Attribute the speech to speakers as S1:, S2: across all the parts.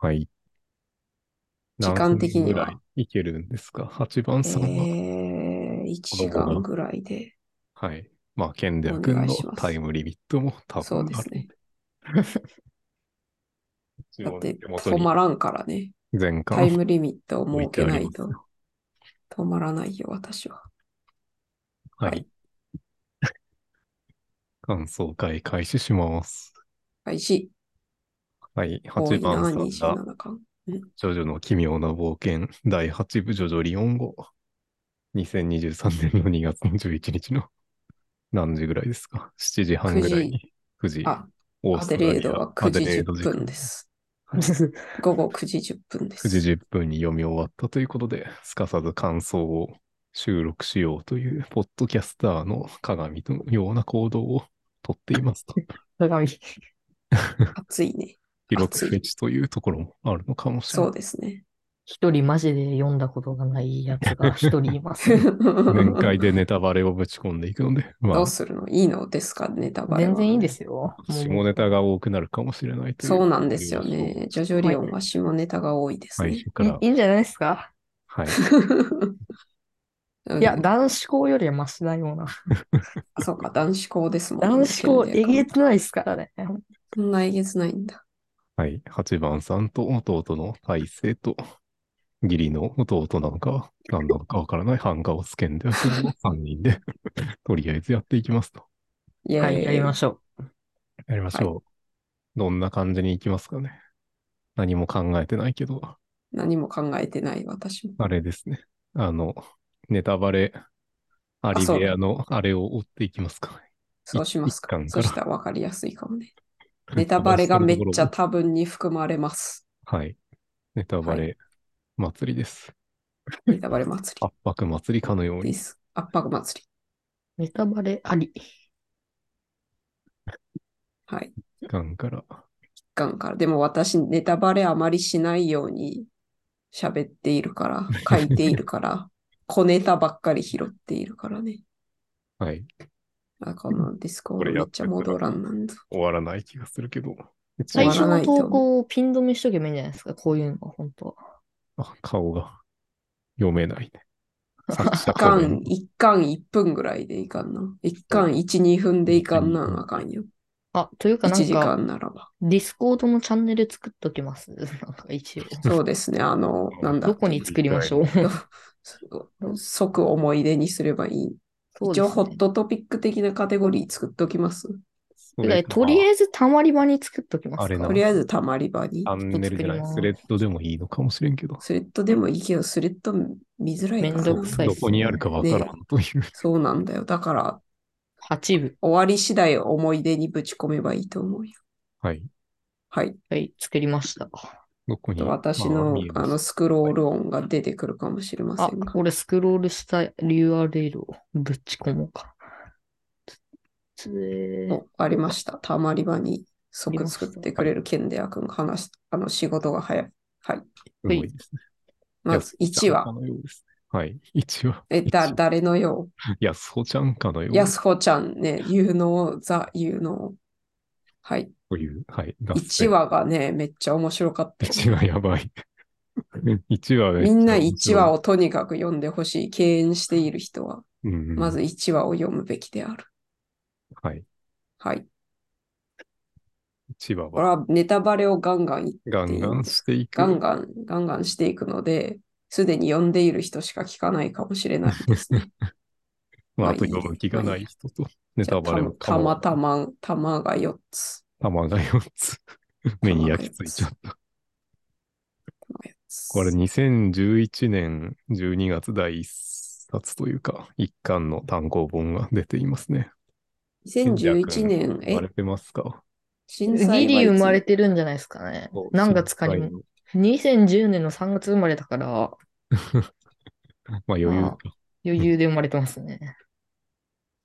S1: はい。
S2: 時
S1: 何
S2: 間的
S1: 分
S2: に
S1: ぐら
S2: は。
S1: いいけるんですか ?8 番
S2: え
S1: さんは、この
S2: ー、1時
S1: 後
S2: 間
S1: の、
S2: ぐらいで
S1: はい。まあ、賢
S2: お
S1: 者君
S2: 願い
S1: の
S2: しま
S1: タイ
S2: す。
S1: ムリミットも多
S2: そう
S1: 分
S2: で
S1: あ
S2: す
S1: るん
S2: ね。
S1: で。一
S2: だっ
S1: 応
S2: て
S1: 手元
S2: 止
S1: に
S2: まらんからね。
S1: 全
S2: タイ
S1: 巻
S2: ムリミットを
S1: 置い
S2: 設
S1: て
S2: け
S1: あり
S2: ない
S1: ます
S2: と
S1: よ。
S2: 止まらないよ、私は。
S1: は。
S2: はいい。
S1: 感想会開始します。
S2: 開始。
S1: はい。
S2: 多
S1: 8
S2: い
S1: 番
S2: な、
S1: さんが、
S2: 27巻。うん。
S1: ジョジョの奇妙な冒険、第8部ジョジョリオン号。2023年の2月の11日の何時ぐらいですか ?7 時半
S2: 9
S1: ぐらい
S2: 時、
S1: に、9時、
S2: あ、
S1: オー
S2: ア
S1: ス
S2: デ
S1: トラ
S2: レー
S1: リ
S2: ド
S1: ア、
S2: は
S1: アデ
S2: 9時
S1: レー
S2: 10
S1: ド時間。
S2: 分です。午後9時10分で
S1: 9時
S2: す。
S1: 10分に読み終わったということで、すかさず感想を収録しようという、ポッドキャスターの鏡のような行動をとっていま した。
S2: 鏡。暑いね。
S1: 記録
S2: 暑
S1: フェ
S2: い。
S1: チというところもあるのかもしれ
S2: そ
S1: な
S2: うですね。
S3: 一人マジで読んだことがないやつが一人 いますね。
S1: い。全開でネタバレをぶち込んでいくので、
S2: どう
S1: ます
S2: るのいいのですかネタバレ
S3: 全然いい
S2: は。
S3: ですよ。
S1: あ、下
S3: も
S1: ネタが多くなるかもしれないという
S2: そうなんで
S1: 理
S2: す
S1: 由
S2: よ
S1: を
S2: ね。ジョジョ
S3: う、は
S2: リ
S3: い、
S2: オンは下ネタが多いです
S1: 配
S2: ね。
S1: 信か
S3: いい
S1: ら、
S3: いいんじゃないですか。
S1: はい。
S2: う
S3: いや、
S2: ん。
S3: 男子校よりはマシだような。
S2: あ、そうか、男子校ですもん
S3: 男
S2: ね、
S3: 子
S2: 賢
S3: 校
S2: 者
S3: えげ
S2: 君。
S3: つないですからね。
S2: そんなえげつないんだ。
S1: はい。8番さんと弟の大勢と、義理の弟なのか、何なのかわからない版画をつけんでは君 の3人で、とりあえずやっていきますと。
S2: イ
S3: はい、やり
S2: ェー
S3: ま
S2: イ。
S3: しょう。
S1: やりまし
S2: はい。
S1: ょう。どんな感じに行きますかね。何も考えてないけど、
S2: 何も考えてない私も。
S1: あれですね。あの、ネタバレ、ア
S2: あ、
S1: リ
S2: そう
S1: ベア
S2: だ。
S1: のあれを追っていきますかね。
S2: そう
S1: 一
S2: しま
S1: 一
S2: すか。
S1: 巻
S2: そ
S1: か
S2: した
S1: ら
S2: らわかりやすいかもね。 ネタ
S1: 飛
S2: バ
S1: ば
S2: レ
S1: して
S2: が
S1: る
S2: め
S1: とこ
S2: っ
S1: ろ
S2: ちゃ
S1: を。
S2: 多分に含まれます。
S1: はい。ネタバ
S2: はい。
S1: レ祭りです。
S2: ネタバレ祭り
S1: 圧迫祭りかのよう
S2: で
S1: に。
S2: す。圧迫祭り。
S3: ネタバレあり。
S2: はい。
S1: 一巻から。
S2: ガンから。でも私、ネタバレあまりしないように喋っているから、 書いているから、小ネタばっかり拾っているからね。
S1: はい。
S2: あ、このディスコー
S1: こ
S2: ド
S1: れや
S2: めっ
S1: っ
S2: ちゃ
S1: てたら
S2: 戻らんなんぞ。
S1: 終わらない気がするけど、一
S2: 終わ
S3: 最
S1: 応、
S3: 初
S2: ら
S3: の
S2: ない
S3: 投
S2: と思う。
S3: 稿をピン止めしとけばいいんじゃないですか。こういうのは本当。
S1: あ、顔が読め ないね。作者
S2: 一
S1: と連
S2: 巻、一巻一分ぐらいでいかんな。一
S1: 動。
S2: 巻一、二分でいかん
S1: 2
S2: な、
S1: 分。
S2: あかんよ。
S3: あ、というかな
S2: 一
S3: ん
S2: 時
S3: か、
S2: 間ならば。
S3: ディスコードのチャンネル作っときます。 なんか一応。
S2: そうですね。あの、なんだ
S3: ど
S2: っ
S3: こ
S2: け。
S3: に
S1: 振
S3: 作
S1: り
S3: りま
S1: 返
S3: し
S1: り。
S3: ょう。
S2: 即思い出にすればいい。
S3: そう
S2: 一
S3: で
S2: 応、
S3: す
S2: ホッ
S3: ね。
S2: トトピック的なカテゴリー作っときます。
S1: そ
S3: て
S1: れ
S3: か、
S1: か、
S3: とりあえずたまり場に作っときま
S1: あ
S3: す
S1: れ
S2: と
S1: な、
S3: か。
S2: りあえず、たまり場
S1: チャ
S2: に。
S3: ちょっ
S1: ン
S3: と
S1: ネル
S3: 作
S1: じゃ
S3: り
S1: ない、ス
S3: ま
S1: レッ
S3: す。
S1: ドでもいいのかもしれんけど、
S2: スレッドでもいいけど、スレッド見づらい
S3: めん
S2: か
S3: ど
S2: ら
S3: く
S2: な。
S3: さいっ
S1: どこ
S3: す
S1: にあるか
S3: ね。
S1: わから
S2: ねえ、
S1: んという。
S2: そうなんだよ。だから、
S3: 8部。
S2: 終わり次第思い出にぶち込めばいいと思うよ。
S1: はい。
S2: はい。
S3: はい、作りました。
S1: どこ
S2: と
S1: に、ま
S2: 私
S1: あ、見
S2: の
S1: えま
S2: あの
S1: す。
S2: スクロ
S1: は
S2: ー
S1: い。
S2: ル音が出てくるかもしれませ
S3: あ、
S2: んが。
S3: これスクロールした URL をぶち込もうか。つえー、
S2: お、ありました。たまり場に
S3: あり
S2: 即
S3: ま
S2: 作っ
S3: した。
S2: てく
S1: は
S2: れ
S1: い。
S2: る賢者君が話し、あの仕事が早い。はい。
S1: す
S3: は
S1: ごい
S3: い。
S1: ですね。
S2: ま
S1: 安
S2: ず
S1: 子ちゃ
S2: 1
S1: んか
S2: は、
S1: のようですね。はい。一話、
S2: え、だ、
S1: 一話。
S2: 誰のよ
S1: 安子ちゃんかの
S2: う。
S1: よう
S2: やすほちゃんね、有能、ザ有能。はい。
S1: という、はい、脱
S2: 1
S1: 線。
S2: 話がね、めっちゃ面白かったよ。
S1: 一話やば い。 一話めっ
S2: みん
S1: ち
S2: な
S1: ゃ面
S2: 1
S1: 白い。
S2: 話をとにかく読んでほしい。敬遠している人は、
S1: うんう
S2: まず
S1: ん。
S2: 1話を読むべきである。
S1: はい。
S2: はい。
S1: 一話
S2: こ
S1: は
S2: れはネタバレをガンガン言っ
S1: ガ
S2: て
S1: ン
S2: いい
S1: ガ
S2: ん
S1: ン
S2: で
S1: し
S2: す。
S1: てい
S2: ガン
S1: く。
S2: ガン、ガンガンしていくので、すでに読んでいる人しか聞かないかもしれないですね。
S1: まあ、
S2: まあ
S1: あと
S2: いい
S1: 読む
S2: や、
S1: 気
S2: ま
S1: が
S2: あいい
S1: ない
S2: や。
S1: 人と、 ネ
S2: じゃ
S1: タ
S2: あ、
S1: バ
S2: た
S1: レも
S2: た
S1: 構わ
S2: ま
S1: な
S2: た
S1: い。
S2: ま、玉が4つ。
S1: 玉が4つ。 目
S2: 玉
S1: に
S2: が
S1: 焼き付
S2: 4
S1: いちゃ
S2: つ。
S1: った。
S2: 玉が4
S1: これ
S2: つ。
S1: 2011年12月第一冊というか、一巻の単行本が出ていますね。賢
S2: 2011
S1: 者くん、
S2: 年、
S1: 生ま
S2: え
S1: れてますか
S2: 震
S3: ギ
S2: 災は
S3: リ
S2: い
S3: 生ま
S2: つ
S3: れてるんじゃないですかね。
S1: そう
S3: 何
S1: 震
S3: 月かに
S1: 災
S3: も。
S1: の。
S3: 2010年の3月生まれだから、
S1: まあ余裕
S3: まあ、
S1: か。
S3: 余
S1: うん。
S3: 裕で生まれてますね。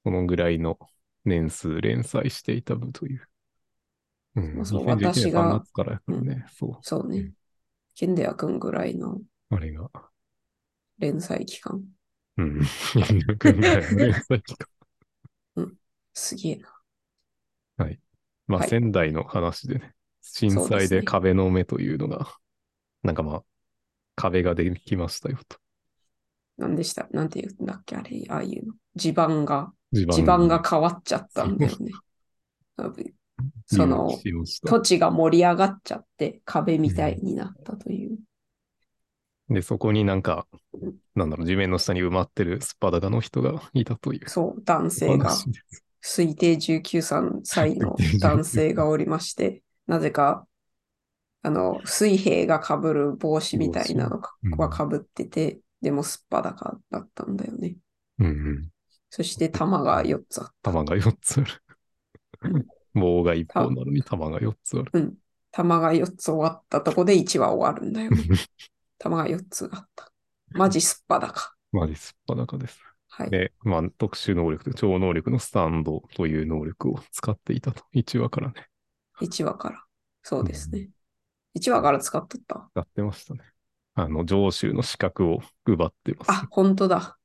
S1: このぐらいの年数連載していた部という。う。
S2: そうんそ
S1: 2011
S2: う、
S1: 年
S2: 私
S1: 3
S2: が、
S1: 月からやか
S2: う
S1: ら
S2: ん、
S1: ね。そ
S2: そう
S1: う。う
S2: ね。
S1: ん
S2: ケンデア君ぐらいの
S1: あれが。
S2: 連載期間。
S1: うん。 賢者くんぐらいの連載期間。
S2: うん、すげえな。
S1: はい。まあ、
S2: はい、
S1: 仙台の話でね、震
S2: そうで
S1: 災
S2: す
S1: で
S2: ね。
S1: 壁の目というのがなんかまあ、壁ができましたよと。
S2: なんでしたなんて言うんだっけあれ、ああいうの。地盤が、
S1: 地
S2: 地盤が変わっちゃったんだよね。その、
S1: 利用しました
S2: 土地が盛り上がっちゃって壁みたいになったという。
S1: で、そこになんか、なんだろう、地面の下に埋まってるスパダガの人がいたという。
S2: そう、男性が、
S1: 話です
S2: 推定19歳の男性がおりまして、なぜか、あの、水兵が被る帽子みたいなのか
S1: 帽
S2: は
S1: 子
S2: 被ってて、でもすっぱだかだったんだよね。
S1: うんうん。
S2: そして弾が4つあった。
S1: 玉が4つあ る。棒が1本なのに玉が4つある。
S2: 弾が4つ終わったとこで1話終わるんだよね。弾が4つあった。マジすっぱだか。
S1: マジすっぱだかです。
S2: はい。
S1: で、まあ、特殊能力、超能力のスタンドという能力を使っていたと。1話からね、
S2: 1話から。そうですね。1話から使っとった。
S1: やってましたね。あの、上州の資格を奪ってます。
S2: あ、本当だ。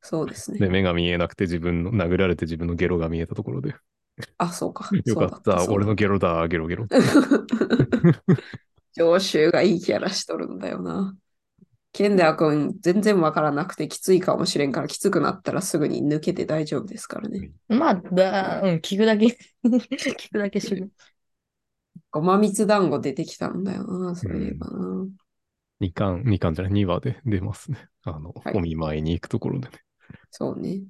S2: そうですね。
S1: で、目が見えなくて自分の、殴られて自分のゲロが見えたところで、
S2: あ、そうか。
S1: よかっ
S2: そうだ
S1: た、
S2: そうだ
S1: 俺のゲロだ、ゲロゲロ。
S2: 上州がいいキャラしとるんだよな。ケンダー君、全然わからなくてきついかもしれんから、きつくなったらすぐに抜けて大丈夫ですからね。
S3: まあ、だうん、聞くだけ、 聞くだけ知る。
S2: ごまみつ団子出てきたんだよな、そういえばな。
S1: 2巻、2巻じゃない、2話で出ますね。あの、
S2: はい
S1: お見舞いに行くところでね。
S2: そうね。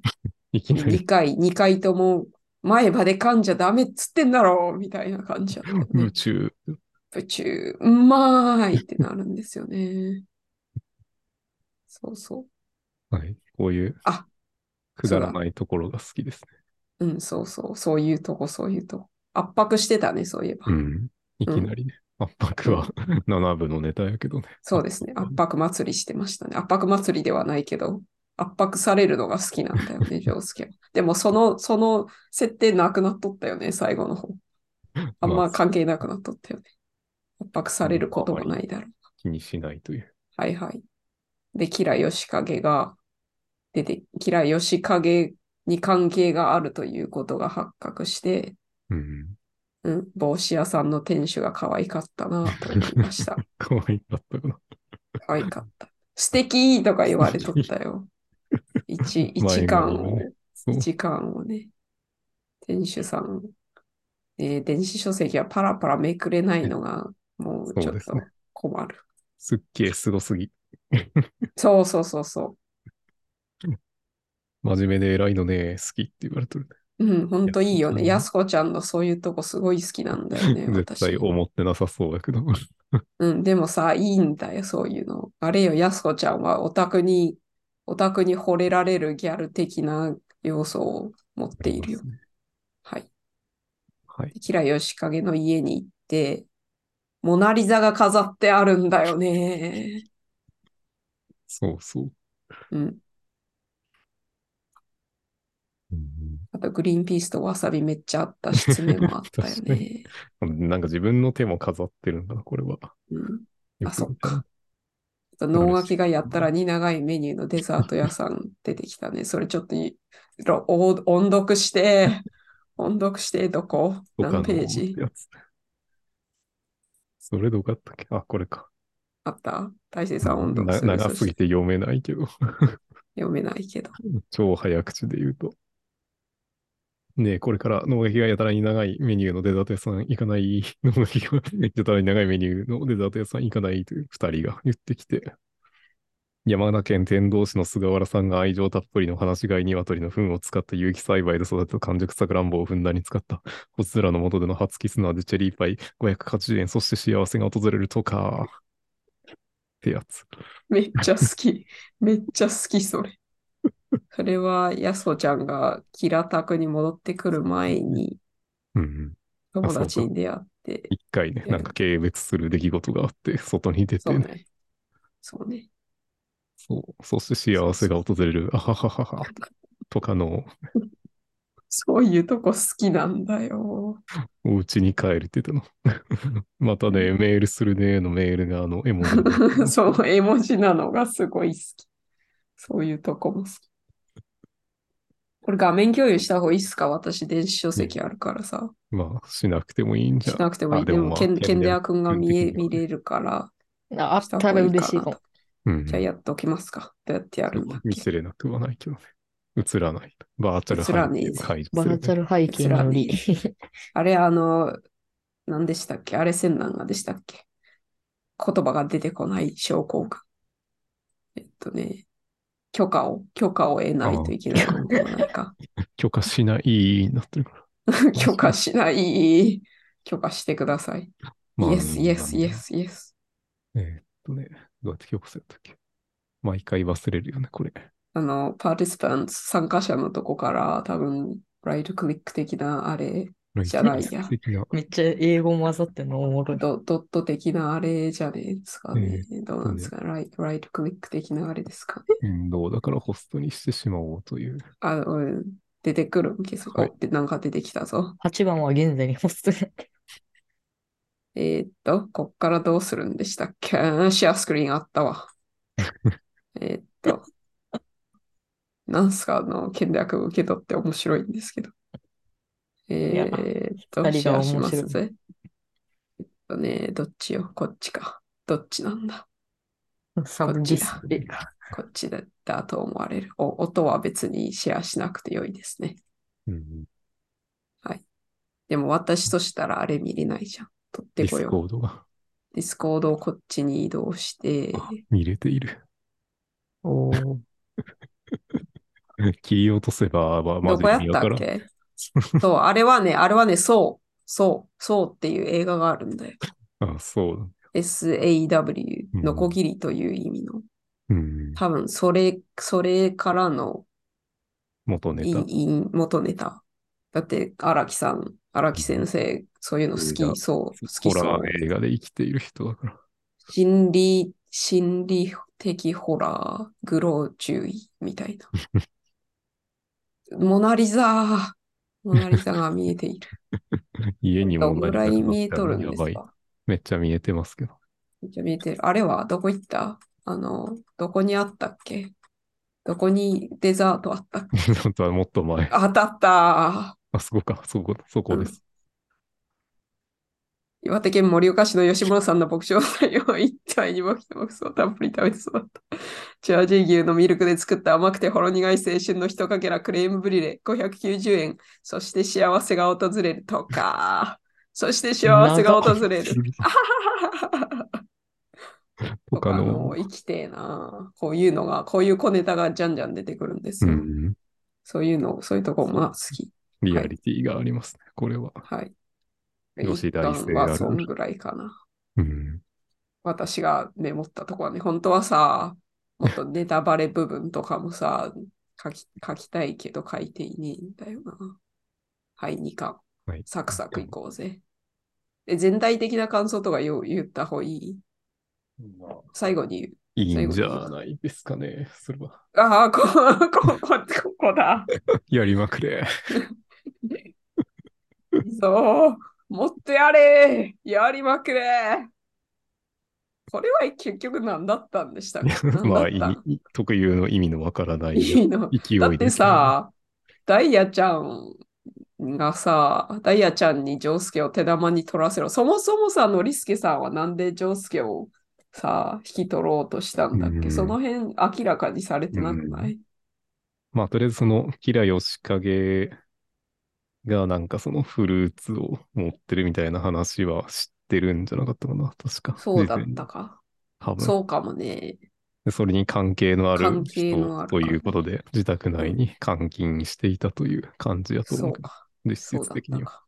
S1: いきなり
S2: 2回、2回とも、前歯で噛んじゃダメっつってんだろうみたいな感じだったよね
S1: 宇。宙、
S2: プチュー、うまーいってなるんですよね。そうそう。
S1: はい、こういう
S2: あ、
S1: くだらないところが好きです
S2: うん、そうそう、そういうとこ、そういうとこ。圧迫してたね、そういえば。
S1: ね。うん。いきなりね。圧迫は 7部のネタやけどね。
S2: そうですね、圧迫祭りしてましたね。圧迫祭りではないけど、圧迫されるのが好きなんだよ ね、ジョウスケは。でも、その、その設定なくなっとったよね、最後の方。あん
S1: ま
S2: ま
S1: あ
S2: 関係なくなっとったよね。圧迫されることがないだろう。
S1: 気にしないという。
S2: はいはい。で、キラヨシカゲが出て、キラヨシカゲに関係があるということが発覚して、
S1: うん。
S2: うん、帽子屋さんの店主が可愛かったなと思いました。
S1: 可愛かったかな。
S2: 可愛かった。素敵とか言われとった よ。一、一
S1: 前
S2: 巻
S1: 髪
S2: を、
S1: もねそう。
S2: 一巻をね、店主さん、えー電子書籍はパラパラめくれないのが、もうち
S1: そ
S2: ょ
S1: う
S2: っ
S1: です
S2: と
S1: ね
S2: 困る。
S1: すっげえすごすぎ。
S2: そうそうそうそう。
S1: 真面目で偉いのね、好きって言われてる、
S2: うん、ほんといいよね。
S1: いや
S2: やすこちゃんのそういうとこすごい好きなんだよ ね、
S1: 絶対
S2: 私。
S1: 思ってなさそうやけど。
S2: うん、でもさ、いいんだよ、そういうの。あれよ、やすこちゃんはオタクに、オタクに惚れられるギャル的な要素を持っているよ。はい。
S1: はい。
S2: キラヨシカゲの家に行って、モナリザが飾ってあるんだよね。
S1: そうそう。
S2: うん。
S1: うん
S2: あと、グリーンピースとわさびめっちゃあったし、爪も あったよ
S1: 確か
S2: ね。
S1: なんか自分の手も飾ってるんだな、これは。
S2: うん。
S1: よ
S2: あ、そ
S1: く
S2: っ
S1: 見た
S2: か。。あと脳書きがやったらに長いメニューのデザート屋さん出てきたね。それちょっといろお音読して、 音読して、どこ
S1: 他
S2: 何
S1: の
S2: ページ
S1: やつそれどうかったっけあ、これか。
S2: あった大成さん音読
S1: な
S2: する
S1: 長すぎて読めないけど、
S2: 読めないけど。
S1: 超早口で言うと。ねえ、これから脳劇がやたらに長いメニューのデザート屋さん行かない、脳劇がやたらに長いメニューのデザート屋さん行かないという二人が言ってきて、山形県天童市の菅原さんが愛情たっぷりの放し飼い鶏の糞を使った有機栽培で育てた完熟さくらんぼをふんだんに使った、ホスラの元での初キスの味チェリーパイ580円、そして幸せが訪れるとか、ってやつ。
S2: めっちゃ好き。めっちゃ好き、それ。それは、やすほちゃんがキラタクに戻ってくる前に
S1: うんうん。
S2: 友達に出会って、
S1: 一回ね、
S2: ええ
S1: なんか軽蔑する出来事があ って、外に出て
S2: そう
S1: ね、
S2: ね。そうね。
S1: そう、そして幸せが訪れる、あはははは、とかの、
S2: そういうとこ好きなんだよ。
S1: お家に帰るって言ったの。 またね、メールするねのメールが、あの、絵文字で
S2: その絵文字なのがすごい好き。そういうとこも好き。これ画面共有した方がいいっすか私、電子書籍あるからさ。
S1: まあ、しなくてもいいんじ
S2: し
S1: ゃん。
S2: なくてもいい。
S1: あ
S2: で
S1: でも
S2: も、
S1: まあ
S2: ケン
S1: ケン
S2: ケンデ
S1: デ
S2: ア
S1: ア
S2: 君が見え
S1: 的には
S2: 見れるから、
S3: ああったら嬉しいかも。
S1: うん。
S2: じゃあやっておきますか。どうやってやるんだっ
S1: 見
S2: け
S1: せれなくはないけどね。映らない。バーチャル
S2: 映らねえぞ
S1: 解除
S3: バーチャル背景なのに。
S2: あれ、あの、何でしたっけあれ、戦乱がでしたっけ言葉が出てこない症候群。えっとね、許可を、許可を得ないといけないのではないか。
S1: 許可しないになってるから。
S2: 許可しない。許可してください。イエス、イエス、イエ。ス、イエス。
S1: えーっとね、どうやって許可するんだっけ毎回忘れるよね、これ。
S2: あの、パーティスパンツ、参加者のとこから、多分、ライトクリック的なあれ、じゃないや
S1: 素敵な
S3: めっちゃ英語混ざってんのおもろい。
S2: ドドット的なあれじゃねえですかね。どうなんですかライライトクリック的なあれですかね。
S1: 運動だからホストにしてしまおうという。
S2: あの、うん出てくるんけそこ
S1: はい
S2: ってなんか出てきたぞ。
S3: 8番は現在にホストになってる。
S2: えーっと、こっからどうするんでしたっけシェアスクリーンあったわ。 えーっと、なんすかあの、権力受け取って面白いんですけど。えーっと、
S3: 二
S2: シ
S3: 人
S2: ェ
S3: が
S2: アしま
S3: 面白い
S2: すぜ。えっとね、どっちよこっちか。どっちなんだ
S3: サブディスプレイか。
S2: こっちだったと思われる。お音は別にシェアしなくて良いですね。
S1: うん、
S2: でも私としたらあれ見れないじゃん。取っ
S1: デ
S2: て
S1: ィ
S2: こ
S1: ス
S2: よう。
S1: コードが
S2: ディスコードをこっちに移動して、
S1: あ見れている。
S3: おー
S1: 切り落とせば、まあ、ま
S2: どこや
S1: ず
S2: っ
S1: 意味わか
S2: たっ
S1: らん。
S2: けそう、あれはね、あれはね、そう、そう、そうっていう映画があるんだよ。
S1: あ、そう。
S2: SAW、
S1: うん
S2: ノコギリという意味の。
S1: うん。
S2: 多分、それ、それからの
S1: 元ネ
S2: い
S1: タ。
S2: いい元ネタ。だって、荒木さん、荒木先生、そういうの
S1: 映
S2: 好
S1: 画
S2: き、そう、好き
S1: ホ
S2: そう。
S1: ラー映画で生きている人だから。
S2: 心理、心理的ホラー、グロー注意みたい な。モナリザモナリザが見えている。
S1: 家に
S2: ど
S1: も
S2: んぐらい見えとるんです
S1: やばい
S2: か
S1: めっちゃ見えてますけど。
S2: めっちゃ見えてる。あれはどこ行ったあの、どこにあったっけどこにデザートあったっけ
S1: 本当はもっと前。
S2: あったあった
S1: あ、そこか。そこ、そこです。
S2: 岩手県盛岡市の吉村さんの牧場菜を一体に巻きて牧草をたっぷり食べて育った。ジャージー牛のミルクで作った甘くてほろ苦い青春のひとかけらクレームブリュレ590円。そして幸せが訪れるとか。そして幸せが訪れる。
S1: とか
S2: も
S1: の
S2: う。生きてえな。こういうのが、こういう小ネタがじゃんじゃん出てくるんです
S1: う
S2: よ。
S1: ん。
S2: そういうの、そういうとこも好き。
S1: リアリティがありますね。これは。
S2: はい。
S1: 吉田一成あ
S2: 一旦
S1: るある
S2: はそんぐらいかな。
S1: うん。
S2: 私がメモったとこはね、本当はさ、もっとネタバレ部分とかもさ、書き書きたいけど書いていねえんだよな。はい、2巻。
S1: はい
S2: サクサクいこうぜ。え全体的な感想とか言う言った方がいい最後に言う。
S1: いいんじゃないですかね。それは。
S2: ああ、こ、 こ、こ、ここだ。
S1: やりまくれ。
S2: そう、もっとやれやりまくれこれは結局何だったんでしたっけ何だ
S1: ま
S2: っ
S1: あ、意
S2: たの
S1: 味特有の意味のわからない勢
S2: い
S1: い
S2: いの
S1: ですね
S2: だって、さ、ダイヤちゃんがさ、ダイヤちゃんにジョースケを手玉に取らせろ。そもそもさ、ノリスケさんはなんでジョースケをさ、引き取ろうとしたんだっけ、
S1: うん
S2: その辺明らかにされてなくない、
S1: まあ、とりあえずその、キラヨシカゲがなんかそのフルーツを持ってるみたいな話は知ってるんじゃなかったかな。確か。
S2: そうだっ
S1: 事前に
S2: たか。
S1: 多分。
S2: そうかもね。
S1: でそれに関係のある
S2: 関係のあ
S1: 人
S2: る
S1: ということで、自宅内に監禁していたという感じやと
S2: そ
S1: 思う
S2: う。か。
S1: 実
S2: そう
S1: 質
S2: だっ
S1: 的
S2: た
S1: には。
S2: か。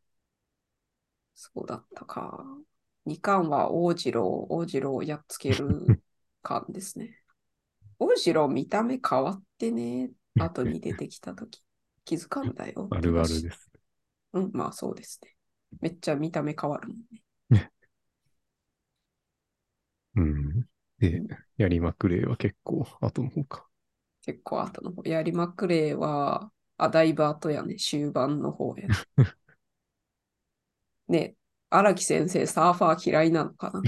S2: そうだったか。二巻は王次郎、王次郎をやっつける巻で すね。王次郎見た目変わってね。後に出てきたと き。気づかんだよ。
S1: あるある
S2: 私
S1: です。
S2: うん、まあそうですね。めっちゃ見た目変わるもんね。
S1: うん。で、やりまくれは結構後の方か。
S2: 結構後の方。やりまくれは、あ、だいぶ後やね。終盤の 方やね。ね荒木先生、サーファー嫌いなのかな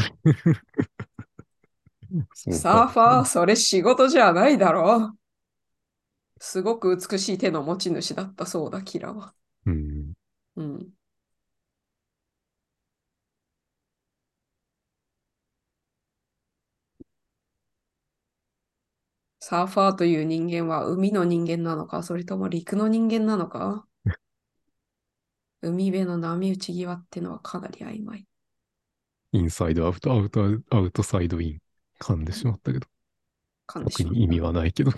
S1: そうか
S2: サーファー、それ仕事じゃないだろう。すごく美しい手の持ち主だったそうだ、キラは。
S1: うん。
S2: うん。サーファーという人間は海の人間なのか、それとも陸の人間な のか海辺の波打ち際ってのはかなり曖昧。
S1: インサイドアウト、アウト、アウトサイドイン。噛んでしまったけど、
S2: 感じ
S1: 特
S2: し
S1: に意味はないけど。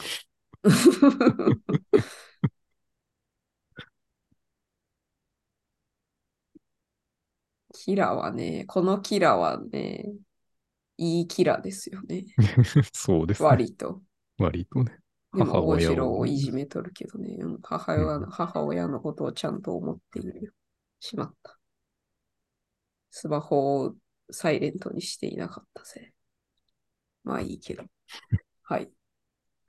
S2: キラはね、このキラはね、いいキラですよ ね。
S1: そうですね。
S2: 割と。
S1: 割とね。
S2: でも、
S1: 母
S2: 大
S1: 親を
S2: 城をいじめとるけどね、うん母親の、母親のことをちゃんと思っている。しまった。スマホをサイレントにしていなかったぜ。まあいいけど。 はい。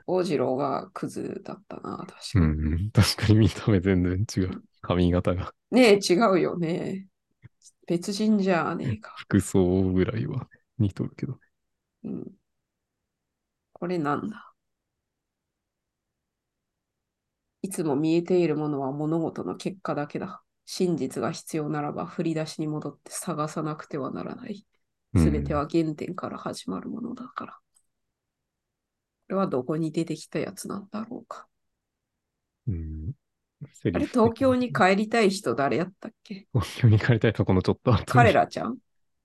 S2: 大次郎がクズだったな、確か
S1: う
S2: に。
S1: んうん、確かに見た目全然違う。髪型が、
S2: ねえ、違うよね。別人じゃねえか。
S1: 服装ぐらいは似とるけど。
S2: うん。これなんだ。いつも見えているものは物事の結果だけだ。真実が必要ならば振り出しに戻って探さなくてはならない。
S1: うん
S2: すべては原点から始まるものだから。これはどこに出てきたやつなんだろうか。
S1: うん。セ
S2: あ
S1: リ
S2: れ、
S1: フ的
S2: 東京に帰りたい人誰やったっけ
S1: 東京に帰りたいとこのちょっと後に
S2: 彼らちゃん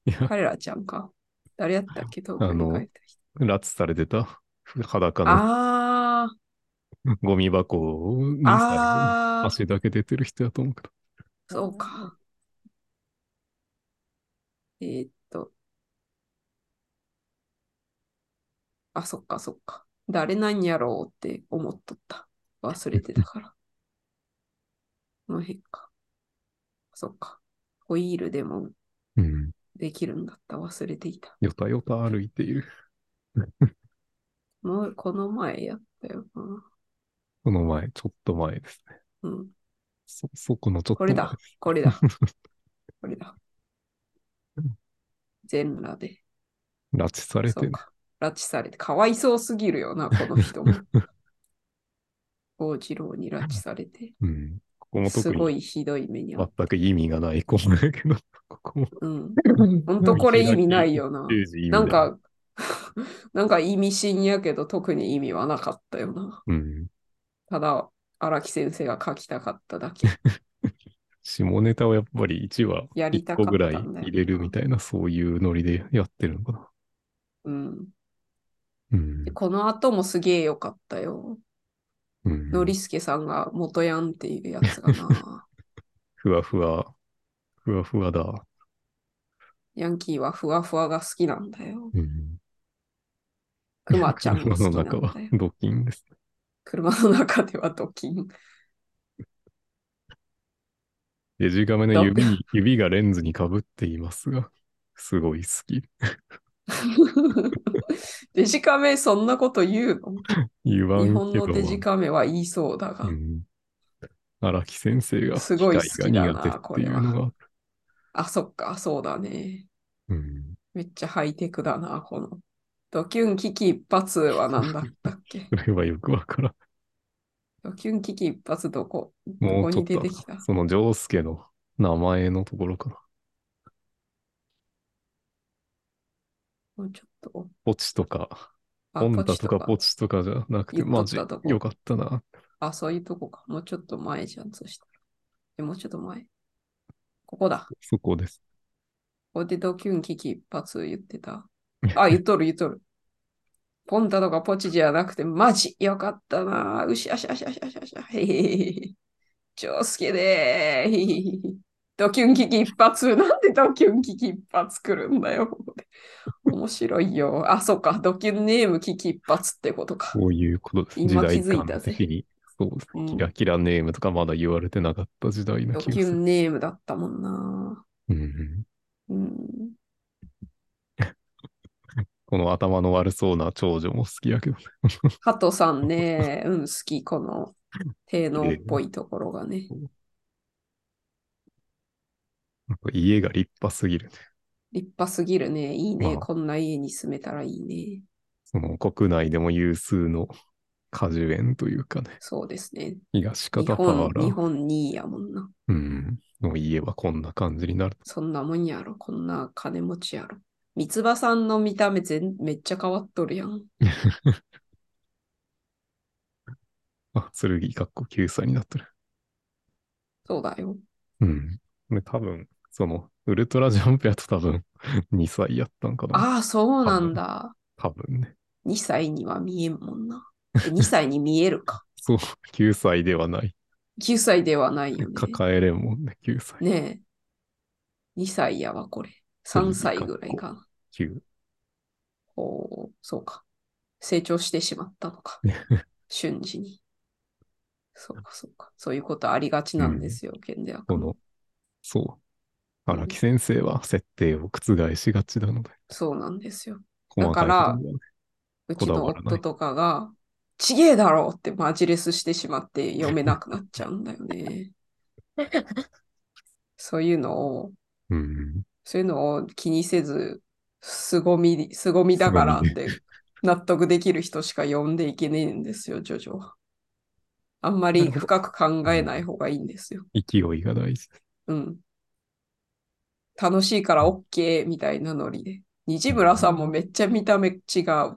S1: いや、
S2: 彼らちゃんか。誰やったっけ東京に帰りたい人。
S1: 拉致されてた裸の
S2: あー
S1: ゴミ箱にさ
S2: あー、
S1: 足だけ出てる人やと思うけど。
S2: そうか。えーっと。あ、そっかそっか。誰なんやろうって思っとった。忘れてたから。この辺か。そっか。ホイールでも
S1: うん。
S2: できるんだった。忘れていた。
S1: よたよた歩いている。
S2: もうこの前やったよな。
S1: この前、ちょっと前ですね。
S2: うん。
S1: そ、そこのちょっと
S2: こ
S1: 前
S2: れだ。これだ。これだ。全裸で。
S1: 拉致されて
S2: そう
S1: る。
S2: か。拉致されて、かわいそうすぎるよな、こ の人も。大次郎に拉致されて、
S1: うん。ここも
S2: す
S1: 特
S2: ご
S1: に
S2: いひどい目に遭う。
S1: 全く意味がない 子もだけど、ここも。
S2: うん。本当これ意味ないよな。
S1: 10時意味
S2: なん、か、 なんか意味深やけど、特に意味はなかったよな。
S1: うん。
S2: ただ、荒木先生が書きたかっただけ。
S1: 下ネタをやっぱり1話、
S2: やりた
S1: 1
S2: か
S1: 個
S2: ったん
S1: ぐ
S2: だよ
S1: らい
S2: な
S1: 入れるみたいな、そういうノリでやってるのかな。
S2: うん。
S1: うん
S2: で。この後もすげえ良かったよ。
S1: うん
S2: ノリスケさんが元ヤンっていうやつ がな。
S1: ふわふわ、ふわふわだ。
S2: ヤンキーはふわふわが好きなんだよ。
S1: うん。
S2: クマちゃんが好
S1: 車
S2: きなん
S1: の
S2: だ
S1: 中
S2: よ
S1: は。ドキンです。
S2: 車の中ではドキ ン。
S1: デジカメの指
S2: ど
S1: に、指がレンズにかぶっていますが、すごい好き。
S2: デジカメそんなこと言う
S1: 言わ
S2: の日
S1: ん
S2: 本
S1: けど
S2: のデジカメは言いそうだが
S1: う。ん荒木先生が
S2: すごい好きだな
S1: 機械が苦手っていうのが、
S2: あ、そっか、そうだね。
S1: うん、
S2: めっちゃハイテクだな、この。ドキュン危機一発は何だったっ け
S1: それはよくわからん。
S2: ドキュン危機一発どこど
S1: も
S2: こ
S1: うちょ
S2: に
S1: っ
S2: 出
S1: と
S2: てきた、
S1: その丈介の名前のところかな。
S2: もうちょっと。
S1: ポチとか、
S2: あ
S1: ポンタとかポ
S2: ポチ
S1: チとかじゃなくて、
S2: 言っと
S1: マ
S2: っ
S1: ジ
S2: たとこ
S1: よかったな。
S2: あ、そういうとこか。もうちょっと前じゃん、そしたら。えもうちょっと前。ここだ。
S1: そこです。
S2: ここでドキュン危機一発言ってた。あ、言っとる言っとる。ポンタとかポチじゃなくて、マジよかったな。うしゃしゃしゃしゃしゃしゃ。へへへへ。ジョースケでーへへ へへ。ドキュン危機一発。なんでドキュン危機一発来るんだよ。ここで面白いよ。あ、そっか。ドキュンネーム危機一発ってことか。
S1: こういうことです。時
S2: 今気
S1: 代
S2: づいた
S1: 感
S2: ぜ
S1: 的に。そうです
S2: う
S1: ね。
S2: ん
S1: キラキラネームとかまだ言われてなかった時代な
S2: ド
S1: 気が
S2: キ
S1: す
S2: ュ
S1: る。
S2: ンネームだったもんな。
S1: うん、
S2: うん。
S1: この頭の悪そうな長女も好きやけどね。
S2: ハトさんね、うん、好き。この、低能っぽいところがね。
S1: なんか家が立派すぎるね。
S2: 立派すぎるね。いいね。
S1: まあ
S2: こんな家に住めたらいいね。
S1: その国内でも有数の果樹園というかね、
S2: そうですね。
S1: 東
S2: 日
S1: 方
S2: 本、日
S1: 原、
S2: 本にいやもんな。
S1: うん、の家はこんな感じになる。
S2: そんなもんやろ。こんな金持ちやろ。三つ葉さんの見た目全めっちゃ変わっとるやん。
S1: あ、 剣、かっこ9歳になってる。
S2: そうだよ。
S1: うん。これ多分、その、ウルトラジャンプやと多分、2歳 やったんかな。
S2: ああ、そうなんだ。
S1: 多分ね。
S2: 2歳には見えんもんな。2歳に見えるか。
S1: そう、9歳ではない。
S2: 9歳ではないよね。
S1: 抱えれんもんね、9歳。
S2: ねえ。2歳やわ、これ。3歳ぐらいかな。
S1: 9。
S2: おーそうか。成長してしまった のか。瞬時に。そうか、そうか。そういうことありがちなんですよ、剣では。
S1: この、そう。荒木先生は設定を覆しがちなので、
S2: そうなんですよ。
S1: 細かいことにはね
S2: う
S1: こ
S2: ち
S1: だ
S2: の
S1: わらない
S2: 夫とかが、ちげえだろうってマジレスしてしまって読めなくなっちゃうんだ よね。そういうのを、
S1: うん。
S2: そういうのを気にせず、凄み、凄みだからって納得できる人しか読んでいけねえんですよ、ジョジョは。あんまり深く考えない方がいいんですよ。
S1: 勢いが大事。
S2: うん。楽しいから OK みたいなノリで。西村さんもめっちゃ見た目違うじ ゃん。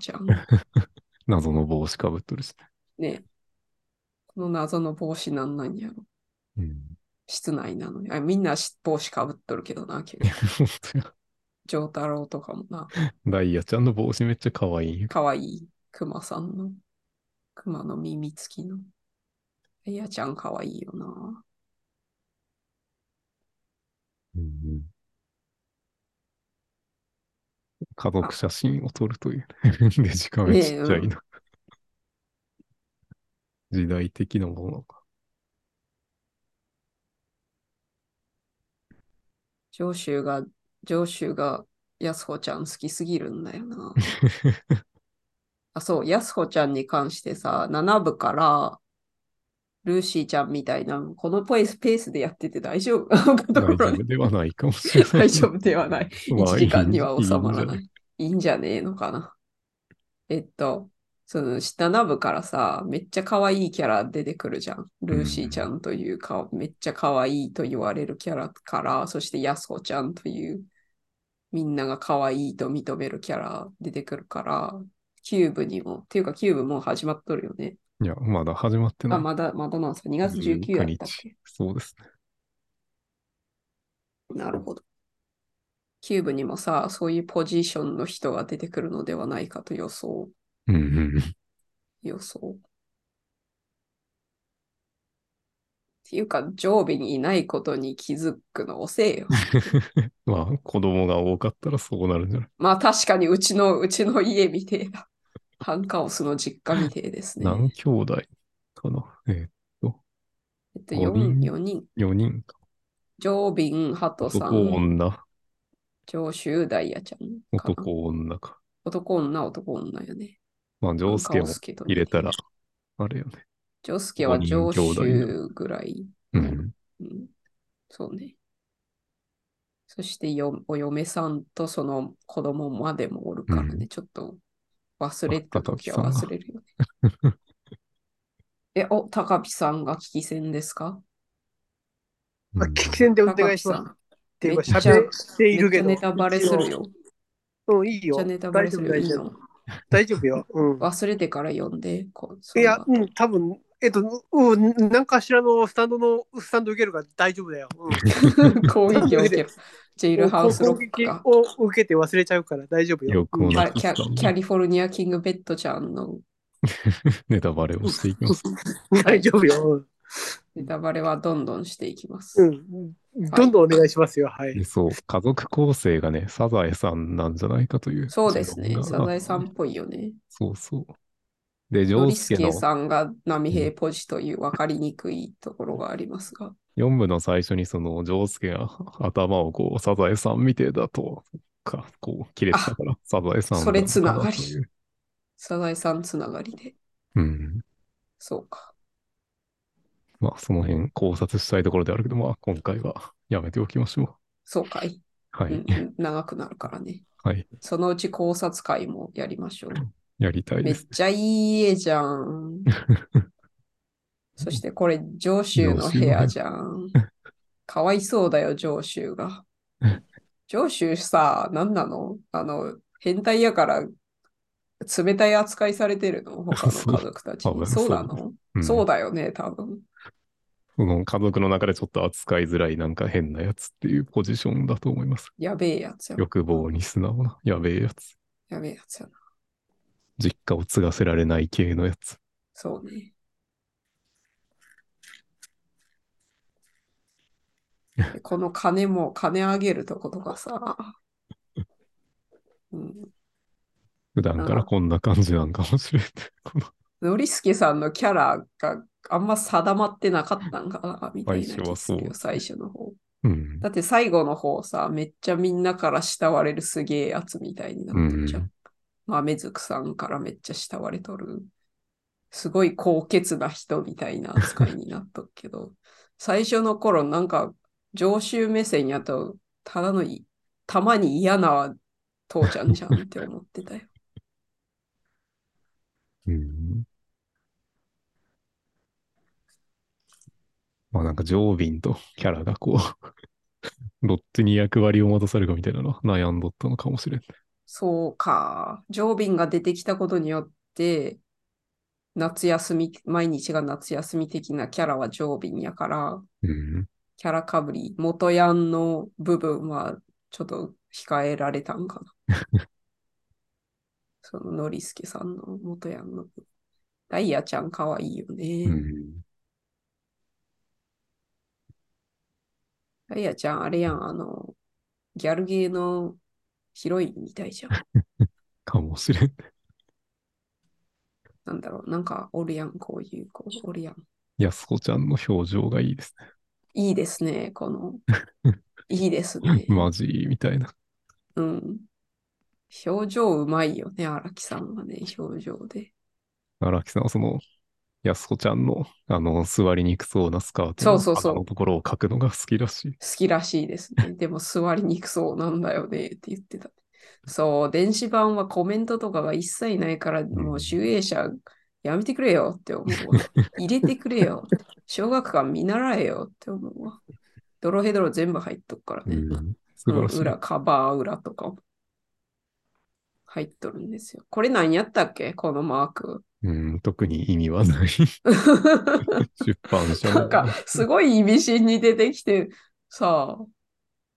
S1: 謎の帽子かぶっとるし、
S2: ねこの謎の帽子なんなんやろ
S1: ね。うん。
S2: 室内なのに。あみんなし帽子かぶっとるけどな、結 構。
S1: 本当や
S2: 丈太郎とかもな。
S1: ダイヤちゃんの帽子めっちゃ可愛いよ。
S2: かわいい。熊さんの。熊の耳付きの。いやちゃんかわいいよな。
S1: 家族写真を撮るという、ね。デ ジカ
S2: ね
S1: メ
S2: え
S1: ちっちゃいな。時代的なものなのか。
S2: 上州が、上州が安穂ちゃん好きすぎるんだよな。あ、そう、安穂ちゃんに関してさ、7部から、ルーシーちゃんみたいな、このペースペースでやってて大丈夫 なのかとこ
S1: 大
S2: ろ
S1: 丈
S2: に
S1: 夫ではないかもし れない。
S2: 大丈夫ではない。
S1: まあ
S2: 1時間には収まらないい。いいんじゃねえのかな。えっと、その7部からさ、めっちゃ可愛いキャラ出てくるじゃん。ルーシーちゃんというか、めっちゃ可愛いと言われるキャラから、そしてヤスホちゃんという、みんなが可愛いと認めるキャラ出てくるから、キューブにも、っていうかキューブもう始まっとるよね。
S1: いや、まだ始まってな
S2: あ、
S1: い。
S2: まだ、まだなんすか ?2 月19日やったっけ
S1: そうですね。
S2: なるほど。キューブにもさ、そういうポジションの人が出てくるのではないかと予想、
S1: うんうんうん。
S2: 予想。っていうか、上尾にいないことに気づくの 遅えよ。
S1: まあ、子供が多かったらそうなるんじゃない
S2: まあ確かにうちの、うちの家みてえだ。ハンカオスの実家みてえですね。
S1: 何兄弟かなえ
S2: えっと、
S1: 五
S2: 4,
S1: 人
S2: 4人。
S1: ー、4人か。
S2: 上尾、ハトさ
S1: 男
S2: ん、
S1: 女、
S2: 上州ダイヤちゃんかな。
S1: 男女か。
S2: 男女、男女よね。
S1: まあ、ジョースケも
S2: ハンカオと似て
S1: 入
S2: る
S1: れたら、あれよね。
S2: ジョスケは
S1: 五人
S2: 上
S1: 兄弟
S2: 州ぐらい。
S1: うん。
S2: うん、そうね。そしてよ、お嫁さんとその子供までもおるからね、
S1: う
S2: ちょっと忘れてた時
S1: あ
S2: は
S1: 高木さんが
S2: 忘れるよね。 え、お、高木さんが危機戦ですか
S1: う
S4: あ
S1: ん
S4: 聞き戦でお
S2: 高
S4: 願い
S2: 木
S4: します。
S2: さ
S4: っ
S2: ん。
S4: ていうか、
S2: めっちゃ
S4: 喋ってい
S2: め
S4: る
S2: っち
S4: け
S2: ゃ
S4: ど。
S2: ネタバレするよ。
S4: うん、い
S2: め
S4: い
S2: っ
S4: よ
S2: ちゃ。ネタバレするよ。
S4: 大
S2: いい
S4: 丈夫
S2: の。
S4: 大丈夫よ。う
S2: 忘れてから読んで。こそ
S4: ん。
S2: ん
S4: い
S2: な
S4: や、うん、多分えっと、うん、何かしらのスタンドの、スタンド受けるから大丈夫だよ。うん。
S2: 攻撃を受け る。ジェイルハウスロックか。
S4: 攻撃を受けて忘れちゃうから大丈夫よ。
S1: よくも
S4: うん
S1: な
S2: あ
S1: い
S2: キャキャリフォルニアキングベッドちゃんの
S1: ネタバレをしていきます。
S4: 大丈夫よ。
S2: ネタバレはどんどんしていきます。
S4: うん。どんどんお願いしますよ。はい。
S1: でそう、家族構成がね、サザエさんなんじゃないかという。
S2: そうですね。
S1: 持論
S2: サ
S1: が
S2: ザエさんっぽいよね。
S1: そうそう。で、ジョ
S2: ノ
S1: ー
S2: リ
S1: ス
S2: ス
S1: ケ
S2: ケ
S1: の
S2: さんが波平ポジという分かりにくいところがありますが。
S1: 4部の最初にそのジョースケが頭をこう、サザエさんみてえだと、か、こう、切れてたから、サザエさん
S2: それつながり
S1: だという
S2: サザエさんつながりで。
S1: うん。
S2: そうか。
S1: まあ、その辺考察したいところであるけど、まあ、今回はやめておきましょ
S2: そうかい。
S1: う。は
S2: う
S1: い
S2: ん。うん長くなるからね。
S1: はい。
S2: そのうち考察会もやりましょう。
S1: やりたい
S2: め
S1: で
S2: っ
S1: す。
S2: ちゃいい家じゃ ん。そしてこれ、上州の部屋じゃん。かわいそうだよ、上州が。上州さ、何なのあの、変態やから冷たい扱いされてるの他の家族た ち
S1: そう
S2: に。そうなの
S1: うん
S2: そうだよね、多分。
S1: その家族の中でちょっと扱いづらいなんか変なやつっていうポジションだと思います。
S2: やべえやつやな。
S1: 欲望に素直な、やべえやつ。
S2: やべえやつやな。
S1: 実家を継がせられない系のやつ。
S2: そう ね。でこの金も金あげるとことかさ。うん、
S1: 普段からこんな感じなん かもしれない。この
S2: ノリスケさんのキャラがあんま定まってなかったんかな、みたいな気
S1: 最初は
S2: がす
S1: そう
S2: るよ、最初の方。
S1: うん。
S2: だって最後の方さ、めっちゃみんなから慕われるすげえやつみたいになってるじゃ。
S1: うん
S2: 豆ずくさんからめっちゃ慕われとる。すごい高潔な人みたいな扱いになっとくけど、 最初の頃なんか常習目線やと、ただのい、たまに嫌な父ちゃんじゃんって思ってたよ。
S1: うん。まあなんか、ジョービンとキャラがこう、 どっちに役割を持たされるかみたいなのは悩んどったのかもしれん。
S2: そうか。ジョービンが出てきたことによって、夏休み、毎日が夏休み的なキャラはジョービンやから、
S1: うん。
S2: キャラかぶり、元ヤンの部分はちょっと控えられたんかな。 そのノリスケさんの元ヤンの部分。ダイヤちゃんかわいいよね。
S1: うん。
S2: ダイヤちゃん、あれやん、あの、ギャルゲーのヒロインみた いじゃん。
S1: かもしれん。
S2: なんだろう、なんかおるやん、こういう子、おるやん。
S1: 安子ちゃんの表情がいいです
S2: いいですね、この。いいですね
S1: ね。。マジみたいな。
S2: うん。表情うまいよね、荒木さんはね、表情で。
S1: 荒木さんはその、安子ちゃんの、あの、座りにくそうなスカート
S2: そ
S1: の
S2: うそうそう
S1: 鼻のところを描くのが好きらしい。
S2: 好きらしいですね。でも座りにくそうなんだよねって言ってた。そう、電子版はコメントとかが一切ないから、もう集英社やめてくれよって思うわ。入れてくれよ。小学館見習えよって思うわ。ドロヘドロ全部入っとくからね。
S1: うん。素晴らし
S2: うん
S1: い。
S2: 裏、カバー裏とかも入っとるんですよ。これ何やったっけこのマーク。
S1: うん、特に意味は ない。出版社の
S2: なんか、すごい意味深に出てきて、さ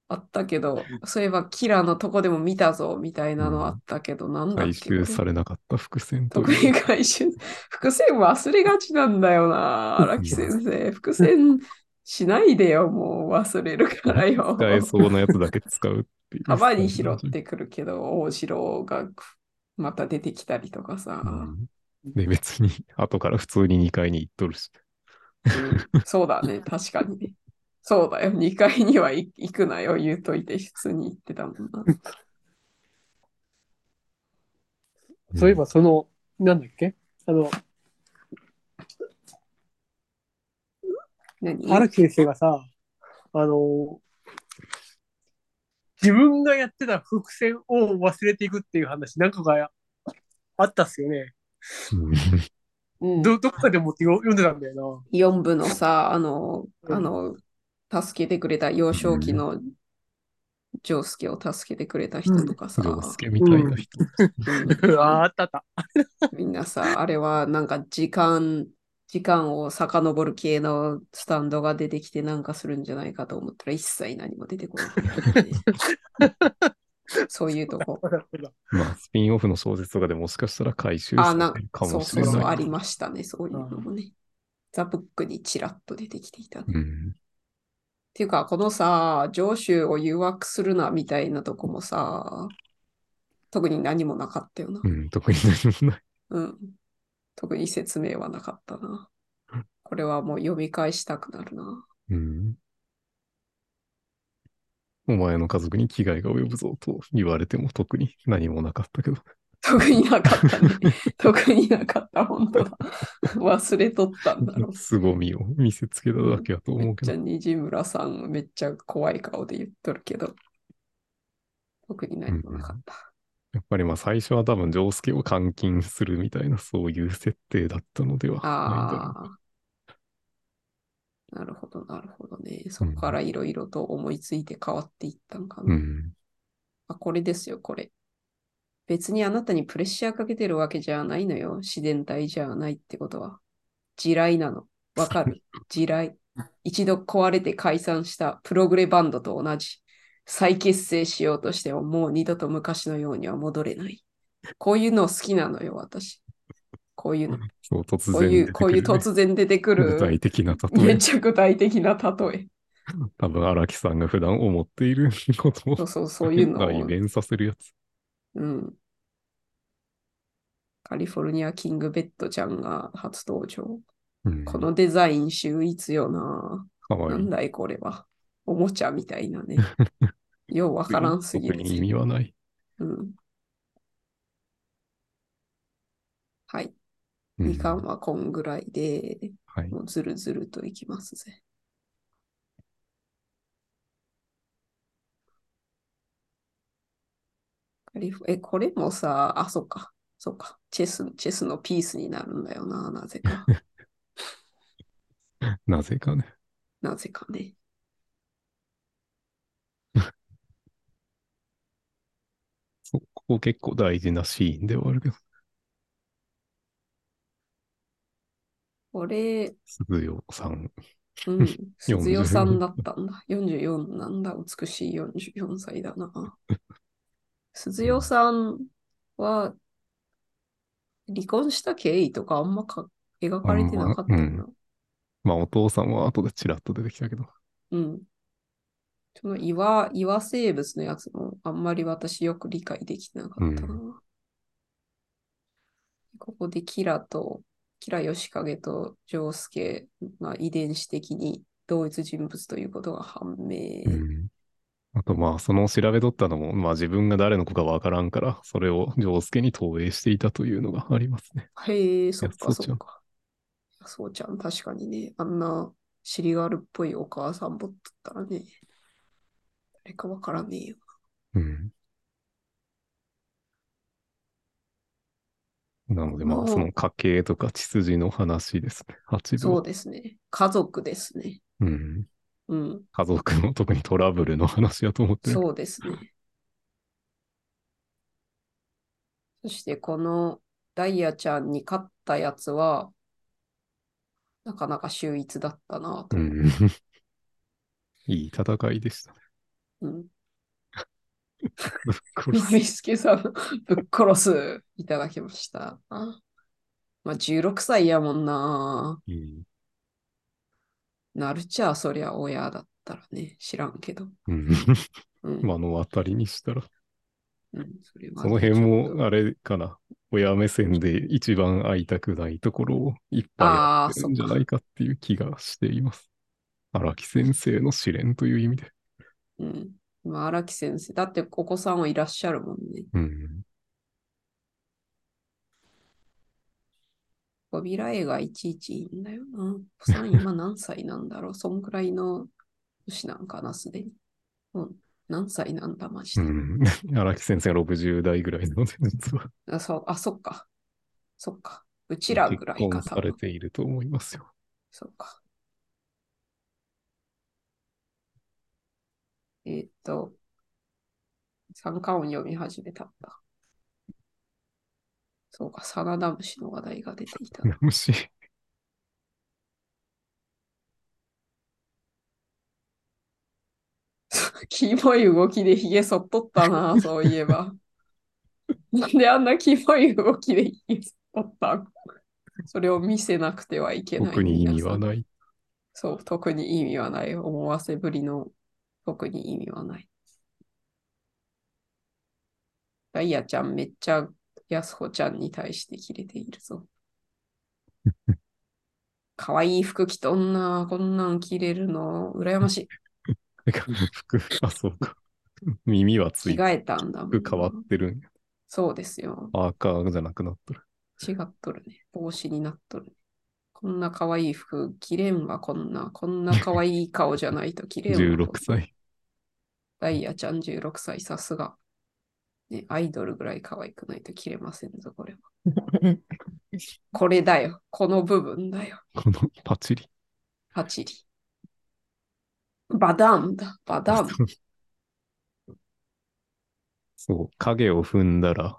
S2: あ、あったけど、そういえばキラのとこでも見たぞ、みたいなのあったけど、なんだっ
S1: 回
S2: け
S1: 収されなかった伏線と
S2: 特
S1: い
S2: に
S1: う。
S2: 回収。伏線忘れがちなんだ よな、荒木先生。伏線しないでよ、もう忘れるからよ。
S1: 使えそうなやつだけ使うっていう。
S2: たまに拾ってくるけど、大城がまた出てきたりとかさ
S1: う。ん。で、別に、後から普通に2階に行っとるし。
S2: うんそうだね、確かにね。そうだよ、2階には行行くなよ、言うといて、普通に行ってたもんな。
S4: そういえば、その、なんだっけあの、
S2: 何
S4: 荒木先生がさ、あの、自分がやってた伏線を忘れていくっていう話、なんかがあったっすよね。
S1: うん、
S2: うん
S4: ど、どっかでもってよ読んでたんだよ
S2: 4部のさ、あの、
S4: うん
S2: あの、助けてくれた幼少期のジョウスケを助けてくれた人とかさ、
S1: 洋介みたいな人。
S4: な。 あーあったあった。
S2: みんなさ、あれはなんか時間、時間を遡る系のスタンドが出てきてなんかするんじゃないかと思ったら一切何も出てこない、 そういうとこ。
S4: そうだそうだ
S1: まあ、スピンオフの小説とかでもしかしたら回収
S2: あ、
S1: さ
S2: なん
S1: れるかもし
S2: そう
S1: れ
S2: そうそう、
S1: な
S2: あ
S1: い。
S2: りましたね、そういうのもね。ザ・ブックにちらっと出てきていたね。っ
S1: うん。
S2: ていうか、このさ、上州を誘惑するなみたいなとこもさ、特に何もなかったよな
S1: う。ん、特に何もない。
S2: うん。特に説明はなかったな。これはもう読み返したくなるな。
S1: うん。お前の家族に危害が及ぶぞと言われても特に何もなかったけど。
S2: 特になかった ね。特になかった、本当だ。忘れとったんだろう。
S1: 凄みを見せつけただけやと
S2: め
S1: 思
S2: っ
S1: うけ
S2: ちゃ
S1: ど。
S2: 虹村さん、めっちゃ怖い顔で言っとるけど、特に何もなかった。
S1: やっぱりまあ最初は多分上介を監禁するみたいなそういう設定だったのではないだろう
S2: あ
S1: か。
S2: あ。なるほど、なるほどね。そこからいろいろと思いついて変わっていったんかな。
S1: うん。
S2: あ、これですよ、これ。別にあなたにプレッシャーかけてるわけじゃないのよ。自然体じゃないってことは。地雷なの。わかる。地雷。一度壊れて解散したプログレバンドと同じ。再結成しようとしてももう二度と昔のようには戻れない。こういうの好きなのよ、私。こういうの。
S1: そう、突
S2: こう
S1: 然
S2: い
S1: 出て
S2: う、こ
S1: く
S2: ういう
S1: る、
S2: 突然出てく
S1: 具体
S2: る。
S1: 的な例
S2: めっ
S1: え。
S2: ちゃ具体的な例 え。
S1: 多分、荒木さんが普段思っていること
S2: そう
S1: を
S2: そう、そうい うのを。
S1: 代弁させるやつ。
S2: うん。カリフォルニアキングベッドちゃんが初登場。
S1: うん、
S2: このデザイン秀逸よな。
S1: かわ
S2: ない
S1: い
S2: ん。だいこれは。おもちゃみたいな ね。ようわからんすぎ
S1: 特
S2: る。
S1: に意味はない。
S2: うん、はい。
S1: うん
S2: みかんはこんぐらいで、
S1: はい。
S2: もうずるずるといきますぜ。カリフえ、これもさ、あ、そっか、そっか、チェス、チェスのピースになるんだよな、なぜか、
S1: なぜかね。
S2: なぜかね。
S1: そうここ結構大事なシーンではあるけど、
S2: これ、
S1: 鈴代さん。
S2: うん、鈴代さんだったんだ。44なんだ、美しい44歳だな。鈴代さんは、離婚した経緯とかあんまか描かれてなかった
S1: あ
S2: なん
S1: ままあ、お父さんは後でちらっと出てきたけど。
S2: うん。その岩、岩生物のやつもあんまり私よく理解できてなかったな。
S1: う
S2: ここでキラと、キラヨシカゲとジョウスケが遺伝子的に同一人物ということが判明。
S1: うん。あと、まあ、その調べとったのも、まあ、自分が誰の子かわからんから、それを丈介に投影していたというのがありますね。
S2: へえ、そっか
S1: 安尾ち
S2: そ
S1: ゃ
S2: っ
S1: ん
S2: か。そうちゃん、確かにね、あんな尻があるっぽいお母さんぼっとったらね、誰かわからねえよ。
S1: うん。なので、ま
S2: お
S1: あ、
S2: ー
S1: その家系とか血筋の話ですね。八
S2: そう
S1: 分。
S2: ですね。家族ですね。
S1: うん。
S2: うん、
S1: 家族の特にトラブルの話だと思ってる。
S2: そうですね。そして、このダイヤちゃんに勝ったやつは、なかなか秀逸だったなと。
S1: うん。 いい戦いでしたね。
S2: うん。
S1: これ
S2: ノリスケさん、ぶっ殺す、いただきました。あまあ、16歳やもんな。
S1: うん
S2: なるちゃ、そりゃ親だったらね、知らんけど。
S1: うん
S2: う ん。
S1: 目の当たりにしたら。
S2: うん、それは
S1: その辺も、あれかな。親目線で一番会いたくないところをいっぱいやってるんじゃないかっていう気がしています。荒木先生の試練という意味で。
S2: うん。まあ荒木先生、だってお子さんはいらっしゃるもんね。
S1: うん。
S2: 扉絵がいちいちいいんだよな。お子さん今何歳なんだろう。そんくらいの年なんかな、すでに。うん。何歳なんだ、マジ
S1: う
S2: で。
S1: ん。 荒木先生が60代ぐらいなので、実は
S2: あ、そう、あ、そっか。そっか。うちらぐ
S1: 結
S2: らいか、
S1: 婚
S2: 多
S1: され
S2: 分。
S1: ていると思いますよ。
S2: そうか。えーっと、三冠音読み始めたんだ。そうか、サナダムシの話題が出ていた。
S1: むし、
S2: キモい動きでヒゲ剃っとっ たな、そういえば。なんであんなキモい動きでヒゲ剃っとったんそれを見せなくてはいけない。
S1: 特に意味はない。
S2: そう、特に意味はない。思わせぶりの特に意味はない。ダイヤちゃんめっちゃヤスホちゃんに対してキレてい るぞ。かわいい服着とんな、こんなん着れるの、羨ましい。
S1: てか服、あ、そうか。 耳はつ
S2: 着
S1: いて、
S2: 替えたんだもんな
S1: 服変わってるんや。
S2: そうですよ。
S1: パーカーじゃなくなってる。
S2: 違っとるね。帽子になっとるね。こんな可愛い服着れんわ、こんな。こんな可愛い顔じゃない と着れんわ。
S1: 16
S2: こんな。
S1: 歳。
S2: ダイヤちゃん16歳、さすが。ね、アイドルぐらい可愛くないと着れませんぞ、これは。 これだよ。この部分だよ。
S1: このパチリ。
S2: パチリ。バダンだ。 バダン。
S1: そう、影を踏んだら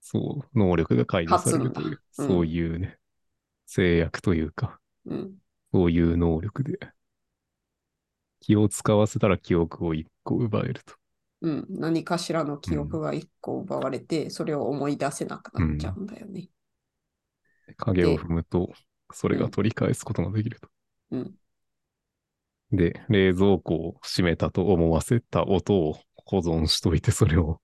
S1: そう、能力が解除されるという、
S2: 初のだうん
S1: そういうね、制約というか、
S2: うん。
S1: そういう能力で、気を使わせたら記憶を一個奪えると。
S2: うん。何かしらの記憶が一個奪われて、それを思い出せなくなっちゃうんだよね。
S1: 影を踏むと、それが取り返すことができると。
S2: うん
S1: で、冷蔵庫を閉めたと思わせた音を保存しといて、それを、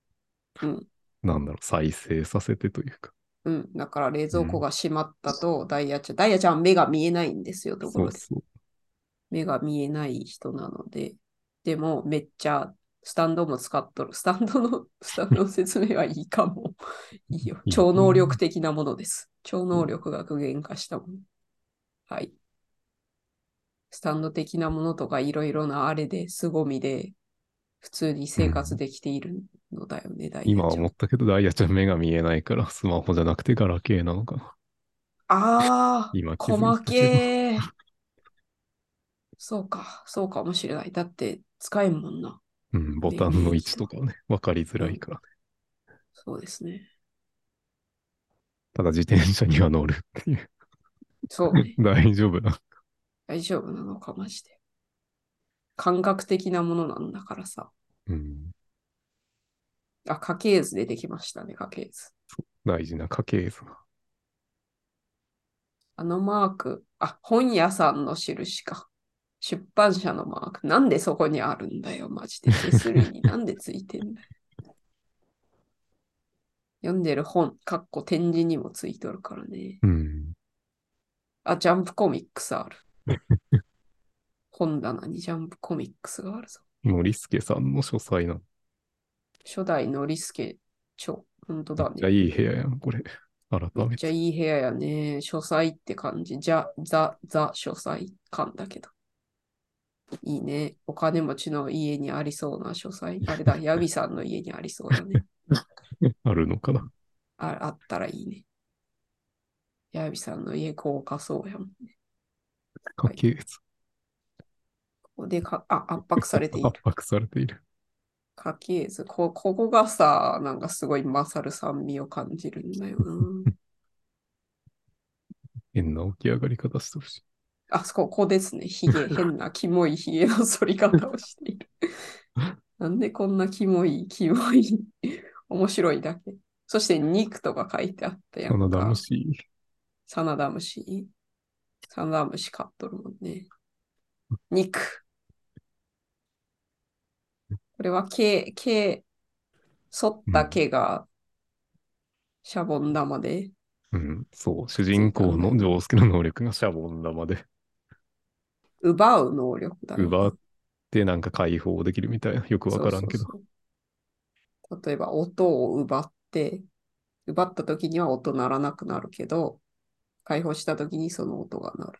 S2: うん
S1: なんだろう、再生させてというか。
S2: うん。だから冷蔵庫が閉まったと、ダイヤちゃん、ダイヤちゃんは目が見えないんですよ、とこ
S1: そ
S2: ろ
S1: う
S2: で。
S1: そう。
S2: 目が見えない人なので、でもめっちゃスタンドも使っとる。 スタンドの、スタンドの説明はいいか も。いいよ。
S1: いい
S2: 超能力的なものです。超能力が具現化したもの。はい。スタンド的なものとかいろいろなあれで、凄みで、普通に生活できているのだよね、大体。
S1: 今は思ったけど、ダイヤちゃん目が見えないから、スマホじゃなくてガラケーなのかな。
S2: ああ、
S1: 今気づいた
S2: 細けー。そうか、そうかもしれない。だって使えんもんな。
S1: うん、ボタンの位置とかね、わかりづらいから。
S2: そうですね。
S1: ただ自転車には乗る っていう。。
S2: そうね
S1: 大丈夫な。
S2: 大丈夫なのか、マジで。感覚的なものなんだからさ。
S1: うん、
S2: あ、家系図出てきましたね、家系図。
S1: 大事な家系図が。
S2: あのマーク、あ、本屋さんの印か。出版社のマーク。なんでそこにあるんだよ、マジで。手すりになんでついてんだよ。読んでる本、かっこ展示にもついとるからね。
S1: うん。
S2: あ、ジャンプコミックスある。本棚にジャンプコミックスがあるぞ。
S1: ノリスケさんの書斎なん
S2: 初代のりすけ著。本当だ
S1: だ。
S2: ね
S1: い。や、いい部屋やん、これ。改
S2: めっ
S1: め
S2: ちゃ
S1: て。
S2: いい部屋やね。書斎って感じ。じゃ、ザ、ザ書斎感だけど。いいね。お金持ちの家にありそうな書斎。あれ だ、ヤビさんの家にありそうだね。
S1: あるのかな。
S2: ああったらいいね。ヤビさんの家豪華そうやもん。
S1: 家系図。
S2: ここでか、あ、圧迫さ れている
S1: 圧。迫されている。
S2: 家系図こ、ここがさ、なんかすごい勝る酸味を感じるんだよな。
S1: 変な起き上がり方してるし。
S2: あ、そこ、ここですね。ひ げ、変な、キモいひげの剃り方をして いる。なんでこんなキモい、キモい、 面白いだけ。そして、肉とか書いてあったや
S1: あ
S2: んか。
S1: のダムシ
S2: サナダムシ。サナダムシ買っとるもんね。肉。これは毛、毛、剃った毛がシャボン玉で、
S1: うん、そう。主人公のジョースケの能力がシャボン玉で、
S2: 奪う能力だね。
S1: 奪ってなんか解放できるみたいな。よくわからんけど。
S2: そうそうそう例えば音を奪って、奪った時には音鳴らなくなるけど、解放した時にその音が鳴る。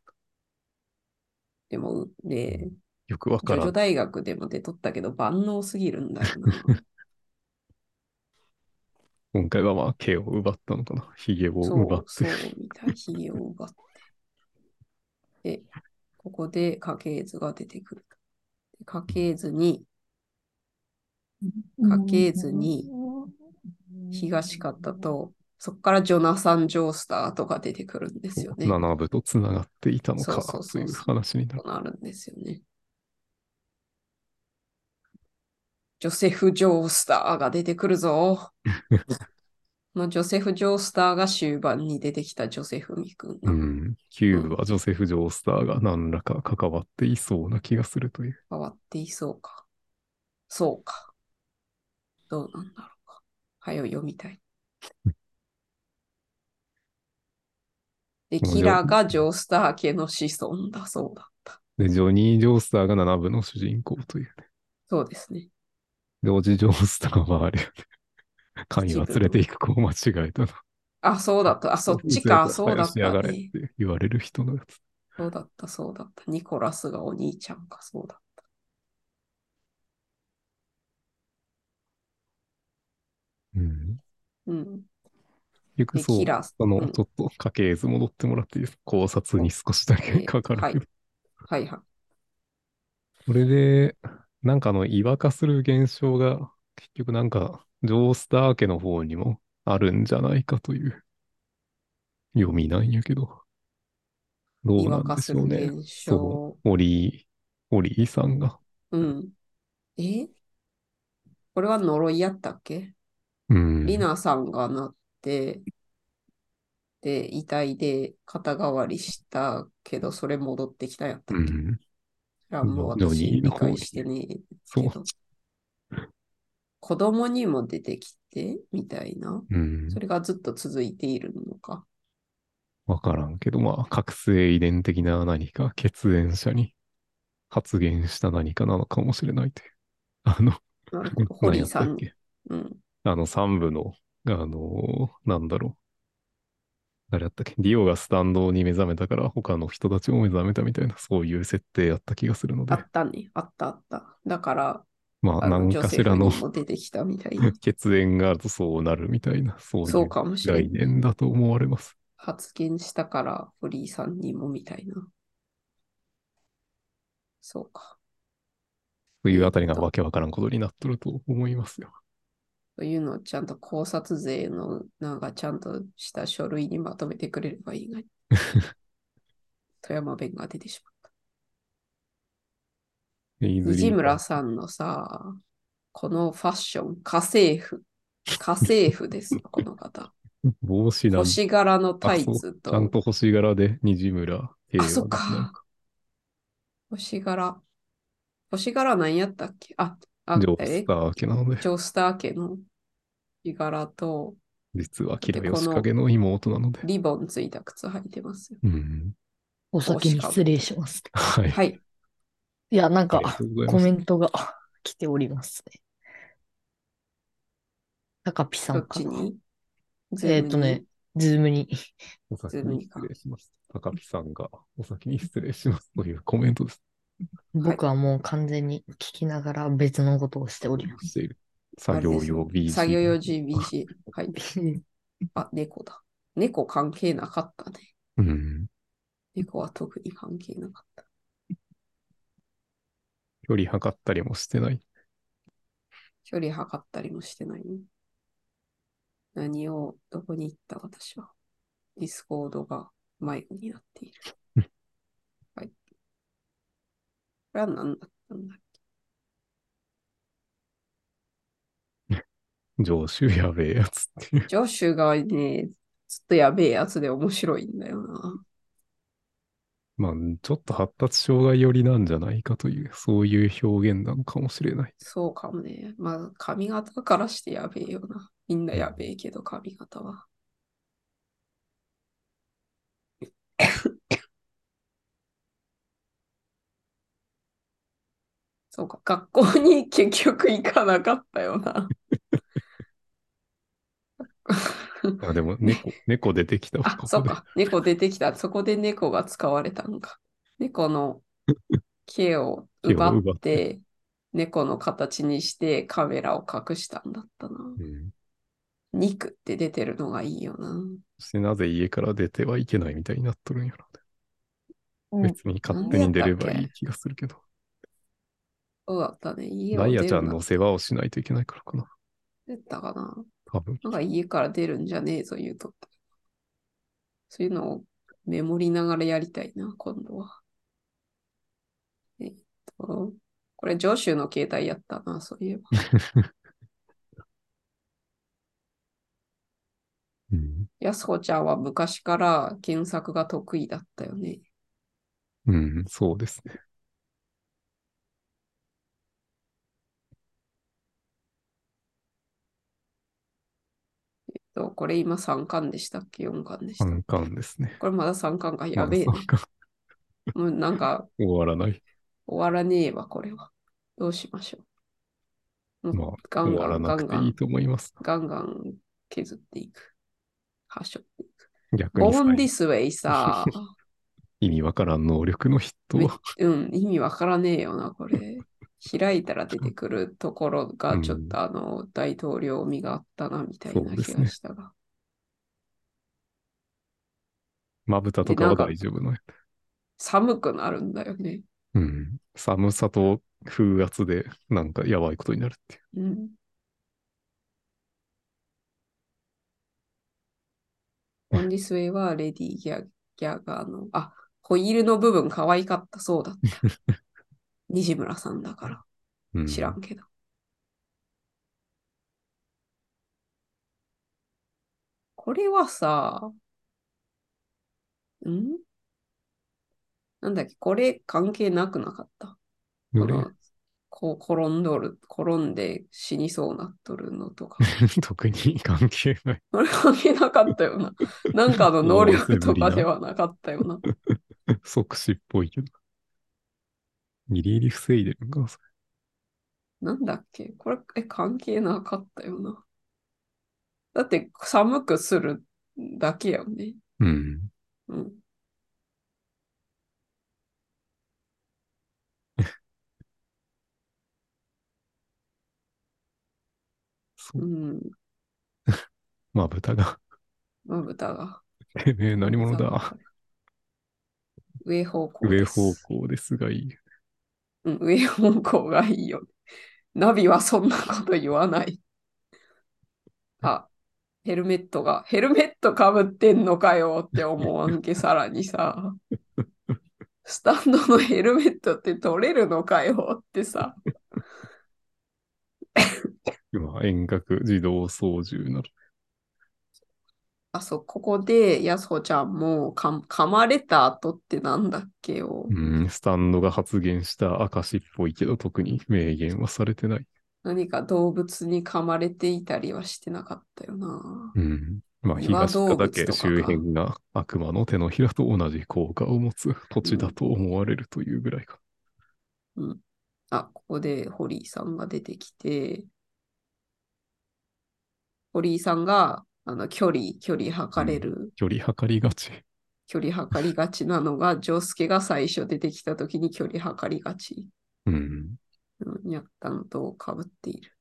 S2: でも、うね、
S1: よくわ
S2: ジ
S1: か
S2: ョ
S1: ら
S2: ジョ
S1: ん。
S2: 大学でも出とったけど、万能すぎるんだよ な。
S1: 今回はまあ、毛を奪ったのかな。髭を
S2: そう
S1: 奪っ、
S2: そう
S1: て。、
S2: みたい。ひげを奪って。で、ここで家系図が出てくる。家系図に、家系図に、東方と、そこからジョナサン・ジョースターとか出てくるんですよね。
S1: 7部とつながっていたのか
S2: そう
S1: と
S2: そ
S1: い
S2: うそううそう
S1: 話になる。
S2: となるんですよね。ジョセフ・ジョースターが出てく るぞ。このジョセフ・ジョースターが終盤に出てきたジョセフ・ミ君
S1: う
S2: が
S1: ん。キューブはジョセフ・ジョースターが何らか関わっていそうな気がするという。
S2: 変わっていそうか。そうか。どうなんだろうか。はよ読み たい。で、キラがジョースター家の子孫だそうだった。
S1: で、ジョニー・ジョースターが7部の主人公というね。
S2: そうですね。
S1: で、おじジョースターはあれよね。神は連れて行く子を間違えたの。
S2: あ、そうだった。あ、そっちか。そうだっ
S1: 生やしやが
S2: た
S1: れっ
S2: ね。
S1: て言われる人のやつ。
S2: そうだった、そうだった。ニコラスがお兄ちゃんか、そうだった。
S1: うん。
S2: うん。
S1: よく
S2: で、
S1: そう
S2: キ。ラス。
S1: あの、
S2: うん
S1: ちょっと家系図戻ってもらっていいですか考察に少しだけ
S2: え
S1: かかる
S2: は
S1: けど
S2: い。はいはい。
S1: これで、なんかあの、違和化する現象が、結局なんか、ジョースター家の方にも、あるんじゃないかという読みなんやけど。どう
S2: 違
S1: な
S2: 和
S1: ん
S2: 化
S1: ですしょ
S2: る
S1: うね。
S2: 現象
S1: そ。う、折井、折井さんが。
S2: うん。えこれは呪いやったっけ
S1: うん。
S2: リナさんがなって、で、遺体で肩代わりしたけど、それ戻ってきたんやったっ
S1: う
S2: け、
S1: ん。
S2: それはもう
S1: ジョ
S2: 私
S1: ニー
S2: 理
S1: の方に
S2: 解してねえ
S1: そ
S2: け
S1: う。
S2: ど。子供にも出てきて、みたいな。
S1: うん
S2: そ。れがずっと続いている のか。
S1: わからんけど、まあ、覚醒遺伝的な何か、血縁者に発言した何かなのかもしれないという。あ の、
S2: なるほど。ホ
S1: 何
S2: リ
S1: や
S2: ー
S1: った
S2: さ
S1: っ
S2: ん。
S1: け
S2: うん。
S1: あの、三部の、あのーなんだろう。あれやったっけディオがスタンドに目覚めたから、他の人たちも目覚めたみたいな、そういう設定やった気がするの
S2: あ
S1: で
S2: っ、たね。あったあった。だから、
S1: まあ、
S2: あの
S1: 何
S2: 女
S1: か
S2: 性
S1: しらの。
S2: にも出てきたみたいな
S1: 血縁があるとそうなるみたいな、そう
S2: そ
S1: いうう
S2: かもしれ
S1: 概
S2: ん。
S1: 念だと思われます。
S2: 発言したから、ホリーさんにもみたいな。そうか。
S1: というあたりがわけわからんことになっとると思いますよ。
S2: というのをちゃんと考察税のなんかちゃんとした書類にまとめてくれればい いのに。富山弁が出てしまった。藤村さんのさ、このファッション、家政婦。家政婦で すよ、この方。
S1: ん。 帽子なんち
S2: 星柄のタイ
S1: あそ
S2: ツと。
S1: ゃんと星柄で、虹村平和
S2: あ、そっか。星柄。星柄何やったっけあ、あ、
S1: ジョー
S2: え
S1: スター家なので、
S2: ジョースター家の星柄と
S1: 実はキラ
S2: で
S1: ヨ
S2: この
S1: シカゲの妹なので。
S2: リボンついた靴履いてますよ。
S1: うん。
S3: お先に失礼します。
S1: はい。
S2: はい。
S3: いや、なん
S1: あ
S3: か
S1: りが、とうござい
S3: コ
S1: ます
S3: メントが来ておりますね。タカピさ
S2: ど
S3: ん
S2: っ
S3: か
S2: ち
S3: ら。
S2: に
S3: えーっとね。ズームに。
S1: お先に失礼します。高木さんがお先に失礼しますというコメントです。
S3: 僕はもう完全に聞きながら別のことをしておりま
S1: している。作業用
S2: ズームに
S1: BG。
S2: 作業用 GBC。はい。
S3: す。
S2: あ、猫だ。猫関係なかったね。
S1: うん。
S2: 猫は特に関係なかった。
S1: 距離測ったりもしてない。
S2: 距離測ったりもしてないね。何を、どこに行った私は。ディスコードが迷子になってい
S1: うん
S2: る。はい。これは何だったんだっ
S1: 上州やべえやつっていう
S2: け。ジョシュがね、ずっとやべえやつで面白いんだよな。
S1: まあ、ちょっと発達障害寄りなんじゃないかという、そういう表現なのかもしれない。
S2: そうかもね。まあ、髪型からしてやべえよな。みんなやべえけど、髪型は。そうか、学校に結局行かなかったよな。
S1: あでも、 猫、猫出てきたわ
S2: あ、そうか、猫出てきた。そこで猫が使われたのか。猫の毛を奪
S1: 毛を
S2: っ、
S1: 奪って
S2: 猫の形にしてカメラを隠したんだったな。
S1: こでうん。
S2: 肉って出てるのがいいよな。
S1: そしてなぜ家から出てはいけないみたいになっとるんや
S3: うん
S1: ろ。別に勝手に出ればいい気がするけど。
S2: そうだったね。家を
S1: ダイ
S2: 出
S1: ヤ
S2: る
S1: ちゃん
S2: な
S1: の
S2: って
S1: 世話をしないといけないからかな。
S2: 言ったかな。
S1: 多分。
S2: なんか家から出るんじゃねえぞ、言うとった。そういうのをメモりながらやりたいな、今度は。えっと、これ、上州の携帯やったな、そういえば。
S1: うん。
S2: 安子ちゃんは昔から検索が得意だったよね。
S1: うん、そうですね。
S2: とこれ今3巻でしたっけ ?4 巻でした。
S1: 反感ですね。
S2: これまだ3巻か、やべえ、ね
S1: まあ。三冠
S2: もうなんか
S1: 終わらない。
S2: 終わらねえわ、これは。どうしましょう。
S1: まあ
S2: もうガン
S1: 終
S2: ガ
S1: わら
S2: ン、
S1: な
S2: ガ
S1: く
S2: ン
S1: て
S2: ガ
S1: いい
S2: ン、
S1: と思います。
S2: ガンガン削っていく。はしょっていく。
S1: 逆に
S2: ボ
S1: さ
S2: ーンディスウェ イさ、
S1: 意味わからん能力の筆頭
S2: めうん、意味わからねえよな、これ。開いたら出てくるところが、ちょっとあの、大統領味があったな、みたい
S1: そ
S2: な
S1: う
S2: 気
S1: ですね
S2: がしたが。
S1: まぶたとかは大丈夫のよ。
S2: 寒くなるんだよね。
S1: うん。寒さと風圧で、なんかやばいことになるっていう。
S2: うん。 On this way はレディーギャギャガーの、あ、ホイールの部分可愛かったそ うだった。西村さんだから
S1: うん
S2: 知らんけど。これはさ、んなんだっけ、これ関係なくなかった。
S1: ど
S2: こ
S1: れ
S2: のこう転んどる、転んで死にそうなっとるのとか。
S1: 特に関係ない。
S2: これ関係なかったよ な。なんかの能力とかではなかったよな。
S1: 即死っぽいけど。ギリギリ防いでるのか、そ
S2: なんだっけこれ、え、関係なかったよな。だって、寒くするだけやんね。
S1: れうん。
S2: うん。
S1: そうう。
S2: ん。
S1: まあ、豚が。
S2: まぶたが。
S1: てめえ、何者だ。
S2: 上方向
S1: 上
S2: で
S1: 方
S2: す。
S1: 向ですがいい。
S2: うん、上方向がいいよ。ナビはそんなこと言 わない。あ、ヘルメットが、ヘルメットかぶってんのかよって思わ んけ、さらにさ。スタンドのヘルメットって取れるのかよってさ。
S1: 今、遠隔自動操縦なる。
S2: あ、そう、ここで、やすほちゃんもかん、噛まれた後ってなんだっけよ。
S1: うん、スタンドが発言した証っぽいけど、特に明言はされてない。
S2: 何か動物に噛まれていたりはしてなかったよな。
S1: うん。まあ、
S2: 岩
S1: 東
S2: 動
S1: 田
S2: 物
S1: だけ
S2: とかか
S1: 周辺が悪魔の手のひらと同じ効果を持つ土地だと思われるというぐらいか。
S2: あ、ここでホリーさんが出てきて、ホリーさんがあの距離、距離測れる、
S1: 距離測りがち。
S2: 距離測りがちなのが、ジョスケが最初出てきたときに距離測りがち。
S1: うん。
S2: うん、ニャッタンと被っている。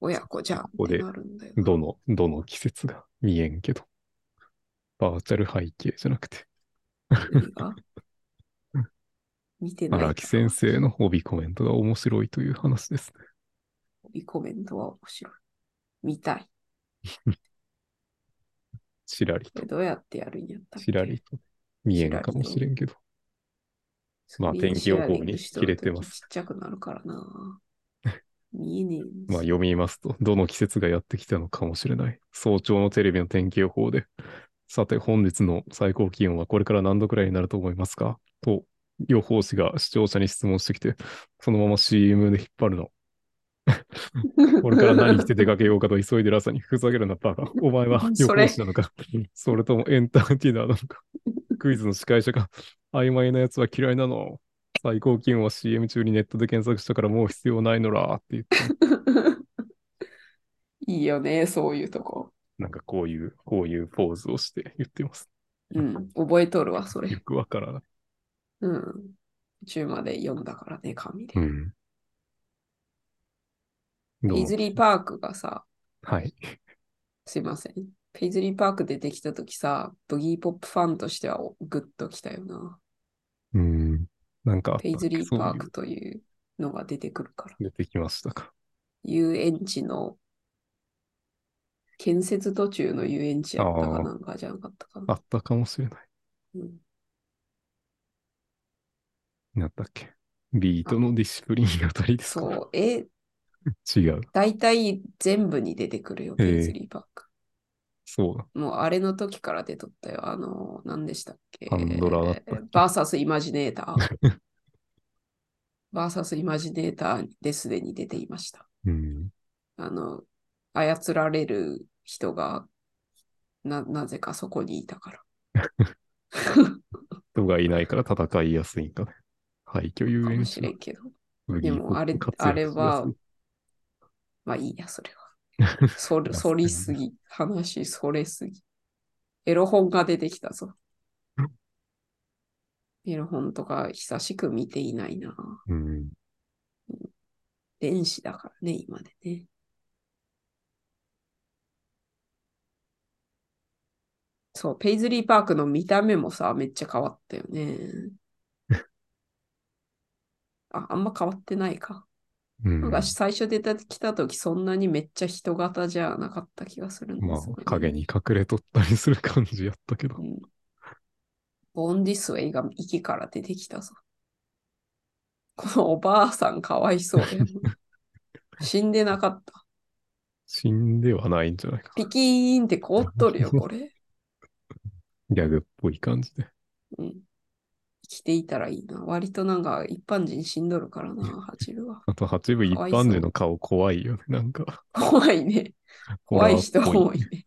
S2: 親子じゃん
S1: ここ
S2: って
S1: で
S2: なるんだよな。
S1: どの、どの季節が見えんけど。バーチャル背景じゃなくて、
S2: 何が見てない。
S1: 荒木先生の帯コメントが面白いという話ですね。
S2: リコメントは面白い。見たい。
S1: ちらり
S2: ことれ、どうやってやるんやったっ
S1: ちらりと。見えんかもしれんけど。
S2: け
S1: まあ
S2: スクリーン
S1: 天気予報
S2: シェアリング
S1: に
S2: しとる
S1: 切れてます
S2: 時ちっちゃくなるか らな。見えねえんです
S1: まあ読みますと、どの季節がやってきたのかもしれない。早朝のテレビの天気予報で、さて本日の最高気温はこれから何度くらいになると思いますかと、予報士が視聴者に質問してきて、そのまま CM で引っ張るの。 これから何して出かけようかと急いでる朝にふざけるな、バカ。 お前は予
S2: それ
S1: 報士なのか、 それともエンターテイナーなの か、クイズの司会者か、曖昧なやつは嫌いなの。最高気温は CM 中にネットで検索したからもう必要ないのらって言って。
S2: いいよね、そういうとこ。
S1: なんかこういう、こういうポーズをして言ってます。
S2: うん、覚えとるわ、そ
S1: よ
S2: れ。
S1: くわからない。
S2: うん。途中まで読んだからね、紙で。
S1: ん。どう
S2: ペイ
S1: も
S2: ズリーパークがさ、
S1: はい。
S2: すいません。ペイズリーパーク出てきたときさ、ブギーポップファンとしてはグッときたよな。
S1: うん。なんかあったっけ、
S2: ペイズリーパー
S1: そうい
S2: クというのが出てくるから。
S1: う出てきましたか。
S2: 遊園地の、建設途中の遊園地やった
S1: あ
S2: か
S1: ー
S2: なんかじゃなかったか
S1: あ
S2: な。
S1: ったかもしれない。
S2: うん、
S1: なんだっけ。ビートのディシプリンあたりですか
S2: そう、え、
S1: 違う。
S2: 大体全部に出てくるよ、
S1: へー
S2: ペイズリーパーク。
S1: そうだ。
S2: もうあれの時から出とったよ。あの、何でしたっけ
S1: パンドラだったっけ
S2: バーサスイマジネーター。 バーサスイマジネーターですでに出ていました。
S1: うん。
S2: あの、操られる人が、な、なぜかそこにいたから。
S1: 人がいないから戦いやすいんかね。廃墟遊
S2: か
S1: 園
S2: もし
S1: 地
S2: れ
S1: の
S2: んけど。
S1: ブギ
S2: で
S1: ーポ
S2: も、あ
S1: ッ
S2: れ
S1: プ、活
S2: あ
S1: 躍し
S2: れ
S1: やすい
S2: は、まあいいや、それは。それ、そりすぎ。話、それすぎ。エロ本が出てきたぞ。エロ本とか久しく見ていないな。
S1: うん。
S2: 電子だからね、今でね。そう、ペイズリーパークの見た目もさ、めっちゃ変わったよね。あ、あんま変わってないか。
S1: うん。
S2: なん
S1: ま
S2: か最初出てきた時そんなにめっちゃ人型じゃなかった気がするんですよね
S1: あ、影に隠れとったりする感じやったけど
S2: う。んボンディスウェイが息から出てきたぞ。このおばあさんかわいそう やな。死んでなかった。
S1: 死んではないんじゃないか。
S2: ピキーンって凍っとるよ、これ。
S1: ギャグっぽい感じで。
S2: うん。生きていたらいいな。割となんか一般人死んどるからな、ハチルは。
S1: あと8部一
S2: かわいそう
S1: 般人の顔怖いよね。なんか、
S2: 怖いね。怖い人
S1: ホラーっ
S2: 多
S1: ぽ
S2: いね。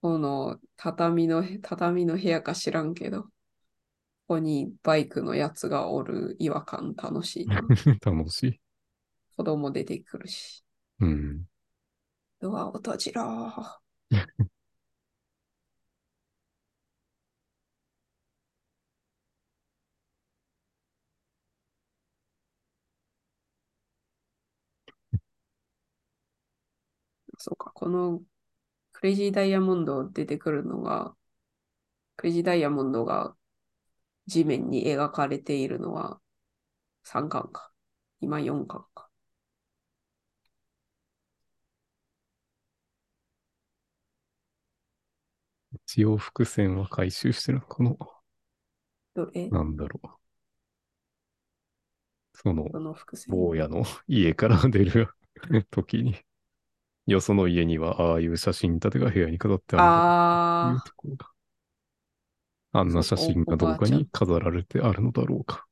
S2: この畳の、畳の部屋か知らんけど、ここにバイクのやつがおる違和感楽しいな。
S1: 楽しい。
S2: 子供出てくるし。
S1: うん。
S2: ドアを閉じろー。 そうか、このクレイジーダイヤモンド出てくるのが、クレイジーダイヤモンドが地面に描かれているのは3巻か。今4巻か。
S1: 一応伏線は回収してるのこの、
S2: どれ
S1: なんだろう。その、
S2: この伏線。
S1: 坊やの家から出る 時に、よその家にはああいう写真立てが部屋に飾ってあるとい
S2: あ
S1: うところが。あんな写真がどこかに飾られてあるのだろうか。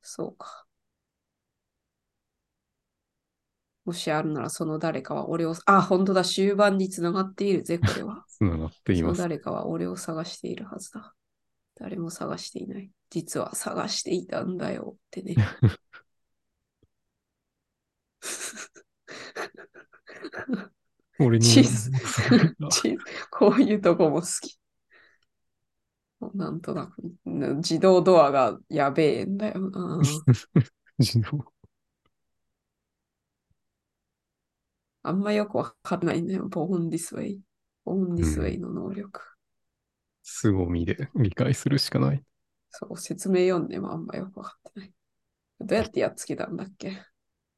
S2: そうか。もしあるならその誰かは俺を、あ、本当だ、終盤につながってい るぜ、これは。
S1: つながってい
S2: その
S1: ます。
S2: 誰かは俺を探しているはずだ。誰も探していない。実は探していたんだよって ね。
S1: 俺にも
S2: チーズ
S1: そう だ
S2: チーズこういうとこも好き。なんとなく、自動ドアがやべえんだよな。
S1: 自動
S2: あんまよくわかんないんだよ。ボーンディスウェイ。ボーンディスウェイの能力。
S1: 凄みで理解するしかない。
S2: そう、説明読んでもあんまよくわかってない。どうやってやっつけたんだっけ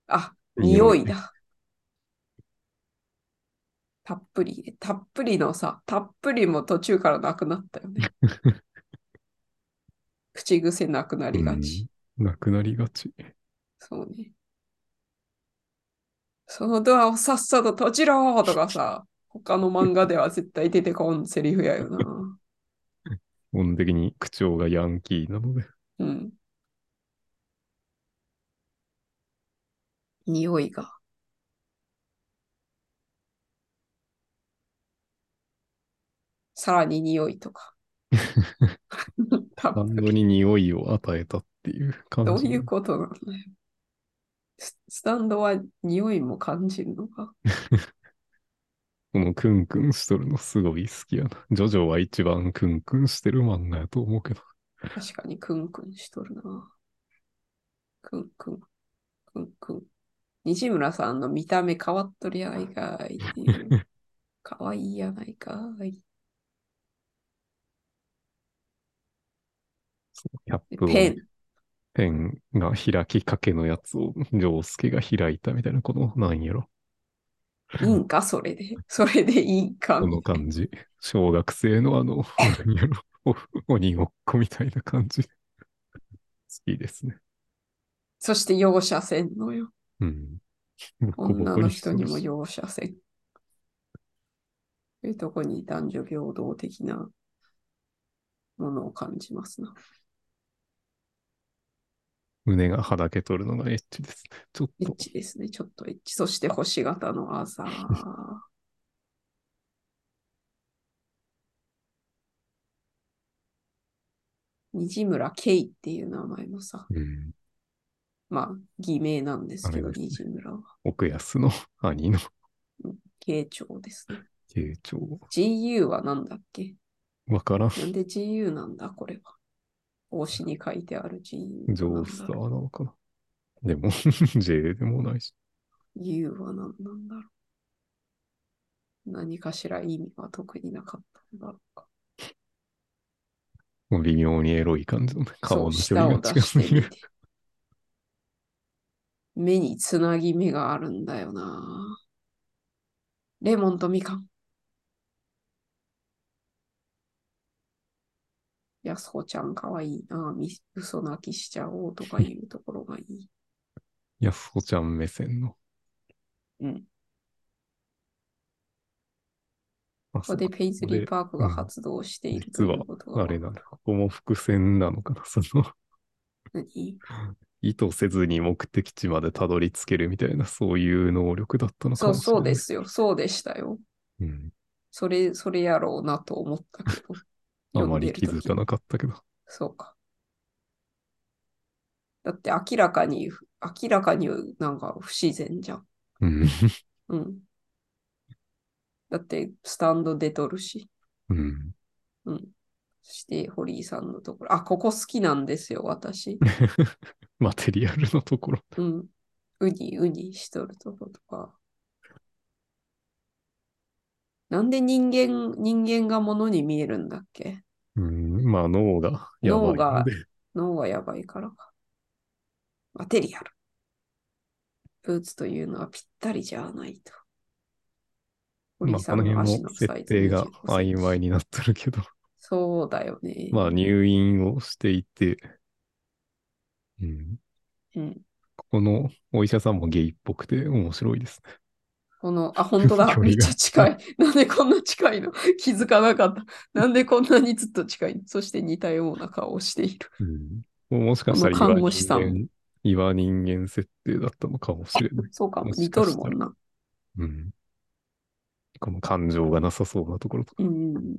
S2: あ、匂い。だ。たっぷり、たっぷりのさ、たっぷりも途中からなくなったよね。口癖なくなりがち。
S1: なくなりがち。
S2: そうね。そのドアをさっさと閉じろとかさ、他の漫画では絶対出てこんセリフやよな。
S1: 基本的に口調がヤンキーなので。
S2: うん。匂いが。さらに匂い とか。た
S1: バ
S2: っ
S1: ンド
S2: ぷり
S1: に匂いを与えたっていう感じ。
S2: どういうことなんだよ。ススタンドは匂いも感じるのか。
S1: このクンクンしとるのすごい好きやな。ジョジョは一番クンクンしてる漫画やと思うけど。
S2: 確かにクンクンしとるな。クンクン、クンクン。西村さんの見た目変わっとりやないかいって いう。かわいいやないかい。
S1: キャップを
S2: ペン。
S1: ペンが開きかけのやつを、ジョウスケが開いたみたいな、この、なんやろ。
S2: いいんか、それで。それでいいんか
S1: こ。の感じ。小学生のあ の、なんやろ。お鬼ごっこみたいな感じ。好きですね。
S2: そして容赦せんのよ。
S1: うん。ボコボ
S2: 女
S1: コ
S2: の
S1: しと
S2: 人
S1: る
S2: に
S1: し
S2: も容赦せん。というとこに男女平等的なものを感じますな。
S1: 胸がはだけとるのがエッチですね。ちょっ
S2: エッ
S1: と、
S2: チですね、ちょっとエッチ。そして星型のアーサー。 西村ケイっていう名前もさ、
S1: うん、
S2: まあ、偽名なんですけど、
S1: あれです
S2: 西村は
S1: 奥安の兄の
S2: 慶長ですね。
S1: 慶長。
S2: GU はなんだっけ
S1: わからん。
S2: なんで GU なんだこれは。帽子に書いてある GU
S1: ジョ
S2: は
S1: ース
S2: な
S1: タ
S2: んだろ
S1: ーなのかな。でも、J でもないし。
S2: う。U は何なんだろう。何かしら意味は特になかったんだろうか。
S1: もう微妙にエロい感じのね、顔
S2: そ
S1: の
S2: う、
S1: 距離が
S2: 舌を
S1: 違
S2: 出して
S1: う
S2: み
S1: ね。
S2: て。目につなぎ目があるんだよな。レモンとみかん。やすほちゃんかわいいな。み嘘泣きしちゃおうとかいうところがいい。
S1: やすこちゃん目線の。
S2: うん。
S1: あ、
S2: こ
S1: そ
S2: こ
S1: う
S2: で
S1: か
S2: ペイズリー
S1: こ
S2: パークが発動していると
S1: 実は
S2: いうこと
S1: こであれなの。ここも伏線なのかな。その、
S2: 何
S1: 意図せずに目的地までたどり着けるみたいな、そういう能力だったのか
S2: そ
S1: も
S2: う、
S1: しれない。
S2: そうで。すよ。そうでしたよ。
S1: うん。。
S2: それ、それやろうなと思ったけど
S1: あまり
S2: 読ん
S1: 気
S2: でる時
S1: づかなかったけど。
S2: そうか。だって明らかに、明らかになんか不自然じゃん。
S1: うん。
S2: うん。だってスタンド出とるし。
S1: うん。
S2: うん。そして、ホリーさんのところ。あ、ここ好きなんですよ、私。
S1: マテリアルのところ。
S2: うん。ウニウニしとるとことか。なんで人間、人間が物に見えるんだっけ
S1: うん。まあ脳がやばい
S2: 脳
S1: の
S2: が
S1: で。
S2: 脳がやばいからか。マテリアル。ブーツというのはぴったりじゃないと。
S1: まあ、この辺も設定が曖昧
S2: に。
S1: になってるけど、
S2: そうだよね。
S1: まあ入院をしていて、うん、
S2: うん、
S1: ここのお医者さんもゲイっぽくて面白いですね。
S2: この、あ、本当
S1: 距
S2: だ。
S1: 離が
S2: めっちゃ近い。 なんでこんな近いの気づかなかった。なんでこんなにずっと近いのそして似たような顔をしている。
S1: うん、もしかしたら
S2: この
S1: 岩
S2: 看護師さん
S1: 人間、岩人間設定だったのかもしれない。
S2: そうかも、
S1: もし
S2: 似
S1: か
S2: と
S1: したら
S2: るもんな。
S1: うん、この感情がなさそうなところとか。
S2: うんうん。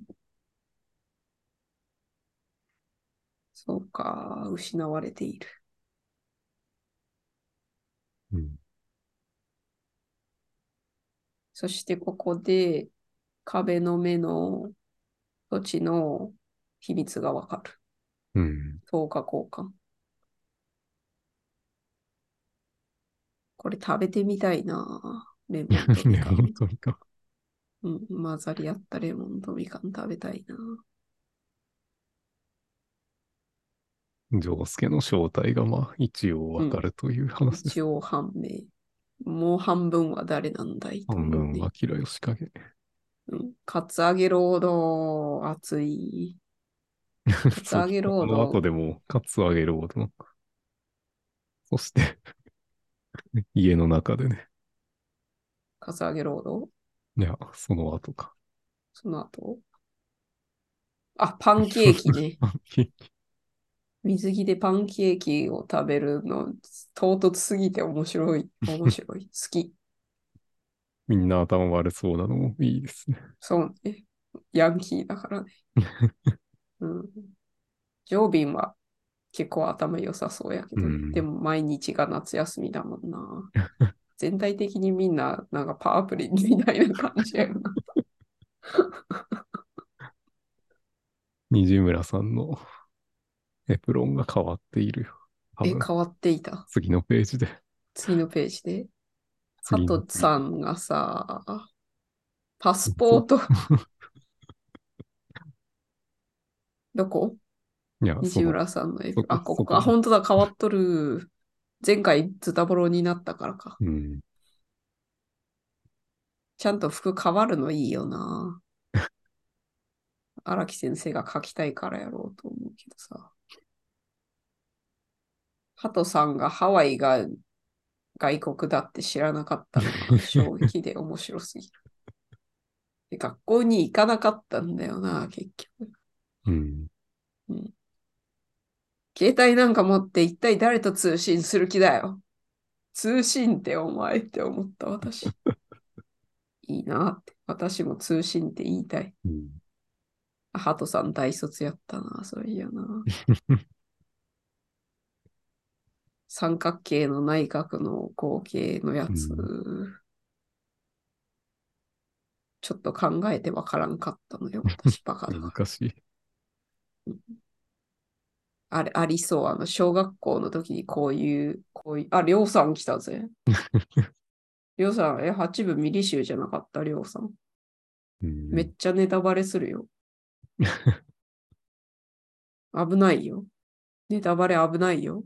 S2: そうか、失われている。
S1: うん
S2: そしてここで壁の目の土地の秘密がわか
S1: う
S2: る。
S1: ん、
S2: 等価交換。これ食べてみたいな。レモンとみ
S1: ね、
S2: かん。
S1: 本当にか。
S2: うん、混ざり合ったレモンとみかん食べたいな。
S1: ジョースケの正体がまあ一応わかるという話です。
S2: 一応判明。もう半分は誰なんだいと
S1: 半分
S2: ね
S1: はキラヨシカゲ。
S2: うん。カツアゲロード、熱い。カツアゲロ
S1: この
S2: ー
S1: 後
S2: ド、
S1: でも、カツアゲロードの。そして、 家の中でね。
S2: カツアゲロード、
S1: いや、その後か。
S2: その後。あ、パンケーキね。水着でパンケーキを食べるの、唐突すぎて面白い。面白 い。好き。
S1: みんな頭悪そうなのもいいですね。
S2: そうね。ヤンキーだ からね。うん、ジョービンは結構頭良さそうやけど、
S1: うん
S2: でも毎日が夏休みだもんな。 全体的にみんな、なんかパープリンみたいな感じやな。
S1: 西村さんのエプロンが変わっているよ。多
S2: え、
S1: 分、
S2: 変わっていた。
S1: 次のページで。
S2: 次のページで。佐
S1: 次の
S2: 藤さんがさ、パスポート。 どこ
S1: いや、そ
S2: 西
S1: の、
S2: 村さんのエ
S1: そ
S2: プ
S1: こ
S2: あ、こ
S1: そ
S2: こ
S1: こ
S2: か。あ本当だ、変わっとる。前回ズタボロになったからか。
S1: うん。
S2: ちゃんと服変わるのいいよな。 荒木先生が書きたいからやろうと思うけどさ。ハトさんがハワイが外国だって知らなかったのが衝撃で面白すぎる。で学校に行かなかったんだよな、結局。
S1: うん。
S2: 携帯なんか持って一体誰と通信する気だよ。通信ってお前って思った私。いいなって。私も通信って言いたい。
S1: うん
S2: あハトさん大卒やったな、そういやな。三角形の内角の合計のやつ。ちょっと考えてわからんかったのよ、私バカだから。
S1: 難しい。
S2: あれ、ありそう。あの、小学校の時にこういう、こういう、あ、りょうさん来たぜ。りょうさん、え、八部ミリ集じゃなかった、りょうさん。
S1: うん
S2: めっちゃネタバレす るよ。危ないよ。ネタバレ危ないよ。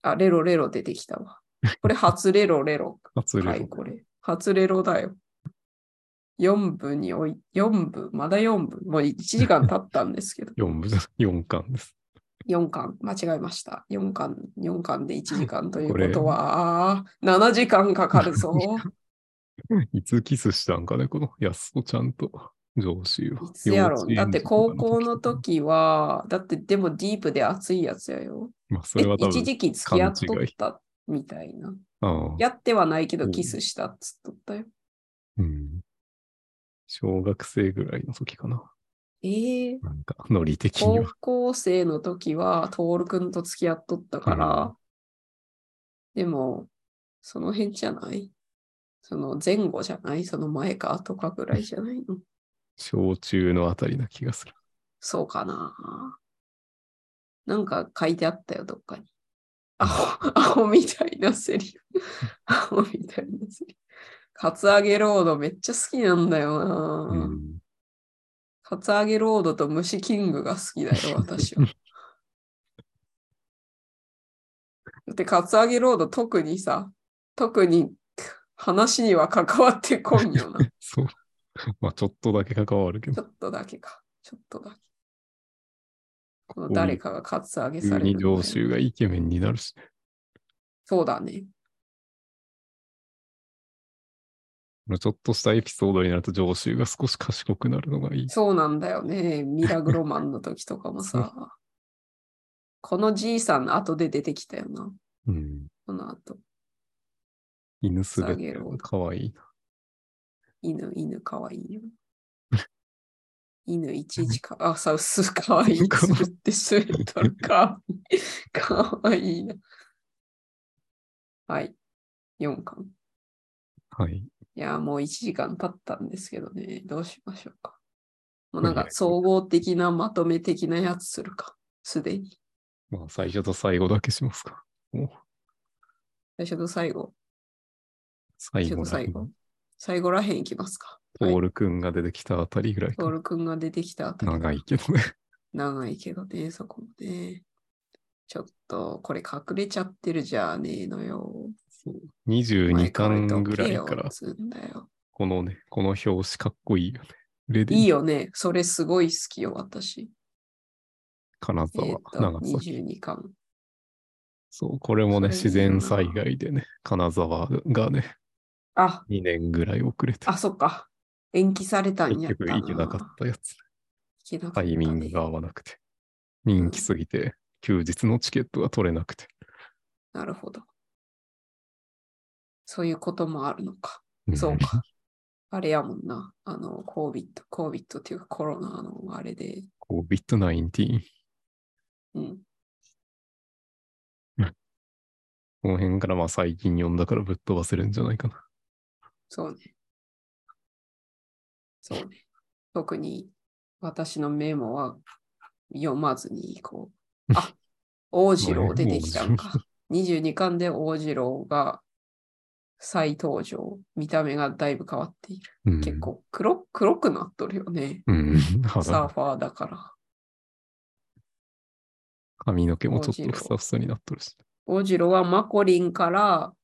S2: あ、レロレロ出てきたわ。これ初レロレロ。
S1: 初レロ。、
S2: はい、これ。初レロだよ。4部におい、4部、まだ4部。もう1時間経ったんですけど
S1: 4部、4巻です。
S2: 4巻、間違えました。4巻、4巻で1時間ということは、7時間かかるぞ。
S1: いつキスしたんかね、この安子ちゃんと上司は。
S2: いつやろ
S1: 幼稚
S2: う。
S1: 園
S2: だって高校の
S1: とか。
S2: 時は、だってでもディープで熱いやつやよ。
S1: まあ、それは
S2: え
S1: 多
S2: 一
S1: 分、
S2: 時期付き合っとったみたいな。
S1: ああ、
S2: やってはないけ
S1: う
S2: ど
S1: ん
S2: キスしたっつっとったよ。
S1: うん。小学生ぐらいの時かな。
S2: えー、
S1: なんか、ノリ的に
S2: 高
S1: は。
S2: 校生の時はトールくんと付き合っとったから、でも、その辺じゃないその前後じゃないその前か後かぐらいじゃないの
S1: 小中のあたりな気がする。
S2: そうかな。なんか書いてあったよ、どっかに。アホ、アホみたいなセリ フ。アホみたいなセリフ。カツアゲロードめっちゃ好きなんだよな。
S1: うん。
S2: カツアゲロードと虫キングが好きだ よ、私は。だってカツアゲロード特にさ、特に話には関わってこんよな。
S1: そう。 まあ、ちょっとだけ関わるけ
S2: ち
S1: ど、
S2: ょっとだけか。ちょっとだけ。この誰かがカツアゲさ
S1: 急
S2: れる
S1: に
S2: んだよ
S1: 上州がイケメンになるし、
S2: そうだね。
S1: ちょっとしたエピソードになると上州が少し賢くなるのがいい。
S2: そうなんだよね。ミラグロマンの時とかもさ。 このじいさんの後で出てきたよな。
S1: うん。
S2: この後。
S1: 犬すべ
S2: 下げ
S1: て
S2: ろ
S1: かわいいな。
S2: 犬、犬かわいいよ。犬いちいち か、あ、さ、す、かわいい。
S1: か
S2: す
S1: わいい
S2: るってスウェットのかわ いい。かわいいな。はい。4巻。
S1: はい。
S2: いやー、もう1時間経ったんですけどね。どうしましょうか。もうなんか総合的なまとめ的なやつするか。すでに。
S1: まあ、最初と最後だけしますか。もう
S2: 最初と最後。
S1: 最後だ
S2: 最後。最後らへんいきますか。
S1: ト
S2: はい
S1: ールくんが出てきたあたりぐらいか
S2: ト
S1: な
S2: ールくんが出てきたあたり
S1: 長いけど ね。
S2: 長いけどね、そこもね。ちょっと、これ隠れちゃってるじゃねえのよ。
S1: 22巻ぐらいから、
S2: つんだよ。
S1: このね、この表紙かっこいいよね。レディ
S2: いい
S1: ー、
S2: よね。それすごい好きよ、私。
S1: 金
S2: えっ
S1: 沢、
S2: と、
S1: 長崎。
S2: 22巻。
S1: そう、これもね、
S2: それ
S1: 自然災害でね、金沢がね、
S2: あ、
S1: 2年ぐらい遅れて、
S2: あ、そっか。延期されたん
S1: 結
S2: やった
S1: 局
S2: な。
S1: 行けなかったやつ。
S2: 行けなかった
S1: タ
S2: ね。
S1: イミングが合わなくて。人気すぎて、休日のチケットが取れなくて。
S2: なるほど。そういうこともあるのか。
S1: ん
S2: そうか。あれやもんな。あの、COVID、COVID っていうかコロナのあれで。
S1: COVID-19。
S2: うん。
S1: この辺からまあ最近読んだからぶっ飛ばせるんじゃないかな。
S2: そうね。そうね。特に私のメモは読まずにこ う。あ、大次郎出てきたのか。22巻で大次郎が再登場。見た目がだいぶ変わっている。
S1: うん、
S2: 結。構黒黒くなっとるよね。
S1: うん。
S2: サー
S1: 肌
S2: ファーだから。
S1: 髪の毛もちょっとふさふさになっとるし。
S2: 大次郎はマコリンから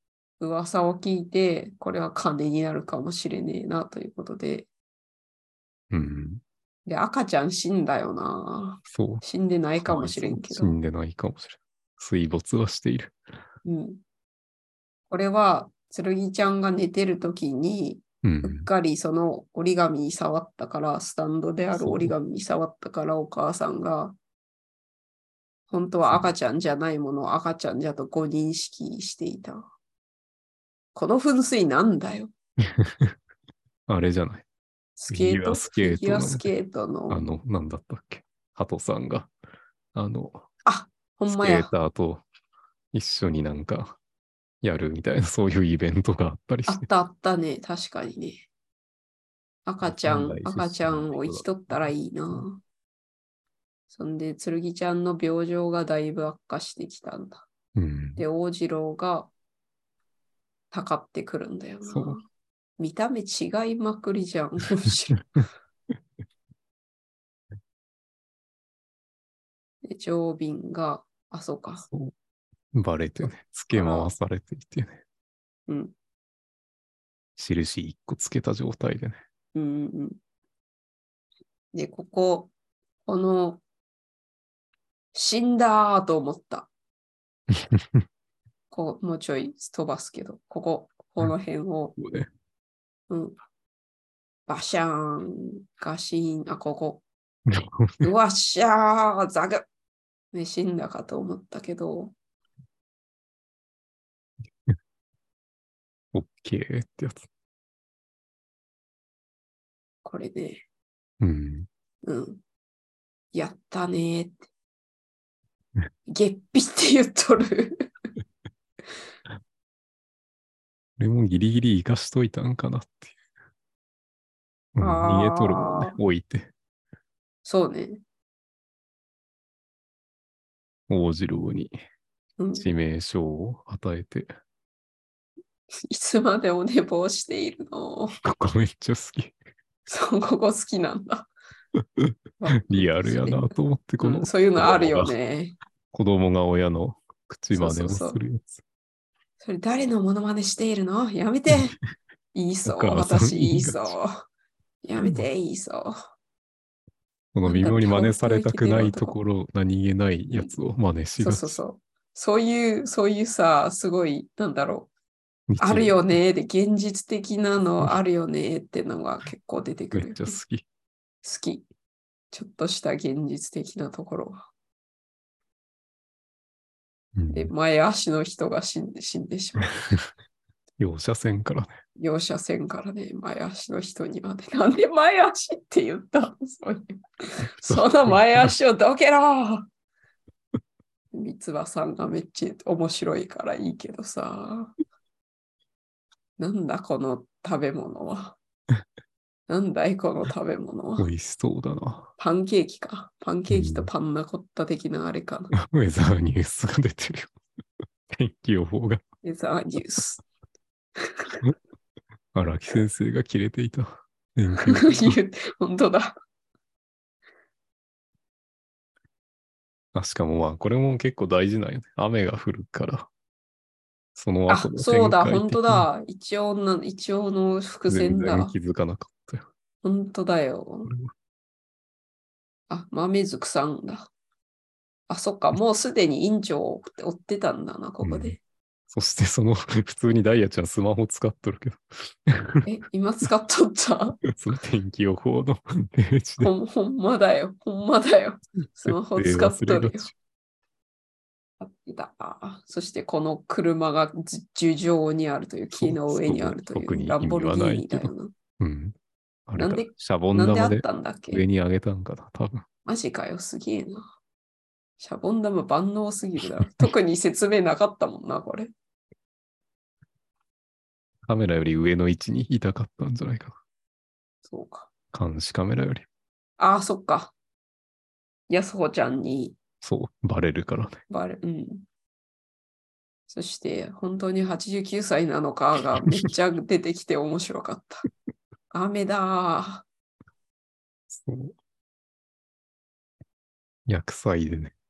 S2: 噂を聞いて、これは金になるかもしれねえなということで。
S1: うん。
S2: で、赤ちゃん死んだよな。
S1: そう。
S2: 死んでないかもしれんけ
S1: 死
S2: ど。
S1: んでないかもしれん。水没はしている。
S2: うん、これは、剣ちゃんが寝てるときに、
S1: う
S2: うっ
S1: ん。
S2: かりその折り紙に触ったから、スタンドである折り紙に触ったから、お母さんが、本当は赤ちゃんじゃないものを赤ちゃんじゃと誤認識していた。この噴水なんだよ。
S1: あれじゃない。
S2: スケート
S1: フィギュアスケートの
S2: フィギュアスケートの。
S1: あの、なんだったっけ。ハトさんが、あの、
S2: ほん
S1: ス
S2: ま
S1: ケ
S2: や
S1: ー。ターと一緒になんかやるみたいな、そういうイベントがあったり
S2: あ
S1: し。
S2: ってたあったね、確かにね。赤ちゃん
S1: 仙台、出身の
S2: 赤ちゃんを生きとったらいいな。そんで、剣ちゃんの病状がだいぶ悪化してきたんだ。
S1: うん。
S2: で、大次郎が、たかってくるんだよ
S1: そ
S2: な
S1: う。
S2: 見た目違いまくりじゃん。面白いで、長瓶が、あ、そうか。
S1: そうバレてね、付け回されていてね、
S2: うん。
S1: 印一個つけた状態でね。
S2: うんうんうん。で、ここ、この、死んだーと思った。こう、もうちょい飛ばすけど、ここ、この辺を、
S1: こうね
S2: うん。バシャーン、ガシーン、あ、こ
S1: こ
S2: こ。
S1: うね
S2: うわっしゃー、ザグ。ね、死んだかと思ったけど、
S1: オッケーってやつ。
S2: これね、
S1: うん。
S2: うん。やったねーって。月日って言っとる。
S1: これもギリギリ生かしといたんかなっていう。うん、
S2: あー
S1: 逃げとるもんね。置いて。
S2: そうね。
S1: 大次郎に
S2: うん、
S1: 致命傷を与えて。
S2: いつまでお寝坊しているの
S1: ここめっちゃ好き。
S2: そう、ここ好きなんだ。
S1: リアルやなと思って、こ
S2: う
S1: の
S2: んそういうのあるよね。
S1: 子供が親の口真似を
S2: そうそうそう
S1: するやつ。
S2: それ誰のモノマネしているの やめて。言いそう、
S1: お母さん
S2: 私言い
S1: 言い
S2: そ
S1: がち
S2: う。やめて、言いそう。
S1: この微妙に真似されたくないところ、何気ないやつを真似し
S2: そう
S1: が
S2: そう
S1: ち。
S2: そう。そういう、そういうさ、すごい、なんだろ
S1: 見
S2: う。
S1: て
S2: あるよねーで、現実的なのあるよねーってのが結構出てく
S1: め
S2: るよ
S1: っ
S2: ね。
S1: ちゃ好
S2: 好
S1: き。
S2: き。ちょっとした現実的なところは。
S1: うん
S2: で、前足の人が死んで死んでしまう。
S1: 容赦せんからね。
S2: 容赦せんからね、前足の人にまで。 なんで前足って言ったのそういう その前足をどけろ三つ葉さんがめっちゃ面白いからいいけどさ。なんだこの食べ物は。なんだいこの食べ物は。
S1: 美味しそうだな。
S2: パンケーキか。パンケーキとパンナコッタ的なあれかな。
S1: ウェザーニュースが出てるよ。天気予報が。
S2: デザーニュ ース。
S1: 荒木先生が切れていた。 天気予報
S2: 言う本当だ。
S1: あしかもまあ、これも結構大事なんよね。雨が降るから。その
S2: あ、
S1: 後の
S2: そうだ、
S1: 展開的に
S2: 本当。だ。一応の、一応の伏
S1: 全
S2: 線
S1: 然
S2: だ
S1: 気。づかなかったよ。
S2: 本当だよ
S1: れ。
S2: あ、豆ずくさんだ。あ、そっか、もうすでに院長を追ってたんだな、ここで。
S1: そしてその普通にダイヤちゃんスマホ使っとるけど、
S2: え、今使っとった
S1: その天気予報のページで
S2: ほんほんまだよ、ほんま だよ。 スマホ使っと
S1: 設定忘
S2: る
S1: れ
S2: よ
S1: がち。
S2: あったあそしてこの車がじ樹上にあるという木の上にあると
S1: そう特
S2: い
S1: に
S2: うランボルギーニだよ
S1: うん。あれ
S2: な
S1: だ
S2: んで、
S1: シャボン
S2: な。なんで
S1: 玉
S2: あっ
S1: で
S2: たんだっけ
S1: 上に上げたんかな、多分。
S2: マジかよ、すげえな。シャボン玉万能すぎるだろ。特に説明なかったもんな、これ。
S1: カメラより上の位置にいたかったんじゃないか
S2: そうか。
S1: な。監視カメラより。
S2: ああ、そっか。安穂ちゃんに
S1: そう、バレるからね。
S2: バレ、うん。そして、本当に89歳なのかがめっちゃ出てきて面白 かった。雨だ
S1: そう。薬剤でね。
S2: ー。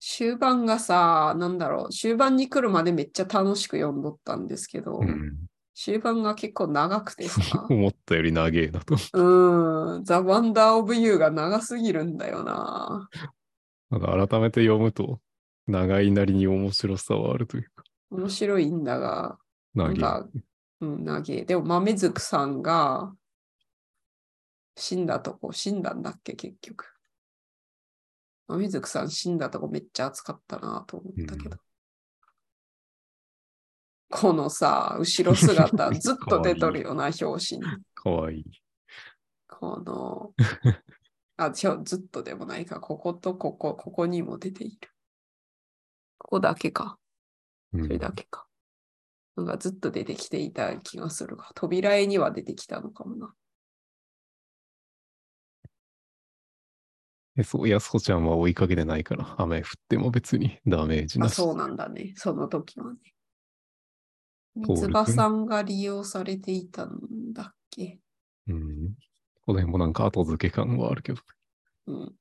S2: 終盤がさ、なんだろう、終盤に来るまでめっちゃ楽しく読んどったんですけど、
S1: うん。、
S2: 終盤が結構長くてさ
S1: 思ったより長えなと。
S2: うーん、The Wonder of You が長すぎるんだよな。
S1: なんか改めて読むと、長いなりに面白さはあるというか。
S2: 面白いんだが、な
S1: 長
S2: ん
S1: い。
S2: か、うん、投げ。でも、豆ずくさんが、死んだとこ、死んだんだっけ、結局。豆ずくさん死んだとこめっちゃ熱かったなと思ったけど。このさ、後ろ姿、ずっと出とるよな、表紙に。
S1: かわいい。
S2: この、あ、ちょ、ずっとでもないか、こことここ、ここにも出ている。ここだけか。
S1: うん
S2: それだけか。なんかずっと出てきていた気がするが、扉絵には出てきたのかもな。
S1: えそう、安子ちゃんは追いかけてないから、雨降っても別にダメージ
S2: あ、
S1: なし。
S2: そうなんだね。その時はね。
S1: トール
S2: 三
S1: くん
S2: つ葉さんが利用されていたんだっけ。
S1: うん。この辺もなんか後付け感はあるけど。
S2: うん。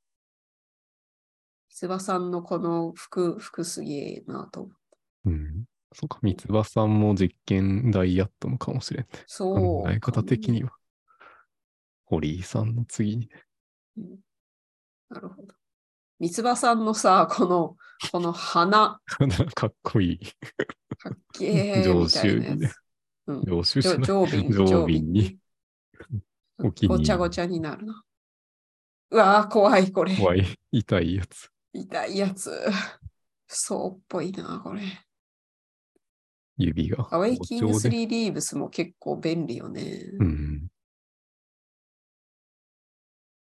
S2: つばさんのこの服、服すげえなと思う。
S1: うん。そうか、三つ葉さんも実験台やったのかもしれんね。
S2: そう
S1: 考。え方的には。堀井さんの次にね。
S2: うん。なるほど。三つ葉さんのさ、この、この花、
S1: かっこいい。
S2: かっけーみたいなや
S1: 上州にね
S2: つ。うん。
S1: 領収
S2: じ
S1: 書
S2: ょ
S1: の
S2: 上瓶。
S1: 上瓶に。お気に入り
S2: ごちゃごちゃになるな。うわー、怖い、これ。
S1: 怖い、痛いやつ。
S2: 痛いやつ。そうっぽいな、これ。
S1: 指が。
S2: アウェイキン
S1: 包
S2: グ
S1: 丁で
S2: 3リーブスも結構便利よね。
S1: うん。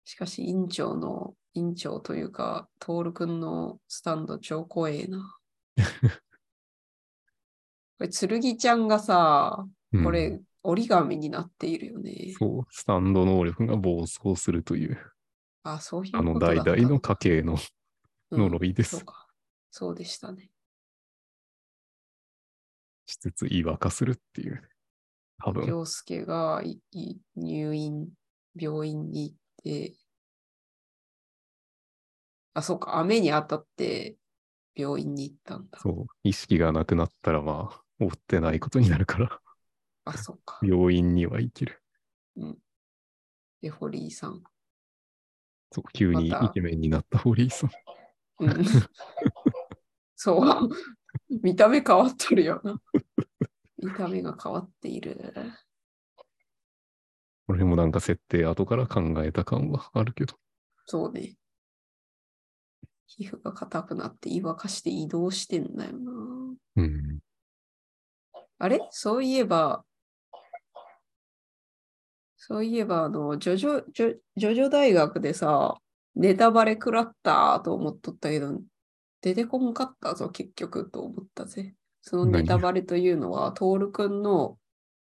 S2: しかし、院長の、院長というか、トールくんのスタンド超怖 えな。これ、剣ちゃんがさ、
S1: うん
S2: これ、、折り紙になっているよね。
S1: そう、スタンド能力が暴走するという、
S2: あ、そういう
S1: あの
S2: ことだ
S1: 代
S2: った
S1: 々の家系の呪いで
S2: そう
S1: す。
S2: か。そうでしたね。
S1: しつつ違和化するっていう。多分、
S2: 陽介がいい入院、病院に行って、あ、そうか、雨に当たって病院に行ったんだ。
S1: そう、意識がなくなったらまあ、追ってないことになる から、
S2: あ、そうか。
S1: 病院には行ける。
S2: で、堀井さん。
S1: そう、急にイ
S2: また
S1: ケメンになった堀井さん。
S2: うん そう。 見た目変わっとるよな。見た目が変わっている。
S1: これもなんか設定後から考えた感はあるけど。
S2: そうね。皮膚が硬くなって、違和化して移動してんだよな。
S1: うん。
S2: あれそういえば、そういえば、あの、ジョジョ、ジョジョジョ大学でさ、ネタバレ食らったと思っとったけど、出てこんかったぞ、結局、と思ったぜ。そのネタバレというのは、トールくんの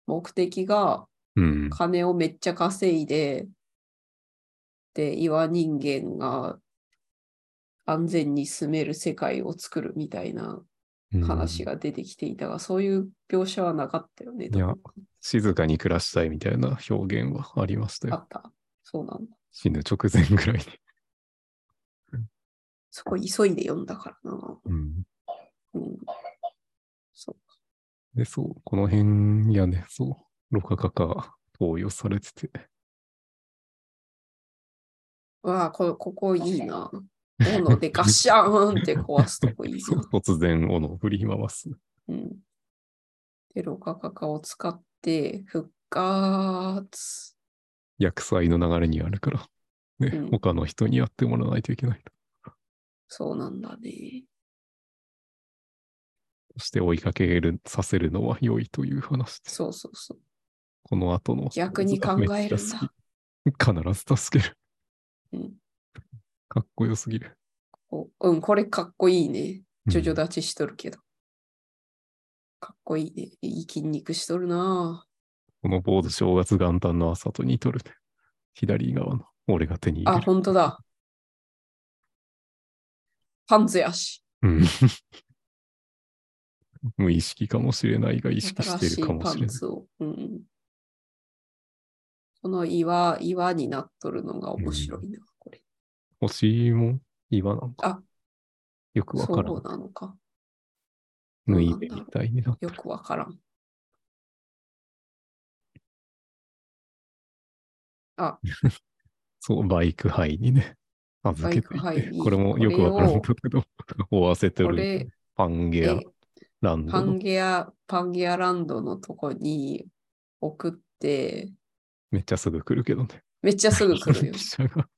S2: 目的が、
S1: うん。
S2: 金をめっちゃ稼いで、で、岩人間が安全に住める世界を作るみたいな
S1: うん
S2: 話が出てきていたが、そういう描写はなかったよね。
S1: いや
S2: 多分
S1: 静かに暮らしたいみたいな表現はありました
S2: あ
S1: よ。
S2: った。そうなんだ。
S1: 死ぬ直前ぐらいに。
S2: そこ急いで読んだからな。
S1: うん、
S2: うん。そう。
S1: で、そう、この辺やね、そう、ロカカカ投与されてて、
S2: わあ、こここいいな。斧でガッシャーンって壊すとこいい
S1: そう
S2: な。
S1: 突然斧を振り回す。
S2: うん。で、ロカカカを使って復活。
S1: 薬剤の流れにあるから、ね、
S2: うん
S1: 他の人にやってもらわないといけない。
S2: そうなんだね。
S1: そして追いかける、させるのは良いという話です。
S2: そうそうそう。
S1: この後の。
S2: 逆に考えるんだ。
S1: 必ず助ける。
S2: うん
S1: かっこよすぎる。
S2: こううん、これかっこいいね。ジョジョ
S1: うん
S2: 立ちしとるけど。かっこいいね。いい筋肉しとるな
S1: このボード正月元旦の朝と似とるね。左側の俺が手に
S2: あ。
S1: 入
S2: あ、
S1: れる。
S2: ほんとだ。パンツやし。
S1: うん。 無意識かもしれないが意識し
S2: 新
S1: て
S2: し
S1: る
S2: い
S1: かも
S2: パ
S1: しれ
S2: ン
S1: ない。
S2: ツを。うん、この岩、岩になっとるのが面白いな、これ。
S1: 星も今なんか。
S2: あ
S1: よくわ
S2: そ
S1: からん
S2: う。なのか。
S1: 縫い目みたいになって
S2: よ
S1: る。
S2: くわからん。
S1: そう、バイク杯にね。預けてい
S2: バイク
S1: て
S2: 杯に
S1: これもよくわからんけど、追わせて
S2: こ
S1: る
S2: れ、
S1: パンゲア
S2: え、
S1: ランド
S2: パン
S1: の
S2: ゲア、パンゲアランドのとこに送って、
S1: めっちゃすぐ来るけどね。
S2: めっちゃすぐ来るよ
S1: 記。者が。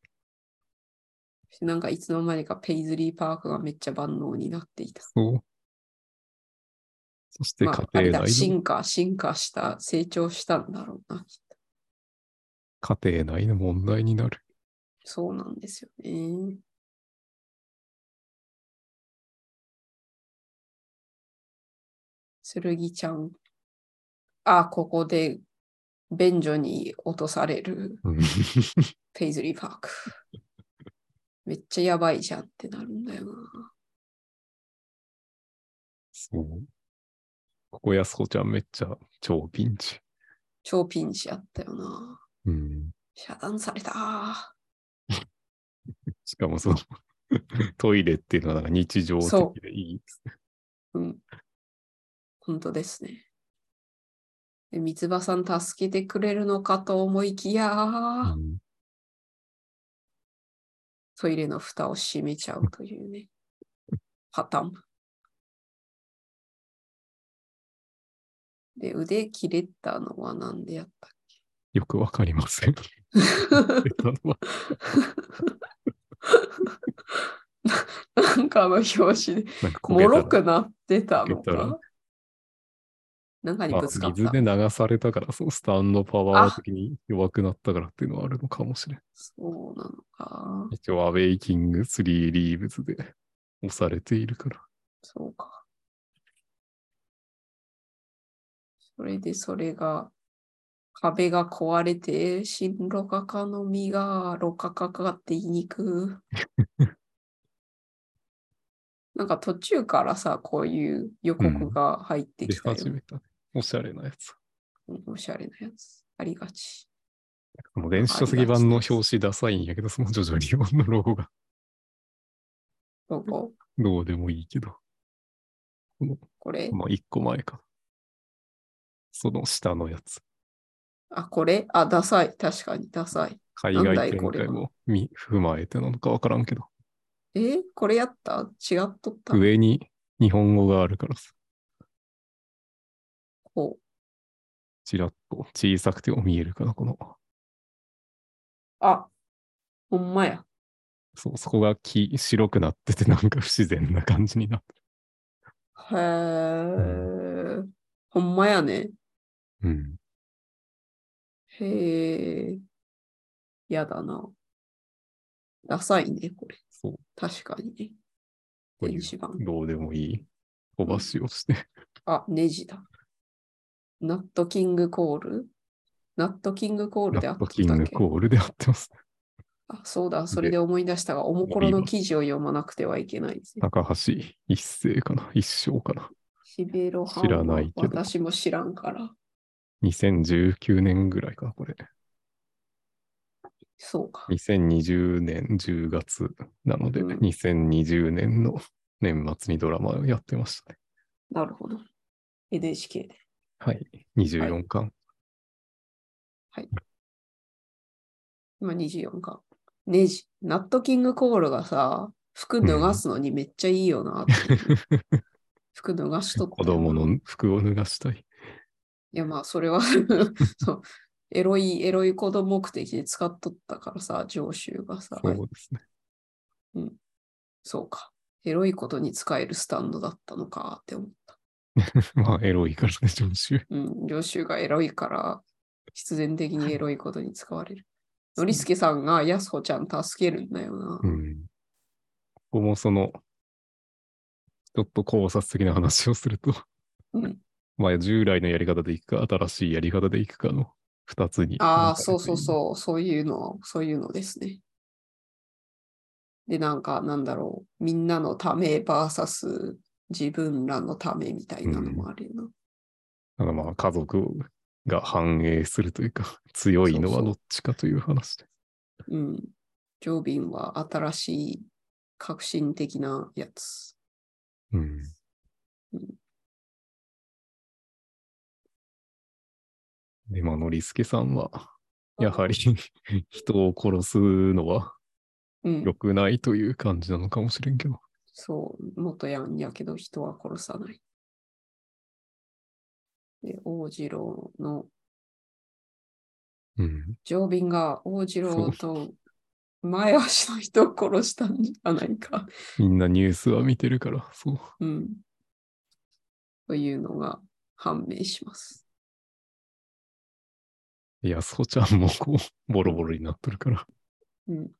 S2: なんかいつの間にかペイズリーパークがめっちゃ万能になっていた。
S1: そう。そして
S2: ま
S1: 家
S2: あ、あれ
S1: 庭
S2: だ、
S1: 内の、
S2: 進化、進化した、成長したんだろうな。
S1: 家庭内の問題になる。
S2: そうなんですよね。剣ちゃん。あ、ここで、便所に落とされる。ペイズリーパーク。めっちゃやばいじゃんってなるんだよな。
S1: そう。ここやすこちゃんめっちゃ超ピンチ。
S2: 超ピンチやったよな。
S1: うん。
S2: 遮断された。
S1: しかもそのトイレっていうのはなんか日常
S2: そ
S1: 的でいいですね。
S2: うん。本当ですね。で、三つ葉さん助けてくれるのかと思いきや、
S1: うん
S2: トイレの蓋を閉めちゃうというね。パターン。で、腕切れたのはなんでやったっ
S1: よくわかりませ ん。
S2: けなんかあの表紙で、
S1: なんか焦げ
S2: も
S1: た
S2: ろ
S1: ら
S2: くなってたの
S1: こけたら
S2: かなんかに
S1: まあ
S2: ぶつかった
S1: 水。で流されたから、そのスタンドパワー的に弱くなったからっていうのはあるのかもしれん。
S2: そうなのか。
S1: 一応、アウェイキング3リーブズで押されているから。
S2: そうか。それでそれが、壁が壊れて、新ロカカの実がロカカカって言いにく。なんか途中からさ、こういう予告が入って
S1: 出
S2: きたよ、
S1: 始めたね。おしゃれなやつ。
S2: うんおしゃれなやつ。ありがち。
S1: その電子書籍版の表紙ダサいんやけど、その徐々に日本のロゴが
S2: どこ
S1: どうでもいいけど、
S2: これ
S1: まあ一個前か。その下のやつ。
S2: あ、これあ、ダサい。確かにダサい。
S1: 海
S2: なんだ
S1: 外
S2: い
S1: 展
S2: これ
S1: 開
S2: は
S1: も見踏まえてなのかわからんけど、
S2: えーこれやった違っとった
S1: 上に日本語があるからさ、
S2: こう。
S1: ちらっと小さくても見えるかな、この。
S2: あ、ほんまや。
S1: そう、そこが黄白くなってて、なんか不自然な感じになって
S2: へえ、ほんまやね。
S1: る。うん。
S2: へえ、やだな。ダサいね、これ。
S1: そう、
S2: 確かにね。
S1: こういう
S2: 電子版。
S1: どうでもいい飛ばしをして、
S2: あ、ネジだ。ナットキングコールナットキングコール
S1: ラ
S2: であっ
S1: ット
S2: たっ
S1: キング
S2: け
S1: コールでやってます。
S2: あ、そうだ、それで思い出したが、おもころの記事を読まなくてはいけないですね。
S1: 高橋一生かな一生かな
S2: シベロハン
S1: 知らないけど
S2: 私も知らんから。
S1: 2019年ぐらいかな、これ。
S2: そうか。
S1: 2020年10月なので、
S2: うん
S1: 2020年の年末にドラマをやってましたね。
S2: なるほど。NHK で。
S1: はい。24巻。
S2: 今24巻。ネジ。ナットキングコールがさ、服脱がすのにめっちゃいい よなって。服脱がしとった
S1: 子
S2: よな
S1: 供
S2: い
S1: の服を脱がしたい。
S2: やまあ、それは そう、エロい、エロい子供目的で使っとったからさ、上州がさ。
S1: そうですね。
S2: そうか。エロいことに使えるスタンドだったのかって思った。
S1: まあ、エロいからね、常習。
S2: うん、上州がエロいから、必然的にエロいことに使わ れる。のりすけさんがやすほちゃん助けるんだよな。
S1: うん。ここもその、ちょっと考察的な話をすると、
S2: うん
S1: まあ、従来のやり方でいくか、新しいやり方でいくかの二つに。
S2: ああ、そうそうそう、そういうの、そういうのですね。で、なんか、なんだろう、みんなのため VS 自分らのためみたいなのもあるよな。
S1: う。まあ、家族が繁栄するというか、 強いのはどっちかという話で。
S2: うん。ジョービンは新しい革新的なやつ。
S1: うん。で、まあ、ノリスケさんは、やはり 人を殺すのは
S2: うん
S1: 良。くないという感じなのかもしれんけど。
S2: そう、元やんやけど人は殺さない。で、王次郎の、
S1: うん。
S2: ジョービンが王次郎
S1: そう
S2: と前足の人を殺したんじゃないか。
S1: みんなニュースは見てるから、そう。
S2: うん。というのが判明します。
S1: 安穂ちゃんもこう、 ボロボロになっとるから。
S2: うん。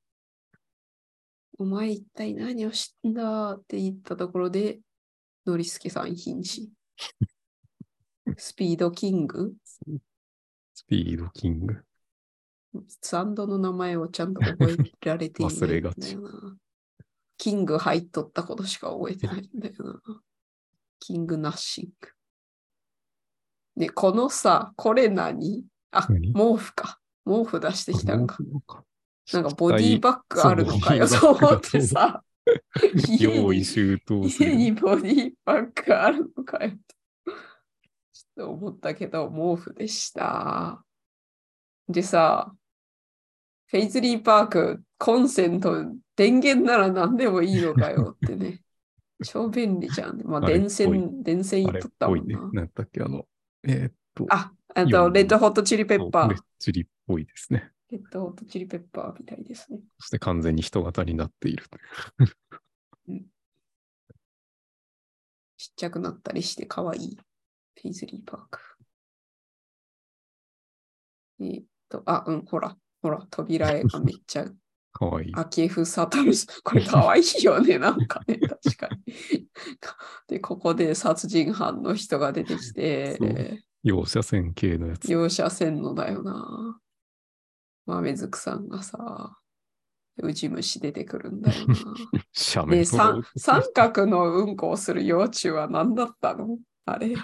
S2: お前一体何をしたんだって言ったところで、ノリスケさん瀕死。スピードキング
S1: スピードキング。
S2: サンドの名前をちゃんと覚えられていないんだよ
S1: 忘れ
S2: な。キング入っとったことしか覚えてないんだよな。キングナッシング。ね、このさ、これ何あ、
S1: 何
S2: 毛布か。毛布出してきたんか。
S1: あ。
S2: なんかボディー
S1: ッ
S2: バッグあるのかよ、
S1: そ
S2: そうう
S1: ボディーバッグ
S2: 思ってさ。
S1: 用意周到す
S2: 家
S1: ぎ
S2: に
S1: る。
S2: ボディバッグあるのかよと。ちょっと思ったけど、毛布でした。でさ、フェイズリーパーク、コンセント、電源なら何でもいいのかよっ てね。超便利じゃん。まあ、
S1: あれっぽい
S2: 電線、電線
S1: あ
S2: 取
S1: れっ
S2: った
S1: ぽ
S2: も
S1: い
S2: ん
S1: ね
S2: な。。
S1: なんだっけ、あの、えーっと、
S2: あ、あ
S1: いや
S2: と、レッドホットチリペッパー
S1: レ。ッチリっぽいですね。
S2: レッドホットチリペッパーみたいですね。
S1: そして完全に人型になっている。
S2: ちっちゃくなったりして可愛い。ペイズリーパーク。えーっと、あ、うん、ほら、ほら、扉絵がめっちゃ、
S1: かわいい。
S2: 明ふさとる。これ可愛いよね、なんかね、確かに。 で、ここで殺人犯の人が出てき
S1: そう
S2: て、
S1: 容赦線系のやつ。
S2: 容赦せんのだよな。豆ずくさんがさ、ウジ虫出てくるんだよな。
S1: シャメ
S2: で、
S1: と
S2: さん
S1: か。
S2: 三角のうんこをする幼虫は何だったのあれ。
S1: そ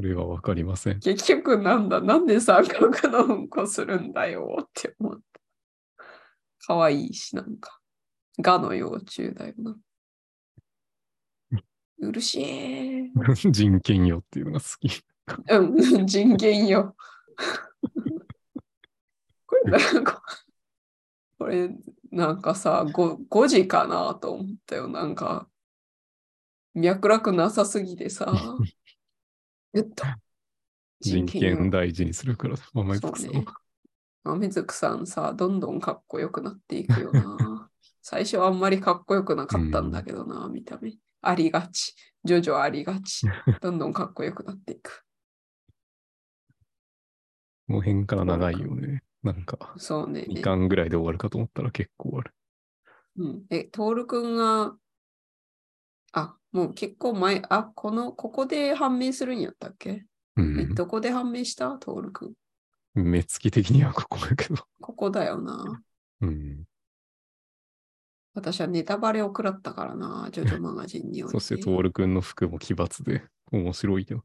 S1: れはわかりません。
S2: 結局なんだ、なんで三角のうんこするんだよって思った。かわいいし、なんか。ガの幼虫だよな。うるしえ。
S1: 人権よっていうのが好き。
S2: うん、人間よ。 これなんか、これなんかさ、5, 5時かなと思ったよ。なんか、脈絡なさすぎてさ、えっと、
S1: 人
S2: よ
S1: 権大事にするから、あんまり
S2: そ
S1: 僕さ
S2: うんね。豆ずくさんさ、どんどんかっこよくなっていく よな。最初はあんまりかっこよくなかったんだけどな、見た目。ありがち。徐々ありがち。どんどんかっこよくなっていく。
S1: この辺から長いよね。なんか、
S2: そうね。
S1: 2巻ぐらいで終わるかと思ったら結構ある。
S2: うん、え、トールくんが、あ、もう結構前、あ、この、ここで判明するんやったっけ、
S1: う
S2: え
S1: ん。
S2: どこで判明したトールくん。
S1: 目つき的にはここだけど。
S2: ここだよな。
S1: うん。
S2: 私はネタバレを食らったからな、ジョジョマガジンにおい
S1: そして、トールくんの服も奇抜で、面白いよ。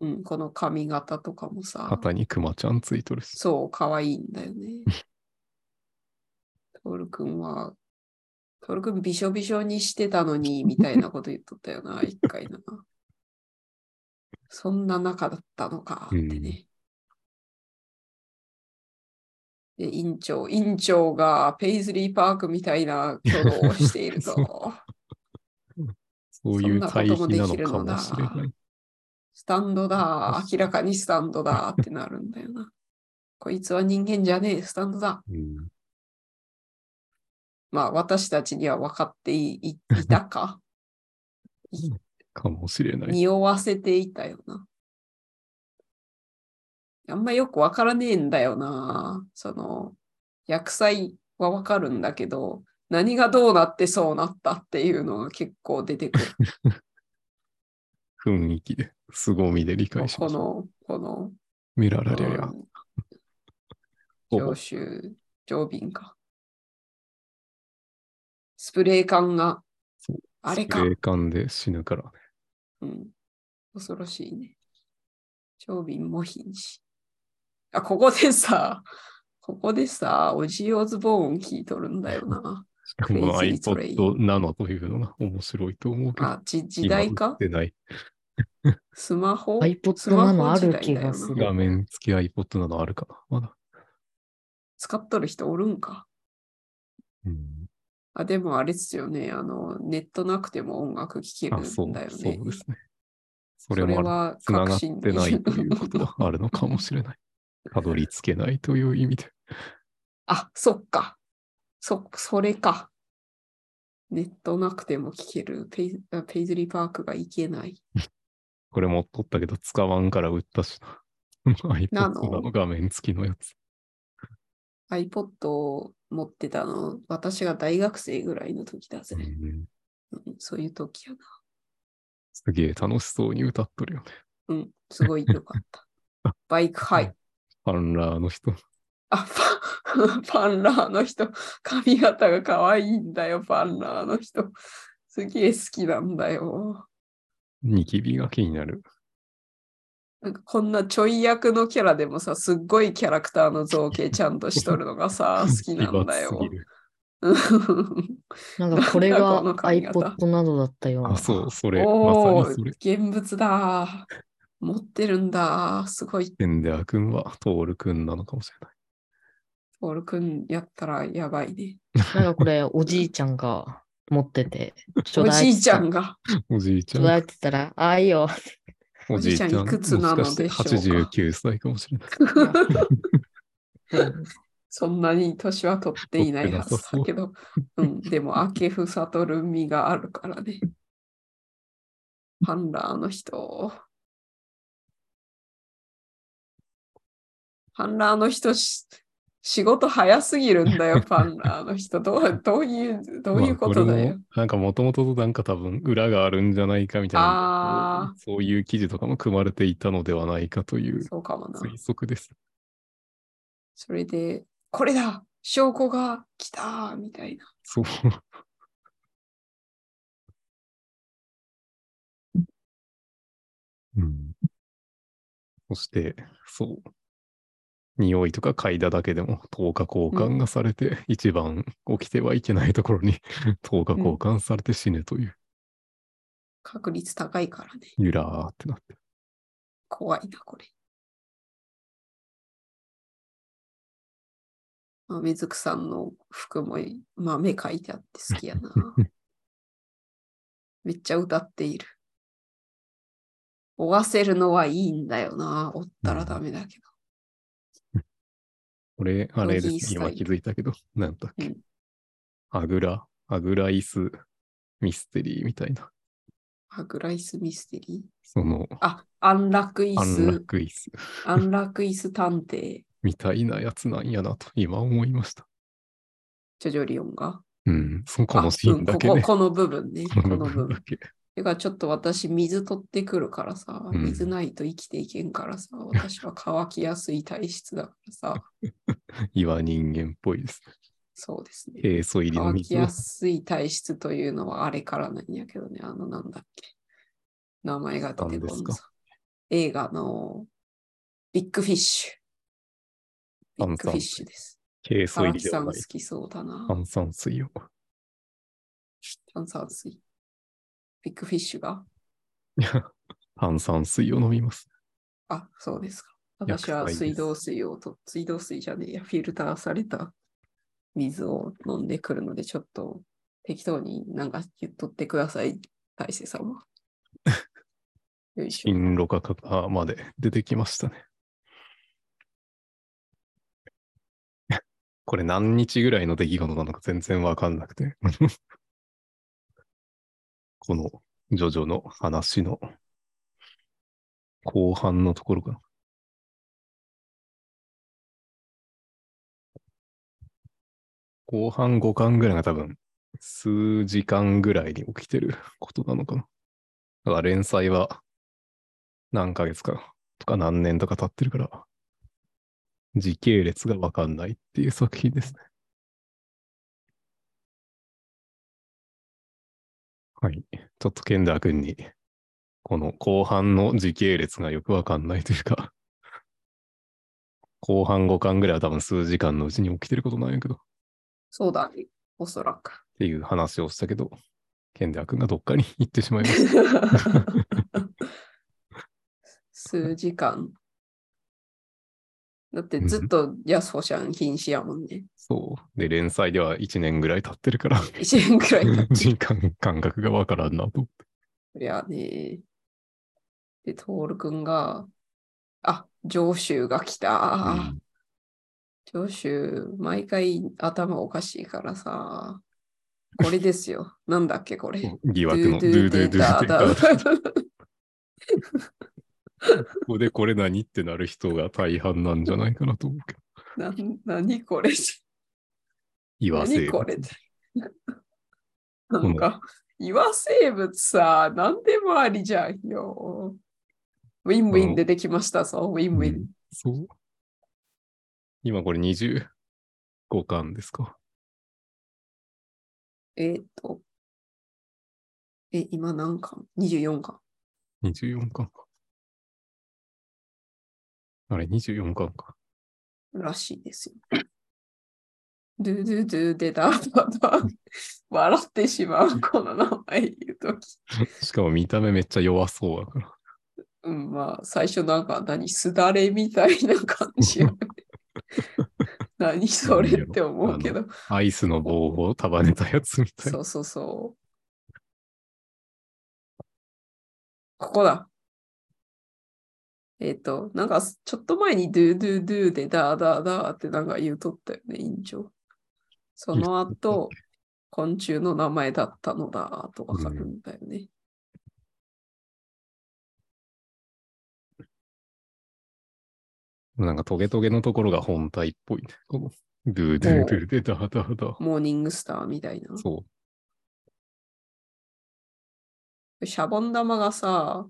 S2: うん、この髪型とかもさ。
S1: 肩にクマちゃんついとるし。
S2: そう、可愛いんだよね。 トールくんは、トールくんびしょびしょにしてたのに、みたいなこと言っとったよな、一回な。そんな中だったのか、ってね。で、院長、院長がペイズリーパークみたいな挙動をしているぞ。
S1: そういう対比なのか
S2: そんなこともで
S1: も
S2: き
S1: し
S2: る
S1: れ
S2: のだ
S1: ない。
S2: スタンドだ、明らかにスタンドだってなるんだよな。こいつは人間じゃねえ、スタンドだ。
S1: うん
S2: まあ私たちには分かっていいいた か
S1: かもしれない。
S2: 匂わせていたよな。あんまよく分からねえんだよな。その、薬剤は分かるんだけど、何がどうなってそうなったっていうのが結構出て くる。
S1: 雰囲気で、凄みで理解し
S2: こ
S1: ました。
S2: の、この、
S1: メララレア。
S2: う
S1: ほ
S2: ん
S1: ぼ
S2: 常習、常備か。スプレー缶が
S1: そう、
S2: あれか。
S1: 霊感で死ぬからね。
S2: うん。恐ろしいね。長瓶も瀕死。あ、ここでさ、 ここでさ、オジーオズボーン聞いとるんだよな。
S1: しか も
S2: Crazy Train
S1: iPod ナノというのが面白いと思うけど。
S2: あ、 じ時代
S1: 今売
S2: か
S1: ってない。
S2: スマホ
S3: iPod
S2: スマ
S3: なの
S2: ホ
S3: あ
S2: 時
S3: る
S2: 代
S3: 気
S2: だよ
S3: が
S2: な
S3: する。
S1: 画面付き iPod などあるかなまだ。
S2: 使っとる人おるんか。
S1: うん、
S2: あ、でもあれですよね。あの、ネットなくても音楽聴ける
S1: あ、そ
S2: ん
S1: う、
S2: だよ
S1: そ
S2: ね
S1: う。 ですね。そ
S2: そ
S1: れ
S2: れ
S1: もある。
S2: は
S1: つな
S2: 革
S1: がっ
S2: 新
S1: てないということはあるのかもしれない。たどり着けないという意味で。
S2: あ、そっか。そ、それか。ネットなくても聴けるペイ。あペイズリーパークが行けない。
S1: これも取ったけど、使わんから売ったしな。iPod ナ
S2: ナノ
S1: ノ画面付きのやつ。
S2: iPod を持ってたの、私が大学生ぐらいの時だぜ
S1: う。ん
S2: うんそういう時やな。
S1: すげえ楽しそうに歌っとるよね。
S2: うん、すごい良 かった。バイクハイ。
S1: ファンラーの人。
S2: あ、ファン、フ ァンラーの人。髪型が可愛いんだよ、ファンラーの人。すげえ好きなんだよ。
S1: ニキビが気になる。
S2: なんかこんなちょい役のキャラ でもさ、すっごいキャラクターの造形ちゃんとしとるのがさ、好きなんだ
S1: 奇抜
S2: よ
S1: すぎ。る
S3: なんかこれが
S2: なんだこの髪型
S3: iPod などだったような。
S1: あ、そう、それ、まさ
S2: おお
S1: にそれ。
S2: ー、現物だ。持ってるんだ。すごい。
S1: ペンデア君はトール君なのかもしれない。
S2: トールくんやったらやばいね。
S3: なんかこれおじいちゃんが持ってて、ちょ
S2: お
S3: うだい
S2: じ
S3: っ
S2: い
S3: て
S2: ちゃんが。
S1: おじいち
S3: ち
S1: ゃ
S3: ょうだ
S1: ん。
S3: いって言ったら、ああいいよ。
S1: おじいちゃん。
S2: おじいちゃんいくつなのでしょうか
S1: もかして89歳かもしれない。
S3: うん
S2: そんなに年は取っていないはずだけど、うん、でも、明けふさとる身があるからね。パンラーの人。パンラーの人し、仕事早すぎるんだよ、パンラーの人。どうどういう、どういうこと
S1: まあ
S2: だ
S1: れ
S2: よ
S1: も。なんかもともとなんか多分裏があるんじゃないかみたいな
S2: あ、
S1: そういう記事とかも組まれていたのではないかという
S2: そうかもな。
S1: 推測です。
S2: それで、これだ証拠が来たみたいな。
S1: そう。うん。そして、そう。匂いとか嗅いだだけでも10日交換がされて、一番起きてはいけないところに 10日交換されて死ぬという、
S2: 確率高いからね。
S1: ゆらーってなって。
S2: 怖いな、これ。まあ、水くさんの服もい豆書いてあって好きやな。めっちゃ歌っている。追わせるのはいいんだよな。追ったらダメだけ
S1: これ、あれで
S2: ドギー
S1: す。
S2: スタイ
S1: 今
S2: ル
S1: 気づいたけど、 なんだっけ。
S2: うん
S1: あぐら、あぐら椅子ミステリーみたいな。
S2: ど。あグライスミステリー。
S1: その、
S2: あ、安楽椅
S1: 安
S2: 子、
S1: 楽椅子
S2: 安楽椅子探偵、
S1: みたいなやつなんやなと、今思いました。
S2: ジョジョリオンが。
S1: うん、そこ
S2: あ
S1: のシーンだけね。
S2: うんこここの部分ね。こ
S1: この
S2: の部
S1: 部分
S2: 分
S1: だ。け。
S2: てかちょっと私水取ってくるからさ、
S1: うん
S2: 水ないと生きていけんからさ、私は乾きやすい体質だか らさ、
S1: 岩人間っぽいです。
S2: そうですね。
S1: ケイ素入りの
S2: 乾き
S1: 水
S2: や
S1: を
S2: すい体質というのはあれからなんやけどね、あのなんだっけ。名前が出てこ
S1: 何
S2: ん
S1: です
S2: さ。映画のビッグフィッシュ。ビッグフィッシュです。
S1: ケイ素入
S2: 荒
S1: り
S2: 木
S1: で
S2: さ
S1: は
S2: ん
S1: な
S2: 好
S1: い
S2: きそうだな。
S1: 炭酸水を。
S2: 炭酸水。ビッグフィッシュが
S1: いや炭酸水を飲みます。
S2: あ、そうですか。
S1: 薬
S2: 私は
S1: 剤です
S2: 水道水をと、水道水じゃねえや、フィルターされた水を飲んでくるので、ちょっと適当になんか言っとってください、大勢さ んは。よいしょ。
S1: 進路価格まで出てきましたね。 これ何日ぐらいの出来事なのか全然わかんなくて。 このジョジョの話の後半のところかな。後半5巻ぐらいが多分数時間ぐらいに起きてることなのかな。だから連載は何ヶ月かとか何年とか経ってるから、時系列がわかんないっていう作品ですね。はい。ちょっとケンダー君に、この後半の時系列がよくわかんないというか、後半5巻ぐらいは多分数時間のうちに起きてることなんやけど、っ
S2: そうだね、おそらく。
S1: ていう話をしたけど、ケンダー君がどっかに行ってしまいました。
S2: 数時間。だってずっと安保ちゃん禁止やもんね。
S1: そう。で、連載では1年ぐらい経ってるから、
S2: 1年くらい経って
S1: 人間感覚がわからんなと。
S2: そりゃね。で、トールくんが、あ、上州が来た。上州、毎回頭おかしいからさ。これですよ。 なんだっけ、これ。
S1: 疑
S2: ド
S1: 惑のドゥ
S2: ゥ
S1: ド
S2: ドゥ
S1: ゥド
S2: ドゥ
S1: ゥ
S2: ダー
S1: ドゥダ
S2: ダ
S1: ー。
S2: ー
S1: ここでこれ何ってなる人が大半なんじゃないかなと思うけど。
S2: な何これ
S1: 言わせ
S2: 何 これなんか、岩生物さ、何でもありじゃんよ。ウィンウィン出てきましたぞ、ウィンウィン。
S1: そう。今これ25巻ですか。
S2: えーっと。え、今何巻 ?24 巻。
S1: 24巻か。あれ、24巻か。
S2: らしいですよ。ドゥドゥドゥでだだだ。笑ってしまう、この名前言うとき。
S1: しかも見た目めっちゃ弱そうだから。
S2: うん、まあ、最初なんか何、すだれみたいな感じよね。何それって思うけど。
S1: アイスの棒を束ねたやつみたい
S2: そ
S1: な。
S2: うそうそう。ここだ。えっ、と、なんかすちょっと前にドゥドゥドゥでダーダーダーってなんか言うとったよね、委員長。その
S1: 言うとったっ
S2: 後、昆虫の名前だったのだとわかるんだよね。
S1: なんかトゲトゲのところが本体っぽいね。このドゥドゥドゥでダダダ。
S2: モーニングスターみたいな。
S1: そ
S2: シャボン玉がさ、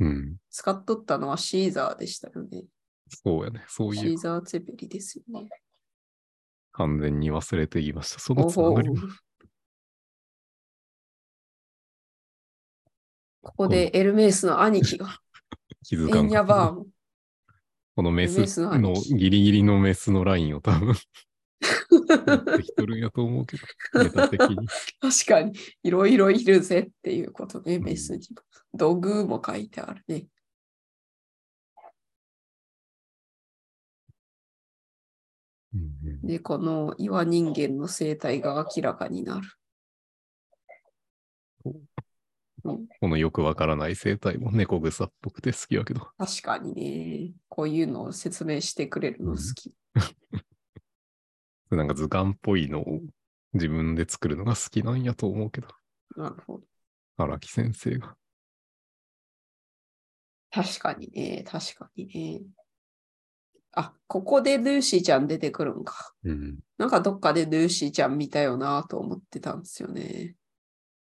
S1: う。うん。
S2: 使っとったのはシーザーでしたよね。
S1: そうやね。そう
S2: シ
S1: い
S2: ー
S1: う、
S2: ザーツェペリですよね。
S1: 完全に忘れていました。その
S2: お
S1: つな
S2: ほ
S1: が
S2: う
S1: りも
S2: ここでエルメイスの兄貴が、
S1: 気づ
S2: エ
S1: かん
S2: ン
S1: か
S2: ヤ
S1: った
S2: バーン。
S1: このメ
S2: メス
S1: ス
S2: の兄
S1: の
S2: 貴
S1: ギリギリのメスのラインを多分 やってきとるんやと思うけど、ネタ的に。
S2: 確かに、いろいろいるぜっていうことね、
S1: ん
S2: メスにも。土偶も書いてあるね。
S1: うんうん
S2: で、この岩人間の生態が明らかになる。
S1: このよくわからない生態も猫草っぽくて好きやけど。
S2: 確かにね、こういうのを説明してくれるの好き。
S1: なんか図鑑っぽいのを自分で作るのが好きなんやと思うけど、
S2: なるほど。
S1: 荒木先生が。
S2: 確かにね、確かにね。あ、ここでルーシーちゃん出てくるんか。
S1: うん。
S2: なんかどっかでルーシーちゃん見たよなと思ってたんですよね。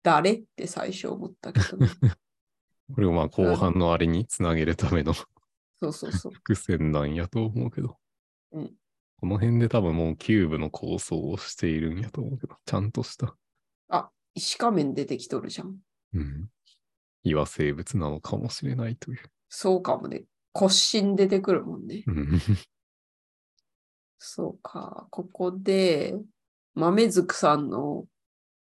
S2: 誰って最初思ったけど ね、
S1: これをまあ後半のあれにつなげるための
S2: そうそうそう。
S1: 伏線なんやと思うけど。
S2: うん
S1: この辺で多分もうキューブの構想をしているんやと思うけど、ちゃんとした、
S2: 石仮面出てきとるじゃん。
S1: うん、岩生物なのかもしれないという。
S2: そうかもね。骨神出てくるもんね。
S1: うん
S2: そうか。ここで、豆づくさんの、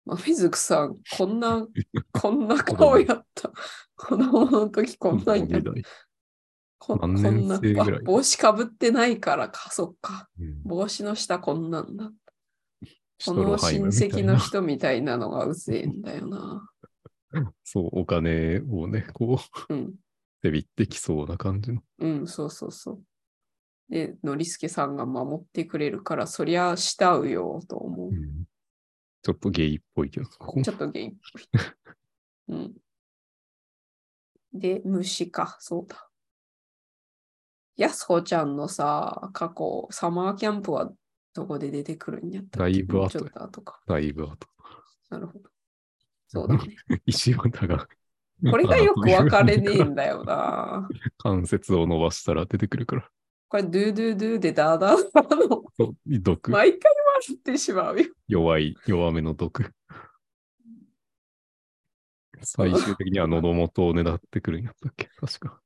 S2: 豆づくさん、こ んな、こんな顔やった。子供の時こんなんやった。ここ
S1: 何年
S2: んな
S1: 生ぐらい
S2: あ帽子かぶってないからか、そっか。
S1: うん
S2: 帽子の下こんなんだ。
S1: シ
S2: こ
S1: ュト
S2: の
S1: ロハイ
S2: 親
S1: ムみた
S2: 戚
S1: い
S2: の
S1: な。
S2: 人みたいなのがうぜえんだよな。
S1: そう、お金をね、こう、
S2: うん、
S1: 手びってきそうな感じの。
S2: うん、そうそうそう。で、ノリスケさんが守ってくれるから、そりゃ慕うよと思う
S1: う。んちょっとゲイっぽいけど、ここも
S2: ちょっとゲイっぽい。うん。で、虫か、そうだ。やすこちゃんのさ、過去、サマーキャンプはどこで出てくるんやったっけ
S1: だいぶ後
S2: もうちょっと後か。
S1: だいぶ後。
S2: なるほど。そうだね。
S1: 石綿が。
S2: これがよく分かれねえ
S1: あの
S2: んだよな。
S1: 関節を伸ばしたら出てくるから、
S2: これ、ドゥドゥドゥでダーダーダーの、
S1: そう毒、
S2: 毎回笑ってしまうよ。
S1: 弱い、弱めの毒。最終的には喉元を狙ってくるんやったっけ確か。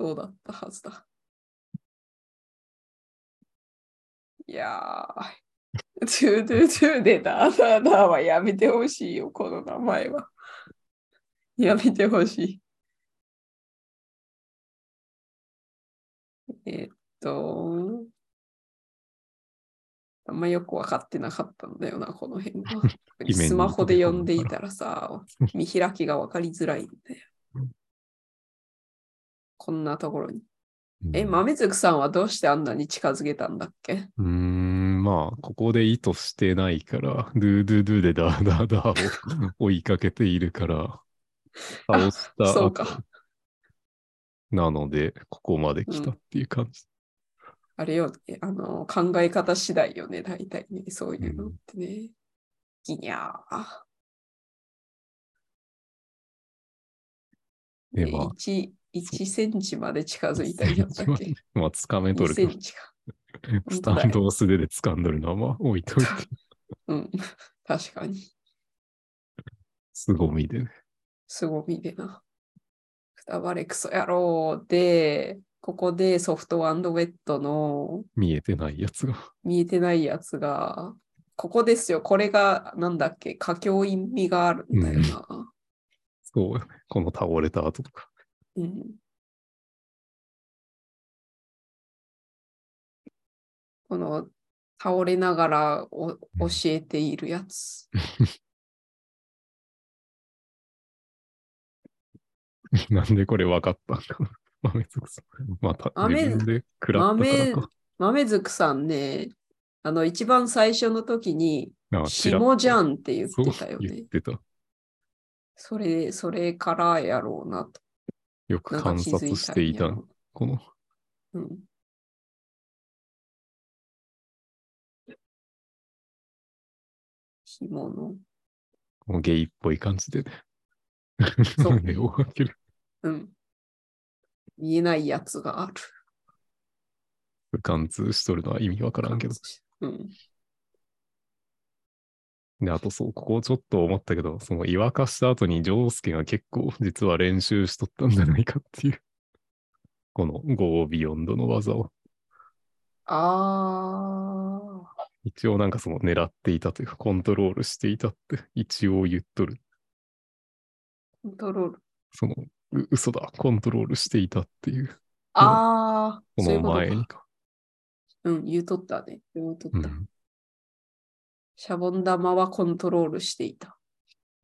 S2: そうだったはずだ。いやー、トゥードゥートゥーでダーダーダーはやめてほしいよ、この名前は。やめてほしい。えーっと、あんまよくわかってなかったんだよな、この辺 は。
S1: 面に
S2: スマホで読んでいたらさ、見開きがわかりづらいんだよ。こんなところに。え、
S1: うん
S2: 豆づくさんはどうしてあんなに近づけたんだっけ
S1: うーん、まあ、ここで意図してないから、ドゥドゥドゥでダーダーダーを 追いかけているから、倒した後
S2: そうか。
S1: なので、ここまで来たっていう感じ。
S2: あれよ、えあの、考え方次第よね、大体ね、そういうのってね。ギニャー。
S1: で
S2: で
S1: まあ
S2: 1, 1センチまで近づいたんや ったっけ
S1: まあ、掴めと
S2: ?2
S1: る
S2: セ
S1: け
S2: ン
S1: ど、
S2: チか。
S1: スタンドを素手で掴んどるのはまあ置いといて、
S2: うん、確かに。
S1: 凄みでね。
S2: 凄みでな。くたばれクソ野郎で、ここでソフトウェットの
S1: 見えてないやつが。
S2: 見えてないやつがここですよ。これが、なんだっけ、佳境意味があるんだよな。
S1: そう、この倒れた後とか。
S2: うん。この、倒れながらお教えているやつ。
S1: なんでこれ分かったんかな。 豆尽くさん。また、
S2: 豆
S1: 自分で食らったからか。
S2: 豆ずくさんね、あの、一番最初の時に、
S1: あちらっと
S2: 紐じゃんって言っ
S1: そう
S2: てたよ
S1: 言
S2: ね
S1: っ。てた。
S2: それ、それからやろうなと。
S1: よく
S2: なんか
S1: 観
S2: 気づ
S1: 察
S2: い
S1: したて
S2: ん
S1: い
S2: や
S1: た
S2: ろ。
S1: この、
S2: うん。紐の。
S1: このゲイっぽい感じでね。
S2: そ う
S1: 胸を開ける。
S2: うん。見えないやつがある。
S1: 貫通しとるのは意味わからんけど。
S2: うん。
S1: で、あとそう、ここをちょっと思ったけど、その違和化した後に、ジョースケが結構実は練習しとったんじゃないかっていう。 この Go Beyond の技を。
S2: ああ。
S1: 一応なんかその狙っていたというか、コントロールしていたって一応言っとる。
S2: コントロール。
S1: その、う嘘だ、コントロールしていたっていう、
S2: ああ。
S1: こ
S2: そう
S1: の
S2: いうこと
S1: 前に
S2: か。
S1: か。
S2: うん、言うとったね。言うとっ
S1: う
S2: た。
S1: ん
S2: シャボン玉はコントロールしていた。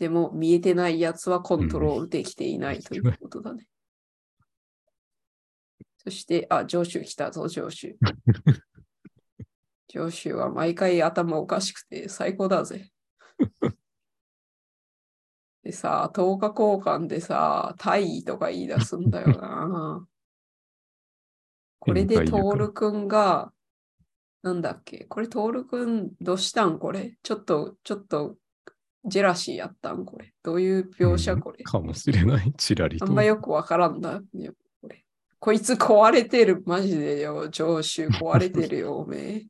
S2: でも、見えてないやつはコントロールできていないということだね。 そして、あ、上州来たぞ、上州。上州は毎回頭おかしくて最高だぜ。でさ、10日交換でさ、大意とか言い出すんだよ な。これで
S1: 変態
S2: 徹
S1: 言う
S2: くんが、なんだっけ、これ徹くんどうしたんこれ。ちょっと、ちょっと、ジェラシーやったんこれ。どういう描写
S1: うん
S2: これ。
S1: かもしれない、ちらり
S2: あ
S1: と。
S2: んまよくわからんだよ、これ。こいつ壊れてる、マジでよ、上州壊れてる よ、おめえ。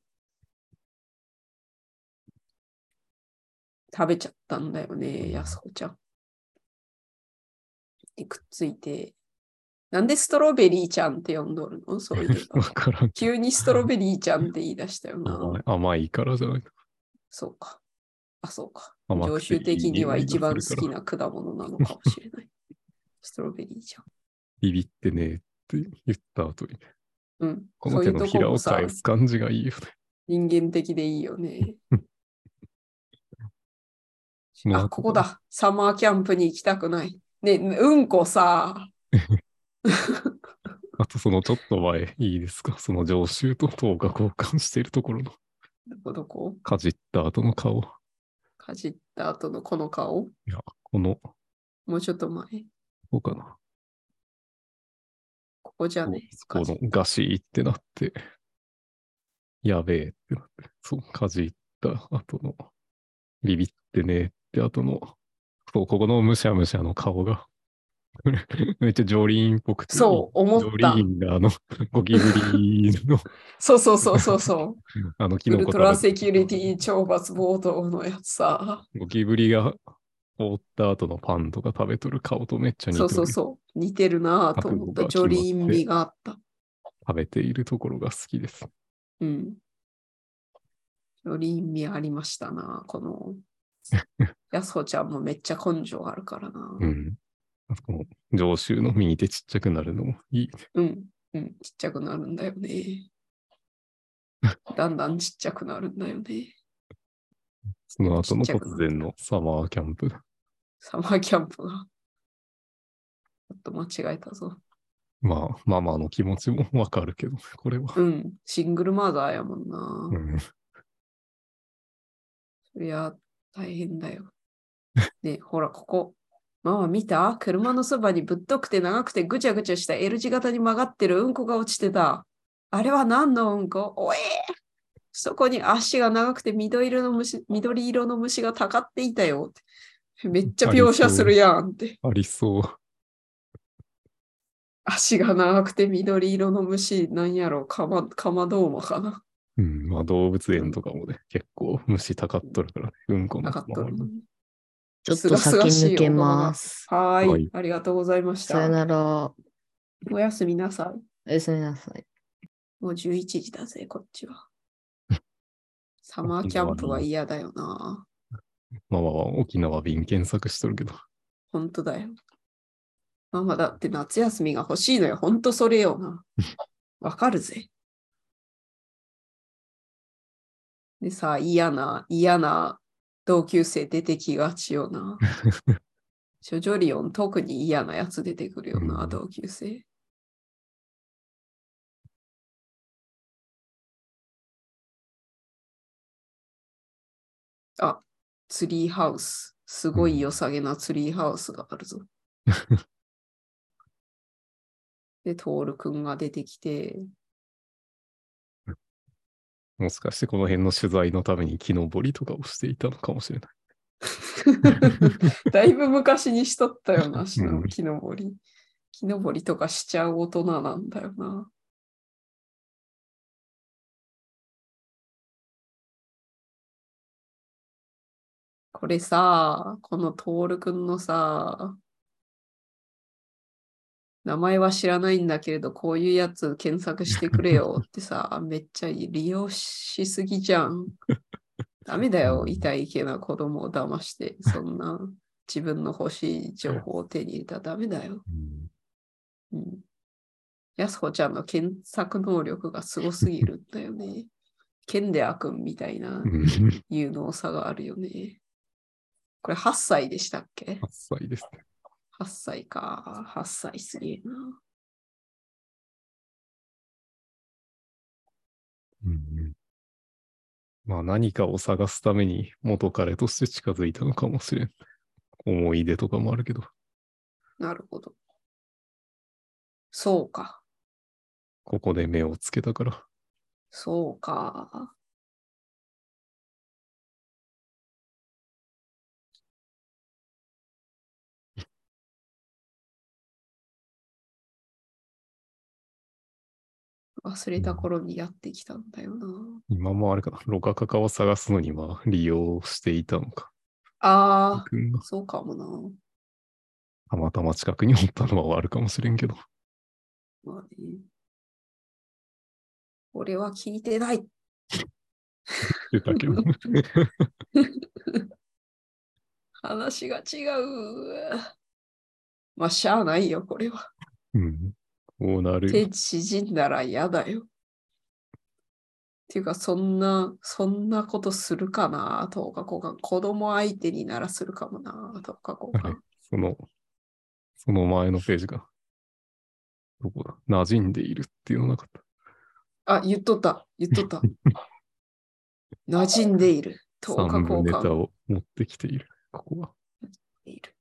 S2: 食べちゃったんだよね、やすこちゃん。でくっついて。なんでストロベリーちゃんって呼んどるのそういう
S1: わからん。
S2: 急にストロベリーちゃんって言い出したよ
S1: 甘
S2: な。
S1: い甘いからじゃないか。
S2: そうか。あ、そうか。
S1: 甘
S2: 常
S1: くてい
S2: 習
S1: い
S2: 的には
S1: 匂いが
S2: 一番
S1: す
S2: 好
S1: るから。
S2: きな果物なのかもしれ ない。ストロベリーちゃん。
S1: ビビってねえって言った後に、
S2: うん、
S1: こ
S2: そ
S1: の
S2: う
S1: 手
S2: いう
S1: の
S2: とこ
S1: ひら
S2: も
S1: を
S2: さ
S1: 返、す感じがいいよね。
S2: 人間的でいいよね。
S1: もう
S2: あ、ここ。だ。サマーキャンプに行きたくない。ね、うん こさ。
S1: あとそのちょっと前、いいですか。その上州と等が交換しているところの、
S2: どこどこ
S1: かじった後の顔。
S2: かじった後のこの顔
S1: いや、この、
S2: もうちょっと前。
S1: こうかな。
S2: ここじゃね。
S1: こ
S2: かじ
S1: のガシーってなって、やべえってなって、そう、かじった後の、ビビってねえって後の、そう、ここのむしゃむしゃの顔が、 めっちゃジョリーンっぽくて。
S2: そう、思っ
S1: ジョリ
S2: た。
S1: ーンがあの、ゴキブリの、
S2: そうそうそうそ うそ
S1: あの、キ
S2: う。ウ
S1: ノ
S2: ル
S1: コ
S2: ト
S1: 食べ
S2: ラセキュリティ懲罰暴動のやつさ。
S1: ゴキブリが覆った後のパンとか食べとる顔とめっちゃ似て
S2: そ
S1: る。
S2: うそうそう。似てるなぁと思った。ジョリーン味があった。
S1: 食べているところが好きです。
S2: うん。より意味ありましたな、こ の。やすほちゃんもめっちゃ根性あるからな。
S1: うん。あとこの上州の右手ちっちゃくなるのもいい。
S2: うん、うん、ちっちゃくなるんだよ ね。だんだんちっちゃくなるんだよね。
S1: その後の
S2: ちっちゃくな
S1: 突
S2: った
S1: 然のサマーキャンプ。
S2: サマーキャンプが。ちょっと間違えたぞ。
S1: まあ、ママの気持ちもわかるけど、これは。
S2: うん、シングルマザーやもんな。
S1: うん。
S2: そりゃ大変だよ。ね、ほら、ここ。ママ見た車のそばにぶっとくて長くてぐちゃぐちゃした L 字型に曲がってるうんこが落ちてた。あれは何のうんこおえーそこに足が長くて緑色の虫緑色の虫がたかっていたよって。めっちゃ描写するやんって。
S1: ありそう。
S2: 足が長くて緑色の虫なんやろかま、かまどうまかな。
S1: うん。まあ、動物園とかもね、結構虫たかっとるからね。うんこの
S2: なかっ
S1: 周
S2: た
S1: り
S2: のに。
S3: ちょっ
S2: す
S3: と
S2: がす
S3: 先
S2: がしい
S3: 抜けます。
S2: はーい,、
S1: はい
S2: ありがとうございまし
S3: さよ
S2: た。
S3: なら。
S2: おやすみなさい。
S3: おやすみなさい。
S2: もう11時だぜ、こっちは。サマーキャンプは嫌だよな。
S1: まあまあまあ、沖縄便検索しとるけど。
S2: 本当だよ。ママだって夏休みが欲しいのよ。本当それよな。 わかるぜ。でさ、嫌な、嫌な同級生出てきがちよ な。諸女リオン特に嫌なやつ出てくるよな、
S1: うん
S2: 同級生。あ、ツリーハウス。すごい良さげなツリーハウスがあ るぞ。で、トールくんが出てきて、
S1: もしかしてこの辺の取材のために木登りとかをしていたのかもしれない。
S2: だいぶ昔にしとったよな、し
S1: うん
S2: 木登り。木登りとかしちゃう大人なんだよな。これさ、このトールくんのさ、名前は知らないんだけれど、こういうやつ検索してくれよってさ、 めっちゃ利用しすぎじゃん。ダメだよ、痛いけな子供を騙して、そんな自分の欲しい情報を手に入れたらダメだよ。うん。やすほちゃんの検索能力がすごすぎるんだよね。剣であくんみたいな
S1: うん。8
S2: 有能さがあるよね。これ8歳でしたっけ
S1: 歳ですね。
S2: ?8 歳か。8歳すげえな。
S1: まあ何かを探すために元彼として近づいたのかもしれん。思い出とかもあるけど。
S2: なるほど。そうか。
S1: ここで目をつけたから。
S2: そうか。忘れた頃にやってきたんだよな。
S1: 今もあれかな。ロカカカを探すのには利用していたのか。
S2: あ
S1: 君が
S2: あ、そうかもな。
S1: たまたま近くにおったのはあるかもしれんけ ど。
S2: まあね、俺は聞いてない。
S1: 出たけど。
S2: 話が違う。まあ、しゃあないよ、これは。
S1: うん。こうなるよ
S2: 手。縮んだら嫌だよ。っていうか、そんな、そんなことするかな、10日交換。子供相手にならするかもな、10日交
S1: はい
S2: 換。
S1: その、その前のページが。どこだ馴染んでいるっていうのなかった。
S2: あ、言っとった、言っ とった。馴染んでいる。10日
S1: 3
S2: 交
S1: 分ネタ
S2: 換
S1: を持ってきている。ここは。
S2: いる。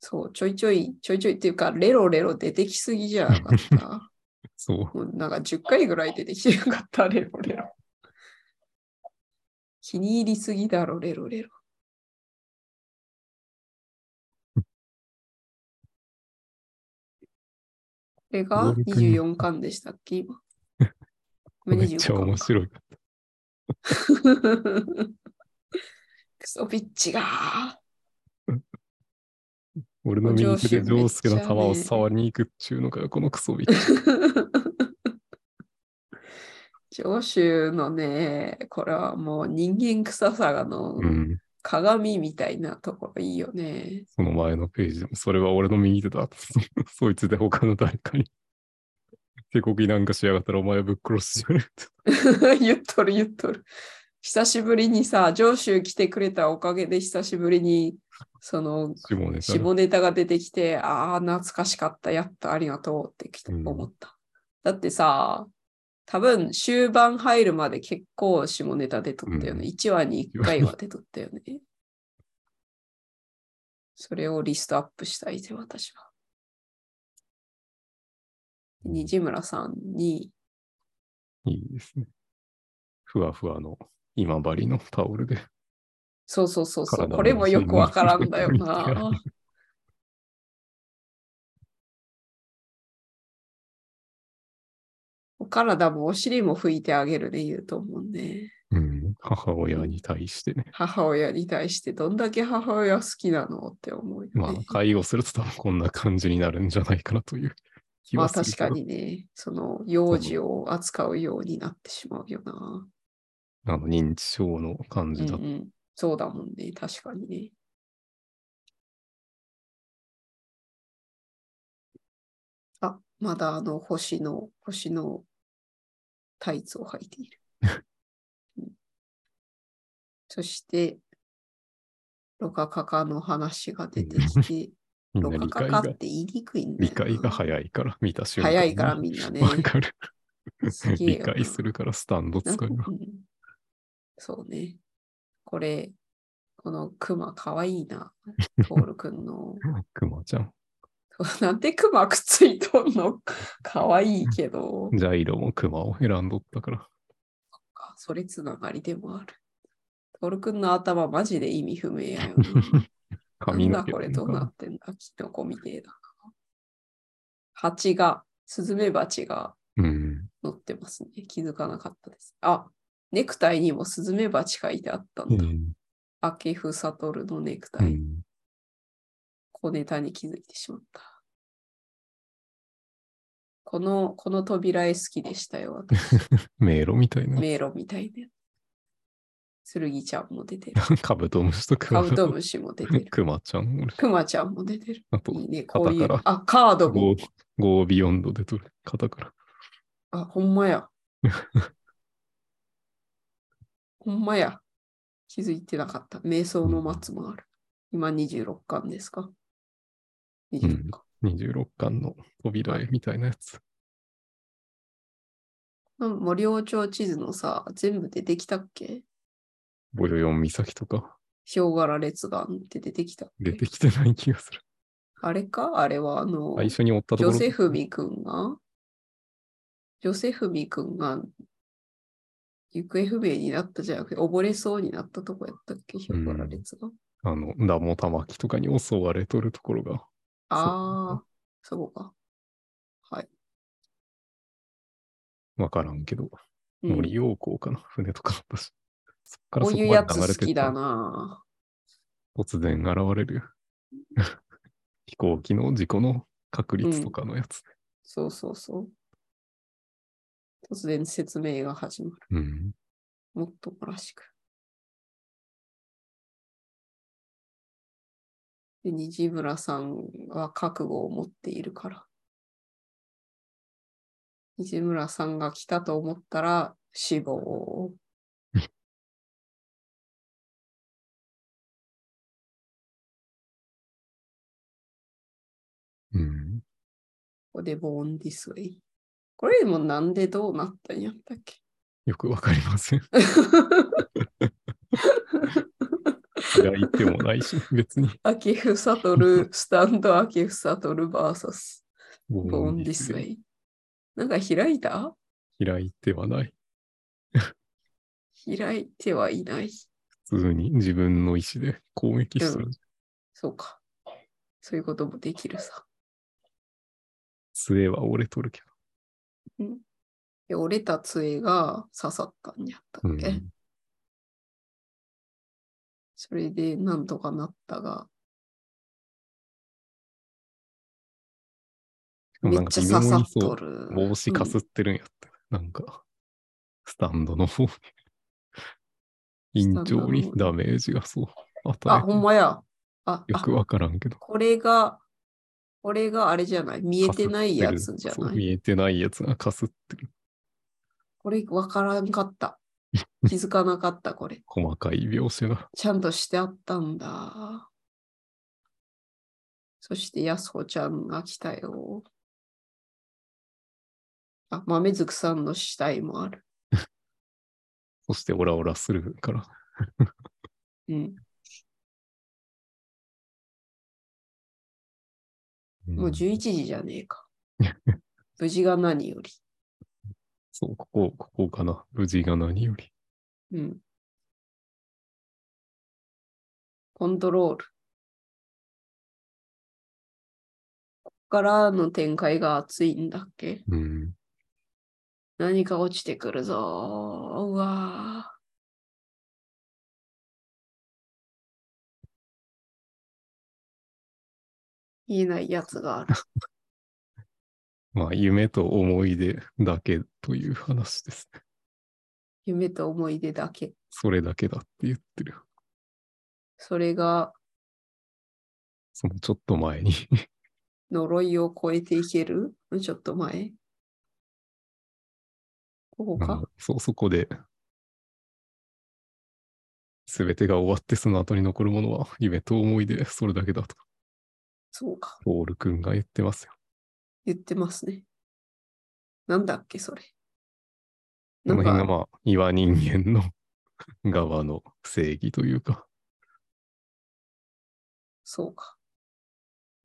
S2: そう、ちょいちょい、ちょいちょいっていうか、レロレロ出てきすぎじゃなかった。
S1: そう。
S2: もうなんか10回ぐらい出てきてよかった、レロレロ。気に入りすぎだろ、レロ レロ。これが
S1: ボール君
S2: 24巻でしたっけ、今。今
S1: めっちゃ面白い。
S2: 25巻 クソビッチが
S1: 俺の右手でジョースケの球
S2: め
S1: を
S2: っちゃね
S1: 触りに行くっちゅうのかよ、このクソビッチ。
S2: 上州のね、これはもう人間臭さがの
S1: うん。
S2: 鏡みたいなところいいよね。
S1: その前のページでも、それは俺の右手だ。 そそいつで他の誰かに。手こきなんかしやがったらお前はぶっ殺すじゃねえと
S2: 言っとる言っとる。久しぶりにさ、上州来てくれたおかげで久しぶりにその
S1: 下ネタが。
S2: 下ネタが出てきて、ああ、懐かしかった、やった、ありがとうってきた
S1: うん
S2: 思った。だってさ、多分終盤入るまで結構下ネタ出とったよね。
S1: うん
S2: 1話に1回は出とったよね。それをリストアップしたいぜ、私は。西村さんに、
S1: いいですね。ふわふわの今治のタオルで。
S2: そうそうそうそ
S1: 体
S2: う、
S1: の
S2: これもよくわからんだよ
S1: そういうの
S2: な。お体もお尻も拭いてあげるで言うと思うね。
S1: うん、母親に対して ね。
S2: 母親に対してどんだけ母親好きなのって思うよね。
S1: まあ、介護すると多分こんな感じになるんじゃないかなという。気
S2: まあ
S1: はする
S2: 確
S1: け
S2: か
S1: ど。
S2: にね、その幼児を扱うようになってしまうよな。
S1: あの、認知症の感
S2: う
S1: じ
S2: んう
S1: だと。
S2: ん、そうだもんね、確かにね。あ、まだあの星の、星のタイツを履いて いる。うんそして、ロカカカの話が出てきて、
S1: みん
S2: ロ
S1: な
S2: カ
S1: 理
S2: カ
S1: 解
S2: カ
S1: が
S2: っ、て言いにくいんだ
S1: 理
S2: よな
S1: 解が早いから、見た瞬間に。
S2: 早いからみ んなね。
S1: わかる。
S2: すげえ
S1: 理
S2: よな
S1: 解するからスタンド
S2: なん
S1: 使いま
S2: かうんそうね。これ、このクマかわい いな。トールくんの。
S1: す。クマちゃん。
S2: なんでクマくっついと んのかわいいけど。
S1: ジャイロもクマを選んどったから。
S2: あそれつながりでもある。トールくんの頭マジで意味不明やよな。
S1: 髪
S2: な
S1: の
S2: ん
S1: 毛
S2: だこれど
S1: と
S2: うな
S1: か
S2: ってんだキノコみてえだな。蜂が、スズメバチが
S1: うん。
S2: 乗ってますね。気づかなかったです。あ、ネクタイにもスズメバチ書いてあったんだ。明ふさとるのネクタ
S1: う
S2: イ。
S1: ん
S2: 小ネタに気づいてしまった。この、この扉絵好きでした よ。私
S1: 迷路みたいな。
S2: 迷路みたいな。剣ちゃんも出 てる。
S1: カブトムシとクマ
S2: カブトムシも出て る。
S1: クマちゃん。俺
S2: クマちゃんも出てる。
S1: あと、
S2: いいね、こういう
S1: 肩か。
S2: あ、カードも。
S1: ゴーゴービヨンドで取る方から。
S2: あ、ほん まや。ほんまや。気づいてなかった。瞑想の松もある。今26巻ですか ?26 巻。
S1: 26巻の扉絵みたいなやつ。
S2: なんか森王朝地図のさ、全部出てきたっけ
S1: ボヨヨン岬とか
S2: ヒョウ柄列眼って出てきたっけ
S1: 出てきてない気がする。
S2: あれかあれはあの
S1: あ、、一緒におったと
S2: ジ
S1: こ
S2: ョ
S1: ろ。
S2: セフミ君が、ジョセフミ君が行方不明になったじゃなくて、溺れそうになったとこやったっけヒョウ柄列眼。
S1: あの、ダモタマキとかに襲われとるところが。
S2: ああ、そうか。はい。
S1: わからんけど、
S2: うん
S1: 森陽光かな、船とかあったし。そっから
S2: こう
S1: そこ
S2: いう
S1: ま
S2: や
S1: で
S2: つ
S1: 流れ
S2: 好
S1: てっ
S2: き
S1: た
S2: だ
S1: ら
S2: な。
S1: 突然現れる。 飛行機の事故の確率とかのやつ。
S2: そうそうそう。突然説明が始まる。
S1: うん。
S2: もっともらしく。で、西村さんは覚悟を持っているから。西村さんが来たと思ったら死亡。
S1: うん。
S2: ここでボーンディスウェイ。これでもなんでどうなったんやったっけ
S1: よくわかりません。開いてもないし、別に。
S2: アキフサトル、スタンドアキフサトル VS ボーンディスウェイ。なんか開いた
S1: 開いてはない。
S2: 開いてはいない。
S1: 普通に自分の意思で攻撃する。
S2: うそうか。そういうこともできるさ。
S1: 杖は折れとるけ
S2: で折れた杖が刺さったんやった
S1: ど。
S2: っけ、それでなんとかなったが、
S1: うん
S2: め
S1: な
S2: っ
S1: んか
S2: ちゃ
S1: 自
S2: 刺
S1: 分もい
S2: さっ
S1: そ
S2: と
S1: う
S2: る。
S1: 帽子かすってるんやった。なんか、スタンドの 方に。
S2: スタ
S1: 院
S2: ンドの
S1: 長
S2: 方
S1: にダメージがそう。与
S2: うんあ、
S1: えて
S2: ほんまや。あ、
S1: よ
S2: あ
S1: くわからんけど。
S2: これが、これがあれじゃない。見えてないやつじゃ
S1: かすってるそう
S2: ない。
S1: 見えてないやつがかすってる。
S2: これわからんかった。気づかなかった、これ。
S1: 細かい描写が。
S2: ちゃんとしてあったんだ。そして、やすほちゃんが来たよ。あ、豆ずくさんの死体もある。
S1: そしてオラオラするから。
S2: うん。
S1: うん
S2: もう11時じゃねえか。無事が何より。
S1: そう、ここ、ここかな。無事が何より。
S2: うん。コントロール。こっからの展開が熱いんだっけ
S1: うん。
S2: 何か落ちてくるぞー。うわー。言えないやつがある。
S1: まあ、夢と思い出だけという話です ね。
S2: 夢と思い出だけ。
S1: それだけだって言ってる。
S2: それが
S1: そのちょっと前に
S2: 呪いを超えていけるちょっと前。ここ
S1: あ
S2: か
S1: の、 そう、そこで、すべてが終わってその後に残るものは夢と思い出、それだけだと、
S2: そうか。
S1: ポール君が言ってますよ。
S2: 言ってますね。なんだっけ、それ。
S1: こ
S2: な
S1: の
S2: ん
S1: 辺が
S2: か、
S1: まあ、岩人間の 側の正義というか、
S2: そうか。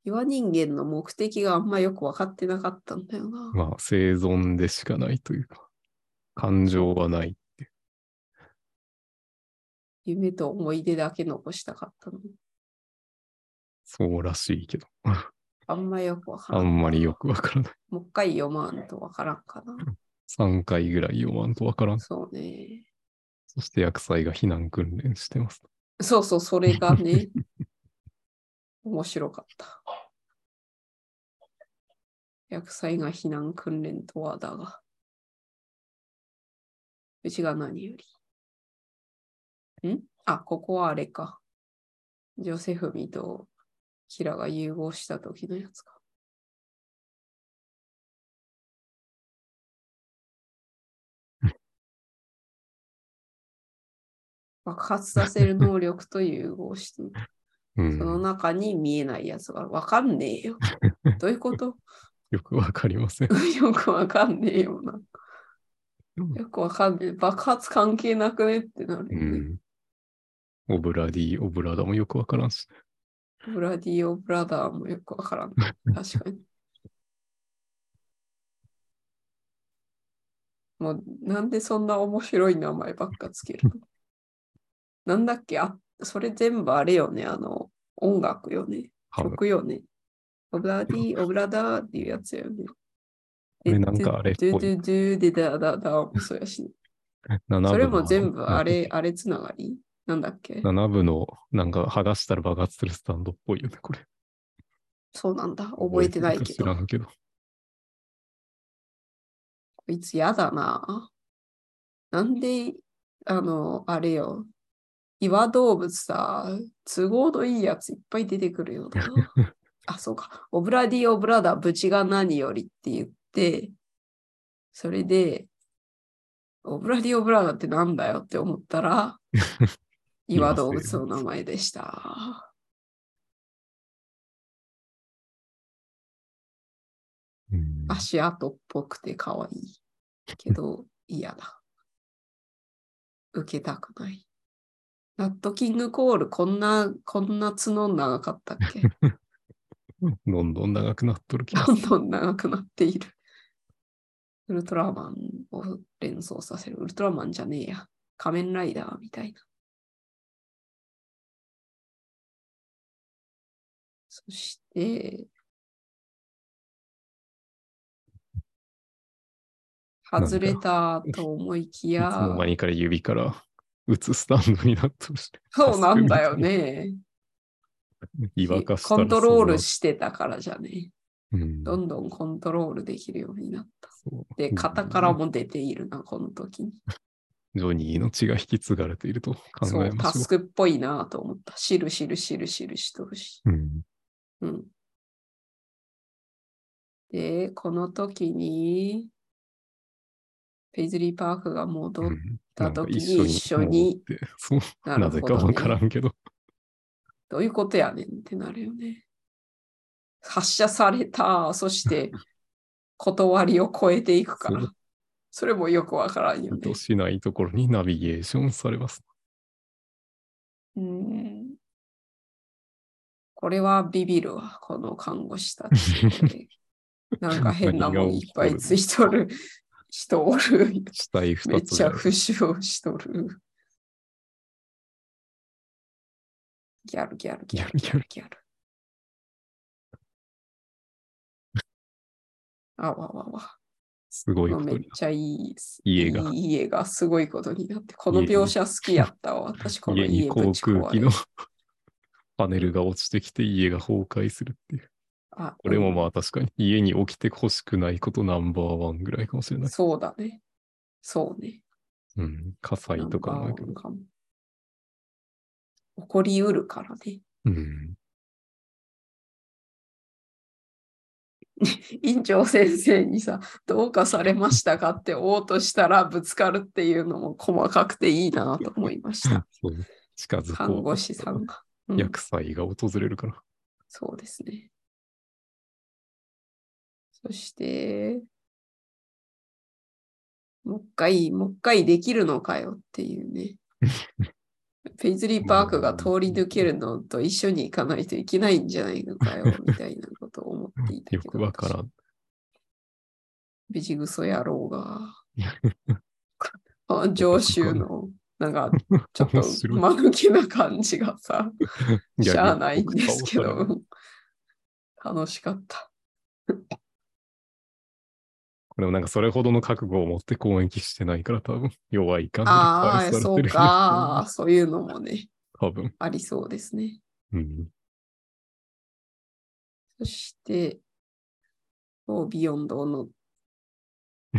S2: 岩人間の目的があんまよく分かってなかったんだよな。
S1: まあ、生存でしかないというか、感情はない。
S2: 夢と思い出だけ残したかったのに。
S1: そうらしいけど、
S2: あんまよく分から
S1: あ
S2: ん。
S1: んまりよくわからない。
S2: もう一回読まんと分からんかな。
S1: 3回ぐらい読まんとわからん。
S2: そうね。
S1: そして薬剤が避難訓練してます。
S2: そうそう、それがね。 面白かった。薬剤が避難訓練とはだが。うちが何より。んあ、ここはあれか。ジョセフミとキラが融合した時のやつか。爆発させる能力と融合して
S1: う
S2: その
S1: ん。
S2: 中に見えないやつがわかん ねえよ。どういうこと
S1: よくわかりません。
S2: よくわかんねえよな。
S1: うん
S2: よくわかんねえ。爆発関係なくねってなる
S1: う
S2: よね。
S1: ん。オブラディ、オブラダもよくわからんし。
S2: ブラディオ・ブラダーもよく わからん。確かに。もうなんでそんな面白い名前ばっかつけ るのなんだっけあ、それ全部あれよね。あの、音楽よね。
S1: 多分
S2: 曲よね。オブラディ、オブラダーっていうやつよね。
S1: れなんかあれっぽい
S2: ドゥドゥドゥドゥでだだだもそうやし、ね。
S1: 7部
S2: それ
S1: の
S2: も全部あれ、あれつながりなんだっけ
S1: 7部の、なんか剥がしたら爆発するスタンドっぽいよね、これ。
S2: そうなんだ。覚えてない
S1: 覚
S2: け
S1: えてるか知ら
S2: ど。
S1: んけど。
S2: こいつやだな。なんで、あの、あれよ。岩動物さ、都合のいいやついっぱい出てくるよな。あ、そうか。オブラディオブラダ、ブチが何よりって言って、それで、オブラディオブラダってなんだよって思ったら、岩動物の名前でした。
S1: うん
S2: 足跡っぽくて可愛いけど嫌だ。受けたくない。ナットキングコール、こんな、こんな角長かったっけ
S1: どんどん長くなっとる気が
S2: どんどん長くなっている。ウルトラマンを連想させる。ウルトラマンじゃねえや。仮面ライダーみたいな。そして、
S1: なんだ
S2: 外れたと思い
S1: いつの
S2: きや
S1: 間、にか指から打つスタンドになっとる し。
S2: そうなんだ よね。
S1: 岩化した
S2: コ
S1: ら
S2: ントロールしてたからじゃね。
S1: そんなうん
S2: どんどんコントロールできるようになった。
S1: そう
S2: で、型からも出ているな、この時に。
S1: ジョニーの血が引き継がれていると考
S2: そ
S1: え
S2: う、
S1: ま
S2: タ
S1: しょ
S2: スクっぽいなと思った。しるしるしるしるしとるし。
S1: う。うん
S2: うん。で、この時に、ペイズリーパークが戻っ
S1: うん
S2: た時に一緒
S1: なん
S2: に
S1: か、一緒戻って
S2: な
S1: そう、な
S2: る
S1: ぜ
S2: ほ
S1: か
S2: ど、
S1: わ
S2: ね。
S1: からんけど。
S2: どういうことやねんってなるよね。発射された、そして、断りを超えていくから。
S1: そ
S2: そうれもよくわからんよ
S1: 意
S2: ね
S1: 図。しないところにナビゲーションされます。
S2: うん。これはビビるわ、この看護師たち。これ なんか変なもんいっぱいついとる人おる。
S1: 死体
S2: め
S1: 2
S2: っ
S1: つ
S2: ち
S1: で
S2: ゃ不死をしとる。ギャルギャルギャルギャルギャル。あわわわ。
S1: すごいこと
S2: めっ
S1: になっ
S2: ちゃいい
S1: 家が
S2: いい家がすごいことになって、この
S1: 家に
S2: 描写好きやったわ。私この
S1: 家に
S2: 家ぶ
S1: 航
S2: ち壊
S1: 空
S2: れ
S1: 機のパネルが落ちてきて家が崩壊するっていう。
S2: あ、
S1: これもまあ確かに家に起きて欲しくないことナンバーワンぐらいかもしれない。
S2: そうだね。そうね。
S1: うん。火災とかもだけど。
S2: ナンバーワンかも起こりうるからね。
S1: うん。
S2: 院長先生にさ、どうかされましたかっておうとしたらぶつかるっていうのも細かくていいなと思いました。
S1: そうね近づこう。
S2: 看護師さんが。うん
S1: 薬剤が訪れるから。
S2: そうですね。そして、もう一回、もう一回できるのかよっていう ね。ペイズリーパークが通り抜けるのと一緒に行かないといけないんじゃないのかよ、みたいなことを思っていたけ
S1: よ
S2: ど。
S1: くわからん。
S2: ビジグソ野郎 が。あ上州の、なんか、ちょっと
S1: 面白い
S2: 間抜けな感じがさ、しゃあないんですけ
S1: 逆に僕倒される
S2: ど、楽しかった。
S1: これもなんかそれほどの覚悟を持って攻撃してないから多 分弱い感じで
S2: ああ、
S1: 倒さ
S2: そ
S1: れ
S2: う
S1: てる。
S2: か、 そういうのもね、
S1: 多分。
S2: ありそうですね。
S1: うん。
S2: そして、オービヨンド の、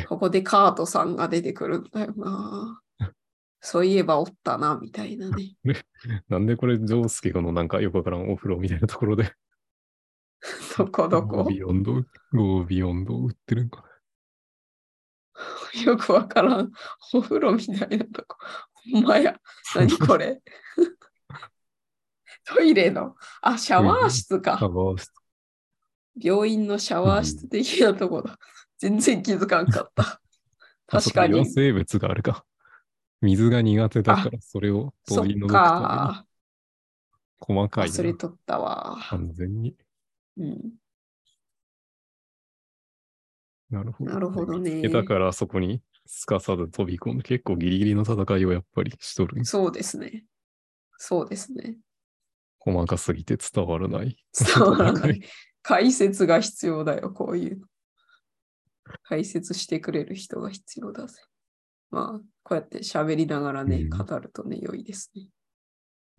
S2: ここでカートさんが出てくるんだよな。そういえばおったな、みたいなね。
S1: なんでこれ、ジョースケのなんかよくわからんお風呂みたいなところで、
S2: どこど
S1: ゴー
S2: こ
S1: ビヨンド、ゴービヨンドを売ってるんか
S2: よくわからん。お風呂みたいなとこ。ほんまや。何 これ トイレの。あ、シャワー室
S1: な。カ
S2: か。
S1: バー室
S2: 病院のシャワー室的なとこだ。全然気づかんかった。
S1: あ
S2: 確かに
S1: そう。微生物があるか。 水が苦手だから、それを
S2: そっ
S1: 取り除くた
S2: か。
S1: めに細かい
S2: 忘れ
S1: な。
S2: とったわ。
S1: 完全に。
S2: うん、
S1: なるほど。
S2: なるほどね
S1: 見つけたから、そこにすかさず飛び込んで、結構ギリギリの戦いをやっぱりしとるんです。
S2: そうですね。そうで すね。
S1: 細かすぎて伝わらない。
S2: 伝わらな
S1: 戦
S2: い。 解説が必要だよ、こういうの。解説してくれる人が必要だぜ。まあ、こうやって喋りながらね、
S1: うん
S2: 語るとね、良いですね。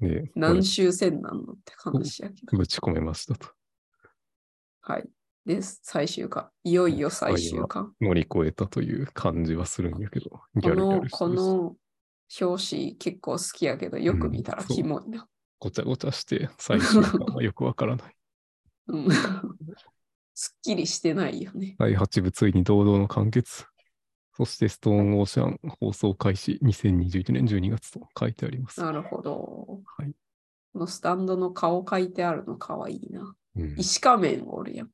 S1: で、これ
S2: 何周戦なんのって話やけど。
S1: ぶち込めましたと。
S2: はい。です。最終巻。いよいよ最終巻。
S1: 乗り越えたという感じはするんやけど、ギャ
S2: こ
S1: ルギャ
S2: の
S1: ル、して
S2: こ
S1: るし
S2: の表紙結構好きやけど、よく見たら
S1: うんそう
S2: キモいな。
S1: ごちゃごちゃして、最終巻はよくわからない。
S2: うん すっきりしてないよね。
S1: 第8部ついに堂々の完結。そして、ストーンオーシャン放送開始2021年12月と書いてあります。
S2: なるほど。
S1: はい
S2: このスタンドの顔書いてあるのかわいいな。
S1: うん
S2: 石仮面お るやん。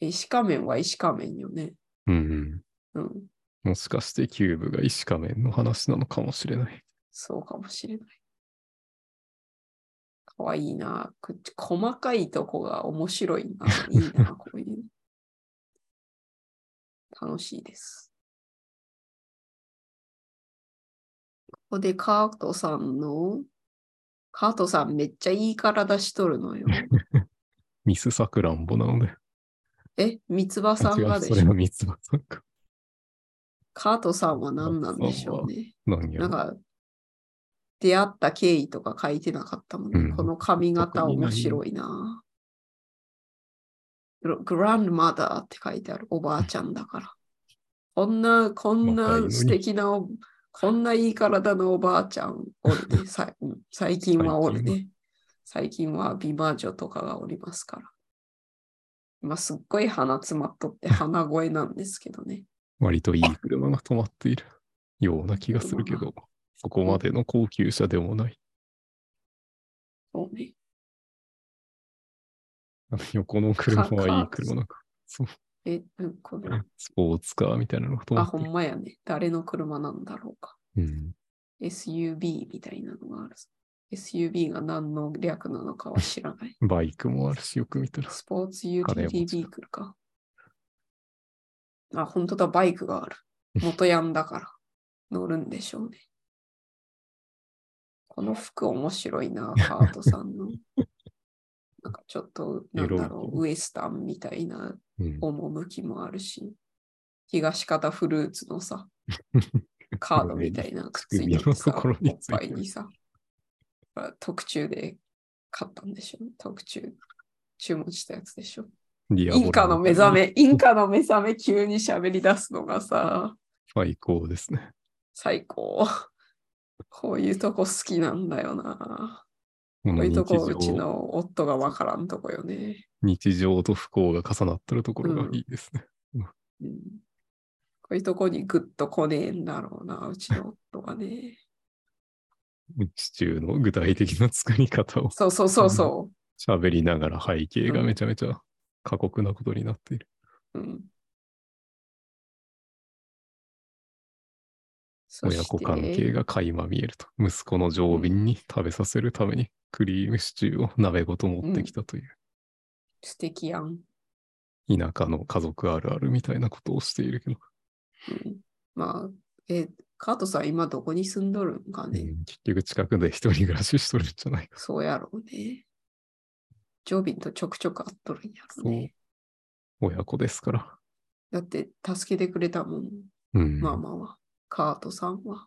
S2: 石仮面は石仮面よね。
S1: うんうん
S2: うん。
S1: もしかして、キューブが石仮面の話なのかもしれない。
S2: そうかもしれない。かわいいな。こ細かいとこが面白 いな。いいな、こういう。楽しいです。ここでカートさんの、カートさんめっちゃいい体しとるの よ。
S1: ミスサクランボなので。
S2: え、三つ葉さ
S1: あ違
S2: んが
S1: う、
S2: で
S1: そ
S2: し
S1: れ
S2: ょ
S1: は三つ葉さんか。
S2: カートさんは何なんでしょうね。
S1: 何や
S2: な
S1: ろ
S2: んか、出会った経緯とか書いてなかったもん、ね
S1: うん
S2: この髪型面白いな。グログランドマダーって書いてある、おばあちゃんだから。こんな、こ
S1: 若
S2: ん
S1: いの
S2: な
S1: に
S2: 素敵なお、こんないい体のおばあちゃんおる ね。さいうん最近はおるね。最近は美魔女とかがおりますから。今すっごい鼻詰まっとって鼻声なんですけどね。
S1: 割といい車が止まっているような気がするけど、そこまでの高級車でもない。
S2: そうね。
S1: あの横の車
S2: か
S1: はいい車なんか、
S2: え、うんこの
S1: スポーツカーみたいなのが止ま
S2: あ、
S1: って
S2: ほ
S1: る
S2: んまやね。誰の車なんだろうか。
S1: うん。
S2: SUV みたいなのがある。SUV が何の略なのかは知ら ない。
S1: バイクもあるし、よく見たら。
S2: スポーツユーティ
S1: 金
S2: リ
S1: 持
S2: ティ
S1: ち
S2: ビークルか。あ、本当だ、バイクがある。元ヤンだから。乗るんでしょうね。この服面白 いな、カートさんの。なんかちょっと、なんだろう、ウエスタンみたいな
S1: うん
S2: 趣もあるし、東方フルーツのさ、カードみたいなのくっついてて
S1: 首のと
S2: さ、
S1: ころについてる
S2: おっぱいにさ、特注で買ったんでしょ特注。注文したやつでしょ
S1: ディアボ
S2: イ
S1: ロ
S2: ンカの目覚。め、インカの目覚め急に喋り出すのがさ、
S1: 最高ですね。
S2: 最高。こういうとこ好きなんだよな。
S1: こ
S2: こ
S1: の
S2: ういう
S1: 日
S2: とこうち
S1: 常、
S2: の夫がわからんとこよね。
S1: 日常と不幸が重なってるところがいいですね。
S2: うん、こういうとこにグッと来ねえんだろうな、うちの夫がね。
S1: シチューの具体的な作り方を
S2: そうそうそうそ
S1: 喋りながら背景が
S2: うん
S1: めちゃめちゃ過酷なことになっている。
S2: う。うん、そ
S1: 親
S2: して
S1: 子関係が垣間見えると。息子の常備に食べさせるためにクリームシチューを鍋ごと持ってきたという
S2: 素敵やん。
S1: 田舎の家族あるあるみたいなことをしているけど、
S2: うんまあ、え、カートさん今どこに住んどるんかね。
S1: 結局近くで一人暮らししとるんじゃないか。
S2: そうやろうね。ジョビンとちょくちょく会っとるんやろね。
S1: 親子ですから。
S2: だって助けてくれたもん、
S1: うん。
S2: ママは、カートさんは。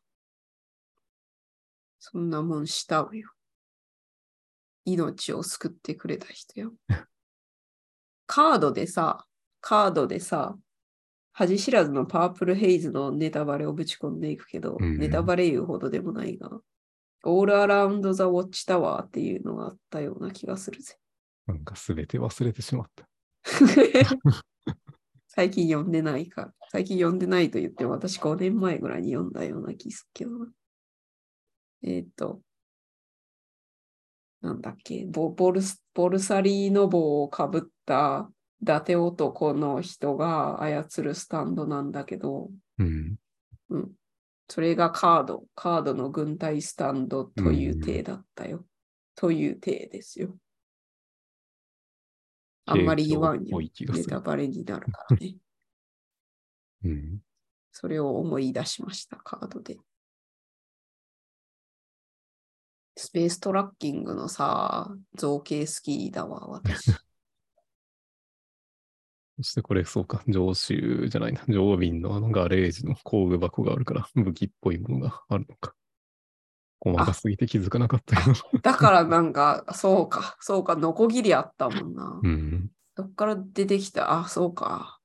S2: そんなもんしたうよ。命を救ってくれた人 よ。カードでさ、カードでさ、恥知らずのパープルヘイズのネタバレをぶち込んでいくけど、
S1: うん
S2: ネタバレ言うほどでもないが、オールアラウンド・ザ・ウォッチ・タワーっていうのがあったような気がするぜ。
S1: なんか全て忘れてしまった。
S2: 最近読んでないか。最近読んでないと言っても、私5年前ぐらいに読んだような気すっけどな。えーっ、と、なんだっけボボルス、ボルサリーノ帽をかぶった伊達男の人が操るスタンドなんだけど、
S1: うん。
S2: うん。それがカード、カードの軍隊スタンドという体だったよ。という体ですよ。あんまり言わん
S1: 景況
S2: よ
S1: っぽ。い気が
S2: ネ
S1: す
S2: タ
S1: る。
S2: バレになるか らね。
S1: うん。
S2: それを思い出しました、カードで。スペーストラッキングのさ、造形好きだわ、私。
S1: そしてこれ、そうか、上州じゃないな、上瓶のあのガレージの工具箱があるから、武器っぽいものがあるのか。細かすぎて気づかなかったけど。
S2: だからなんか、そうか、そうか、ノコギリあったもんな
S1: う。ん。
S2: どっから出てきた、あ、そうか。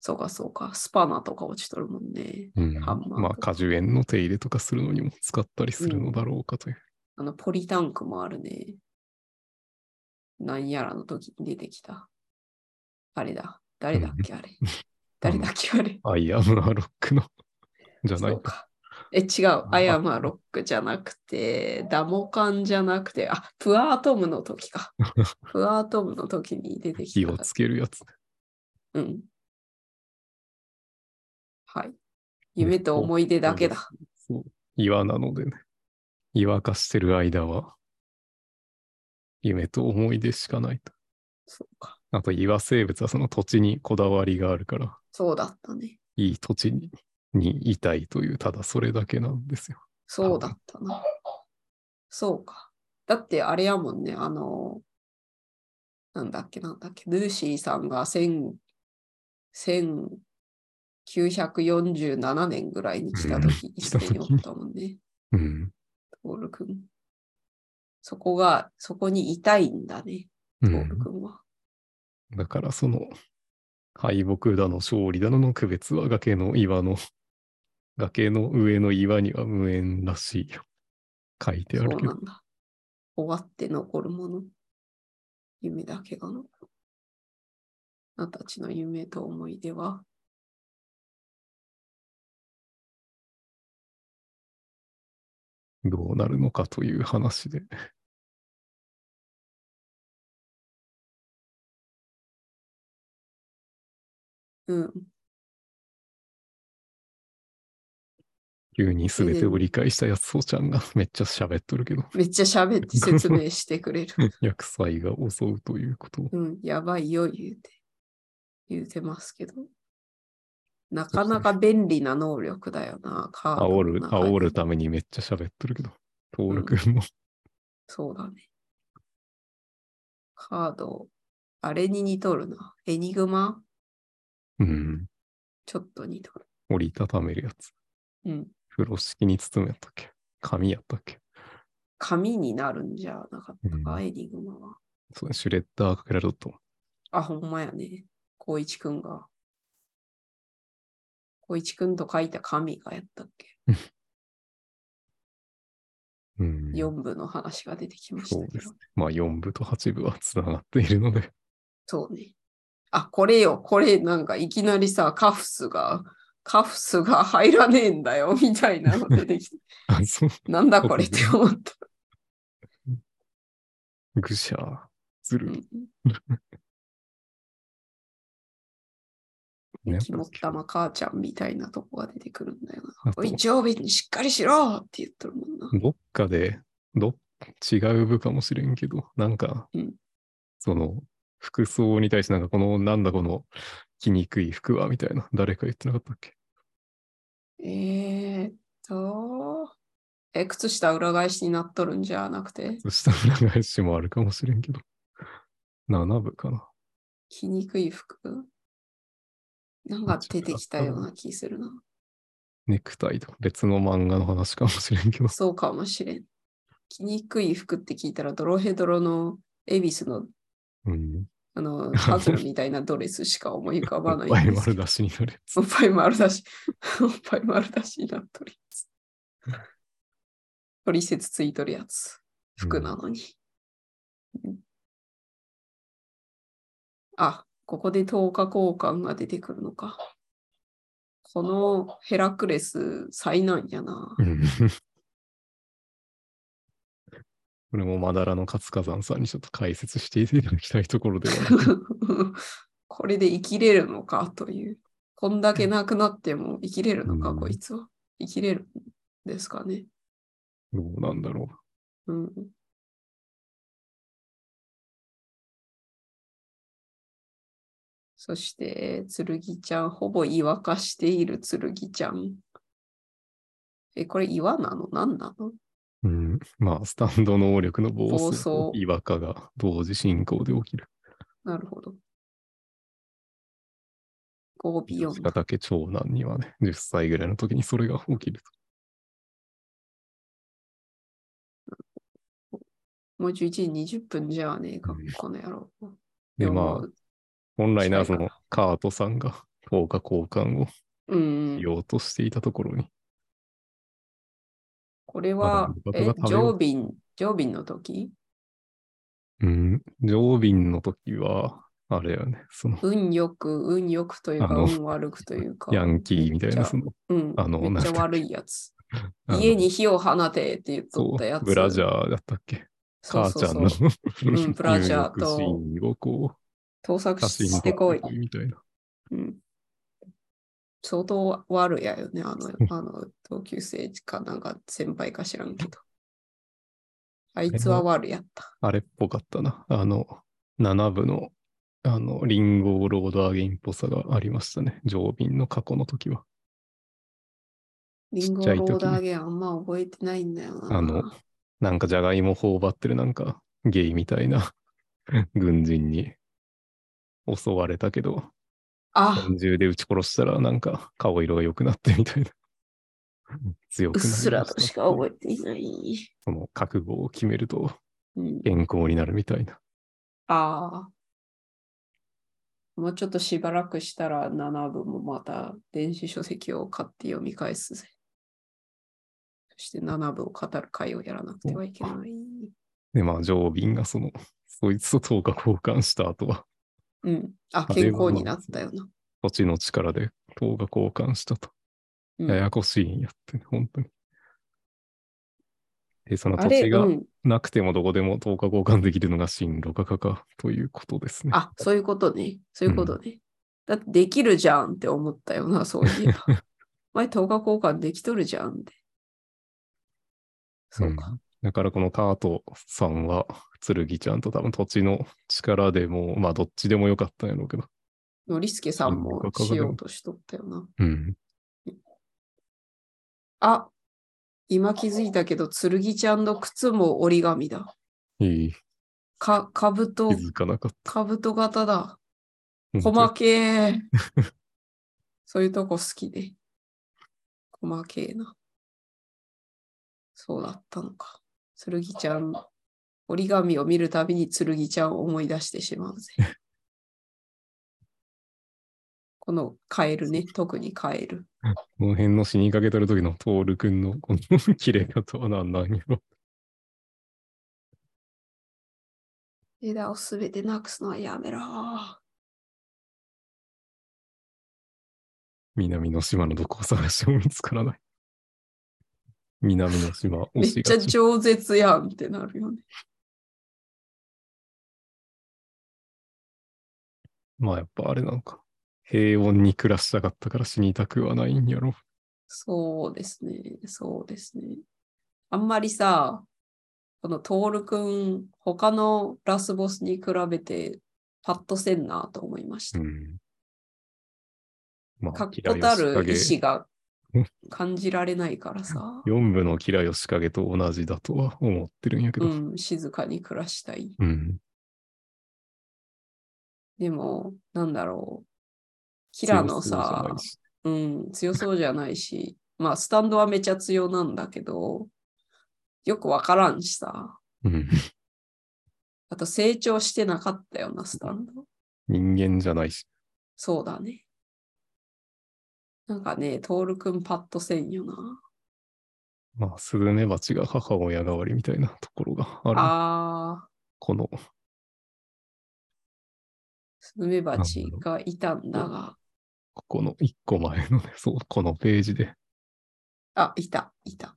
S2: そうか、そうか。スパナとか落ちとるもんね。
S1: うん、
S2: ハンマーとか
S1: まあ、果樹園の手入れとかするのにも使ったりするのだろうかという。
S2: あの、ポリタンクもあるね。なんやらの時に出てきた。あれだ。誰だっけ、あれ。誰だっけ、 あれ。
S1: アイアムアロックの、じゃな
S2: そ。
S1: いう
S2: か。え、違う。アヤマロックじゃなくて、ダモカンじゃなくて、あ、プアートムの時 か。プアートムの時に出てき
S1: 火を
S2: た。
S1: つけるやつ。
S2: うん。はい。夢と思い出だけだ。
S1: そう。岩なのでね。岩化してる間は、夢と思い出しかないと。
S2: そうか。
S1: あと岩生物はその土地にこだわりがあるから、
S2: そうだったね。
S1: いい土地ににいたいという、ただそれだけなんですよ。
S2: そうだったな。そうか。だってあれやもんね、あの、なんだっけなんだっけ、ルーシーさんが1000 1947年ぐらいに来た時
S1: うん
S2: 一緒におったもんね、
S1: うん。
S2: トールくん。そこが、そこにいたいんだね、
S1: う
S2: トール
S1: ん、
S2: くんは。
S1: だからその、敗北だの勝利だのの区別は崖の岩の、 崖の上の岩には無縁らしいよ。書いてあ
S2: そ
S1: る
S2: う
S1: け
S2: な
S1: ど。
S2: んだ。終わって残るもの。夢だけが残る。あなたたちの夢と思い出は。
S1: どうなるのかという話で。
S2: うん。
S1: 急に全てを理解したやつそうちゃんが めっちゃ喋っとるけど、
S2: めっちゃ喋って説明してくれる。
S1: 薬剤が襲うと いうことを。
S2: うん、やばいよ、言うて。言うてますけど。なかなか便利な能力だよな、カード
S1: 煽
S2: の
S1: る、
S2: 中に
S1: 煽るためにめっちゃ喋っとるけど、トールくんも、
S2: そうだね。カード、あれに似とるな。エニグマ
S1: うん、
S2: ちょっと似とる。
S1: 折りたためるやつ。
S2: うん。
S1: 風呂敷に包むやったっけ紙やったっけ
S2: 紙になるんじゃなかったか、
S1: うん
S2: エニグマは。
S1: そうシュレッダーかけられとったもん。
S2: あ、ほんまやね。光一くんが。光一くんと書いた紙がやったっけ
S1: うん、
S2: 四部の話が出てきました
S1: そう
S2: け
S1: で
S2: ど
S1: す。ね。まあ4部と8部はつながっているので。
S2: そうね。あ、これよ、これなんかいきなりさ、カフスが、カフスが入らねえんだよ、 みたいなの出てきて、
S1: あ、そう。
S2: なんだこれって思った。
S1: ぐしゃー。ず
S2: う
S1: る。
S2: ん
S1: ね
S2: 肝っ玉母ちゃんみたいなとこが出てくるんだよな。
S1: あと
S2: おい、常備にしっかりしろって言ってるもんな。
S1: どっかで、ど、違う部かもしれんけど、なんか、
S2: うん
S1: その、服装に対してなんかこの、なんだこの、着にくい服は、みたいな、誰か言ってなかったっけ
S2: えーっと、え、靴下裏返しになっとるんじゃなくて、
S1: そしたら裏返しもあるかもしれんけど、7部かな。
S2: 着にくい服なんか出てきたような気するな。
S1: ネクタイとか別の漫画の話かもしれんけど、
S2: そうかもしれん。着にくい服って聞いたら、ドロヘドロの恵比寿の
S1: うん。
S2: あの、 パズルみたいなドレスしか思い浮かばない
S1: おっぱい
S2: んですけ
S1: 丸
S2: ど。
S1: 出しになるやつ。
S2: おっぱい丸だし、おっぱい 丸だしになっとるやつ。トリセツついとるやつ。服なのに。うんあ、ここで10日交換が出てくるのか。このヘラクレス災難やな。
S1: うん。これもまだらの活火山さんにちょっと解説していただきたいところではある
S2: これで生きれるのかという。こんだけなくなっても生きれるのか、
S1: うん
S2: こいつは。生きれるんですかね。
S1: どうなんだろ
S2: うん。そして、剣ちゃん、ほぼ岩化している剣ちゃん。え、これ岩なの何なの
S1: う。うん。まあ、スタンド能力の暴走
S2: 暴走
S1: と違和感が同時進行で起きる。
S2: なるほど。ゴービヨン
S1: 吉。ヶ岳長男にはね、10歳ぐらいの時にそれが起きる
S2: もう11時20分じゃあねえか、この野郎。
S1: と。で、
S2: いやも
S1: まあ、
S2: う
S1: 本来ならそ
S2: 近い
S1: のカートさんが10日交換を
S2: うん
S1: し。ようとしていたところに、
S2: これは
S1: まだ、
S2: え
S1: 僕が、食べよ
S2: 常
S1: う
S2: 備、常備の時
S1: うん、常便の時は、あれよね、その、
S2: 運よく、運よくという
S1: あ
S2: か、
S1: の
S2: 運悪くというか。
S1: ヤンキーみたい
S2: めっ
S1: な、
S2: ちゃ
S1: その、
S2: うん、
S1: あの
S2: めっち
S1: な
S2: ゃ
S1: んか
S2: 悪いやつ。
S1: あの
S2: 家に火を放てって言っと
S1: そ
S2: ったや
S1: う、
S2: つ。
S1: ブラジャーだったっけ
S2: そうそうそう
S1: 母ちゃんの、
S2: うんブラジャー と
S1: 入浴シーンをこ
S2: 盗
S1: う、
S2: 作
S1: 写真に
S2: して
S1: 撮
S2: こ
S1: っ
S2: い
S1: て。みたいな。
S2: うん、相当悪やよね、あの、あの同級生かなんか先輩か知らん けど。あいつは悪やった。
S1: あれっぽかったな。あの、7部の、あの、リンゴロードアゲインっぽさがありましたね。常便の過去の時は。
S2: リンゴ
S1: ちっちゃい
S2: ロ
S1: 時
S2: ーダーゲンあんま覚えてないんだよな。
S1: あのなんか、じゃがいも頬張ってる、なんか、ゲイみたいな 軍人に襲われたけど、
S2: あ、
S1: 拳銃で撃ち殺したら、なんか、顔色が良くなってみたいな。 強
S2: う
S1: く
S2: っ
S1: なりまた
S2: すらとしか覚えていない。
S1: その覚悟を決めると
S2: うん、
S1: 健康になるみたいな。
S2: ああ。もうちょっとしばらくしたら7部もまた電子書籍を買って読み返すぜ。そして7部を語る会をやらなくてはいけない。
S1: で、まあ、常便がその、そいつと10日交換した後は、
S2: うん。あ、
S1: あれは
S2: 健康になったよな。
S1: 土地の力で10日交換したと。
S2: うん
S1: ややこしいんやって、ね、本当に。で、その
S2: あ
S1: 土
S2: れ、
S1: 地が
S2: うん。
S1: なくてもどこでも10日交換できるのが進路価格かということですね。
S2: あ、そういうことね。そういうことね。だってできるじゃんって思ったよな、そういえば。前、10日交換できとるじゃんって。そうか。
S1: だからこのカートさんは、剣ちゃんと多分土地の力でも、まあどっちでもよかったんやろうけど。
S2: ノリスケさんも
S1: うん
S2: しようとしとったよな。
S1: うん。
S2: あ、今気づいたけど、剣ちゃんの靴も折り紙だ。
S1: いい。
S2: か、かぶと
S1: 気、づかなかっ
S2: かぶと型だ。
S1: た。
S2: 細けー。そういうとこ好きで。細けーな。そうだったのか。剣ちゃん、折り紙を見るたびに剣ちゃんを思い出してしま うぜ。このカエルね、特にカエル。
S1: この辺の死にかけてる時のトールくんのこの 綺麗なとは何なんやろ。
S2: 枝をすべてなくすのはやめろ。
S1: 南の島のどこを探しても見つからない。 南の島、
S2: め
S1: 推
S2: っ
S1: し
S2: ちゃ
S1: がち。
S2: 饒舌やんってなるよね。
S1: まあやっぱあれなのか。平穏に暮らしたかったから死にたくはないんやろ。
S2: そうですね、そうですね。あんまりさ、このトールくん、他のラスボスに比べてパッとせんなと思いまし
S1: う
S2: た。
S1: ん。まあ、
S2: 確固た
S1: 吉
S2: る意
S1: 影
S2: 志が
S1: うん
S2: 感じられないから さ、
S1: 四部の吉良義景と同じだとは思ってるんやけ
S2: う
S1: ど。
S2: ん、静かに暮らしたい。
S1: うん。
S2: でも、なんだろう。キラの
S1: 強そうじゃ
S2: さ
S1: ない、し
S2: うん、強そうじゃないし、まあ、スタンドはめちゃ強なんだけど、よくわからんしさ、
S1: うん。
S2: あと成長してなかったよな、スタンド。
S1: 人間じゃないし。
S2: そうだね。なんかね、トールくんパッとせんよな。
S1: まあ、スズメバチが母親代わりみたいなところがある。
S2: あー、
S1: この、
S2: スズメバチがいたんだが、
S1: ここの一個前のね、そう、このページで、
S2: あ、いた、いた。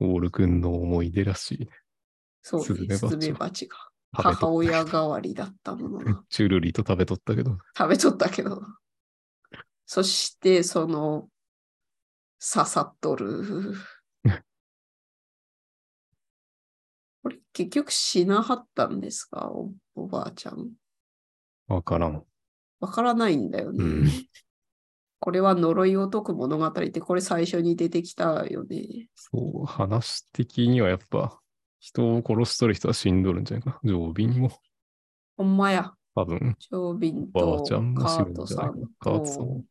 S1: オール君の思い出らしいね。
S2: そうね、
S1: スズメバチは
S2: スズメバチが。
S1: 食べ
S2: 母
S1: とっ
S2: 親代わりだったものな。
S1: チュルリと食べとったけど、
S2: 食べとったけどな。そして、その、刺さっと る。これ、結局死なはったんですかおおばあちゃん。
S1: わからん。
S2: わからないんだよね。
S1: うん
S2: これは呪いを解く物語って、これ最初に出てきたよね。
S1: そう、話的にはやっぱ、人を殺しとる人は死んどるんじゃないかな。常備も、
S2: ほんまや、
S1: 多分、
S2: 長瓶
S1: おばあ
S2: と
S1: ちゃんも
S2: カ
S1: 死
S2: ー
S1: ぬん
S2: ト
S1: じゃな
S2: さ
S1: いか
S2: ん
S1: な
S2: と。。
S1: カートさんも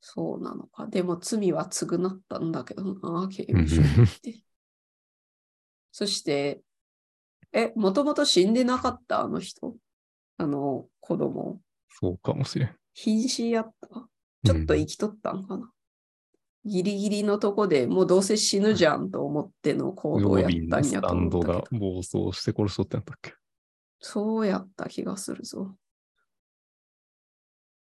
S2: そうなのか。でも罪は償ったんだけどな、刑
S1: うん
S2: 務所に行って。そして、え、もともと死んでなかったあの人。あの子供。
S1: そうかもしれん。
S2: 瀕死やった。ちょっと生きとったんかな。ギリギリのとこでもうどうせ死ぬじゃんと思っての行動
S1: ロ
S2: やっ
S1: ビン
S2: た
S1: の
S2: んや
S1: ス
S2: と
S1: タン
S2: 思
S1: ド
S2: ったけ
S1: が
S2: ど。
S1: 暴走して殺しとったんやったっけ
S2: そうやった気がするぞ。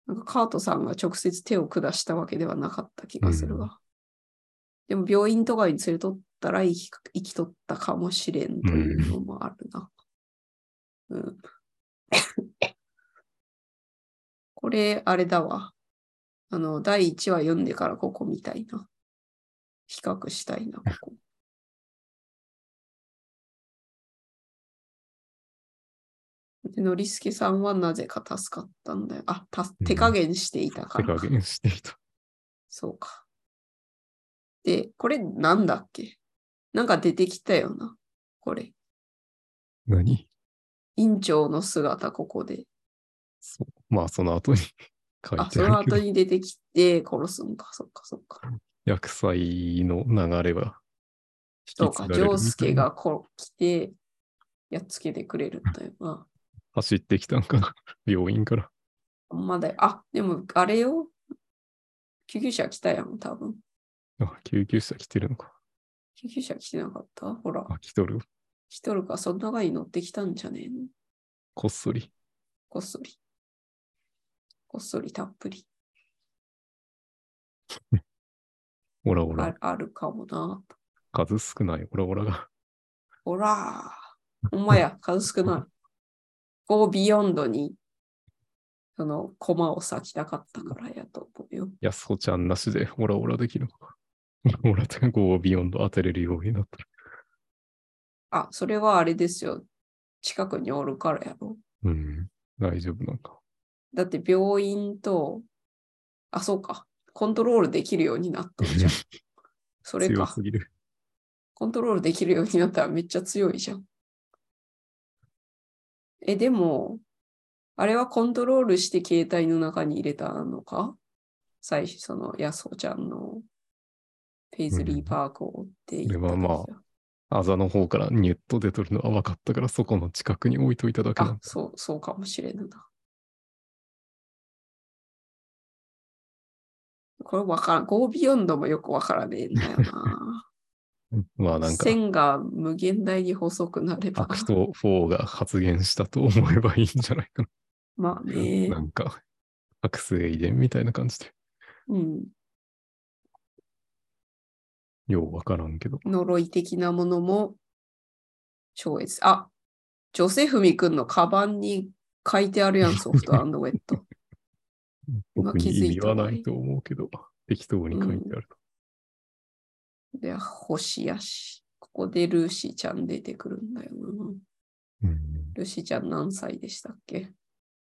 S2: なんかカートさんが直接手を下したわけではなかった気がする
S1: う
S2: わ。でも病院とかに連れとったら生き生きとったかもしれんというのもあるな。うん、 これ、あれだわ。あの、第1話読んでからここみたいな。比較したいな、ここ。 で、ノリスケさんはなぜか助かったんだよ。あ、た手加減していたか
S1: 手
S2: ら。
S1: 加減していた。
S2: そうか。で、これなんだっけなんか出てきたよな。これ。
S1: 何
S2: 院長の姿、ここで。
S1: そう。まあ、その後に 書い
S2: あ、
S1: て
S2: その
S1: あるけ
S2: 後
S1: ど、
S2: に出てきて殺すんか。そっか、そっか。
S1: 薬剤の流れは
S2: そ
S1: 引
S2: う
S1: き継が、
S2: か
S1: れ
S2: ジ
S1: るみたい
S2: ョー
S1: な
S2: スケがこ来て、やっつけてくれるんだよな。
S1: 走ってきたんかな。病院から。
S2: ほんまだよ。あ、でも、あれよ。救急車来たやん、多分。
S1: あ、救急車来てるのか。
S2: 救急車来てなかったほら、
S1: あ、来とる。
S2: 来とるか、その中に乗ってきたんじゃねえの
S1: こっそり。
S2: こっそり。こっそりたっぷり。
S1: オラオ
S2: あ
S1: ラ。
S2: あるかもな。
S1: 数少ないオラオラが。
S2: ほらー、ほんまや、数少ない。Go Beyond に、その、コマを割きたかったからやと思うよ。
S1: 安子ちゃんなしでオラオラできるのか。オラオラってこうビヨンド当てれるようになったら。
S2: あ、それはあれですよ。近くにおるからやろ。
S1: うん。大丈夫なんか。
S2: だって病院と、あ、そうか。コントロールできるようになっとるじゃん。それ
S1: 強
S2: か
S1: す。ぎる。
S2: コントロールできるようになったらめっちゃ強いじゃん。え、でも、あれはコントロールして携帯の中に入れたのか最初、その、やすほちゃんのペイズリーパークを追っていった
S1: うんこれはまあ
S2: 時だ
S1: あざの方からネットで取るのは分かったから、そこの近くに置いといただけな
S2: あ
S1: ん、です。
S2: そう、そうかもしれんな。これわからん。Go Beyond もよくわからねえんだよな。
S1: まあ なんか、
S2: 線が無限大に細くなれば
S1: ア。クト4が発言したと思えばいいんじゃないか
S2: まあ
S1: な。
S2: ね
S1: な。んか、アスエイデンみたいな感じで。
S2: うん。
S1: よう分からんけど。
S2: 呪い的なものも超越。あ、ジョセフミ君のカバンに書いてある やん、ソフトウェット。今
S1: 特に
S2: 気づ
S1: 意
S2: い
S1: 味
S2: たわ
S1: はないと思うけど、適当に書いてあると。
S2: で、星やし。ここでルーシーちゃん出てくるんだよな。ルーシーちゃん何歳でしたっけ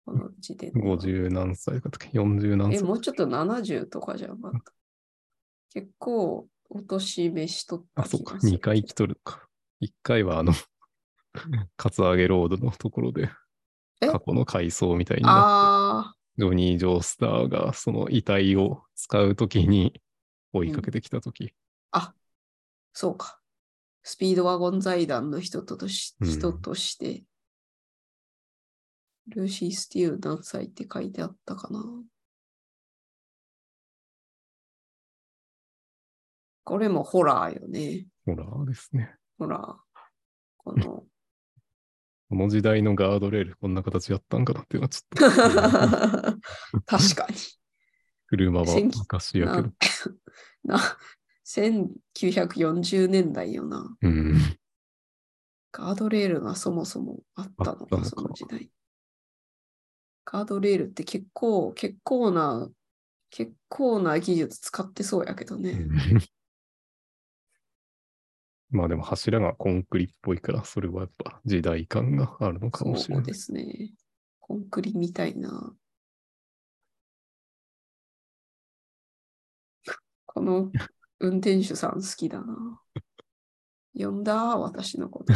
S2: この時点で
S1: うん、50何歳かとか、40何
S2: え、
S1: 歳
S2: もうちょっと70とかじゃなかった。結構、お年召しとった
S1: あ、そ
S2: 気
S1: うか。
S2: がする
S1: 2回来とるのか。1回はあ の、カツアゲロードのところで、
S2: え
S1: 過去の回想みたいになって
S2: ああ、
S1: ジョニー・ジョースターがその遺体を使うときに追いかけてきたとき、
S2: そうか。スピードワゴン財団の人ととし
S1: うん
S2: 人として、ルーシー・スティール何歳って書いてあったかな。これもホラーよね。
S1: ホラーですね。
S2: ホラー。この、
S1: この時代のガードレールこんな形やったんかなっていうのはちょ っと、
S2: 確 かに。
S1: 車は
S2: 千切
S1: 昔やけど、
S2: な、 な1940年代よな。
S1: うん、
S2: ガードレールがそもそもあったの
S1: あったの
S2: か、
S1: か
S2: その時代。ガードレールって結構、結構な、結構な技術使ってそうやけどね。
S1: まあでも柱がコンクリっぽいから、それはやっぱ時代感があるのかもしれ
S2: そう
S1: ない
S2: で。すね。コンクリみたいな。この運転手さん好きだな。呼んだ、私 のこと。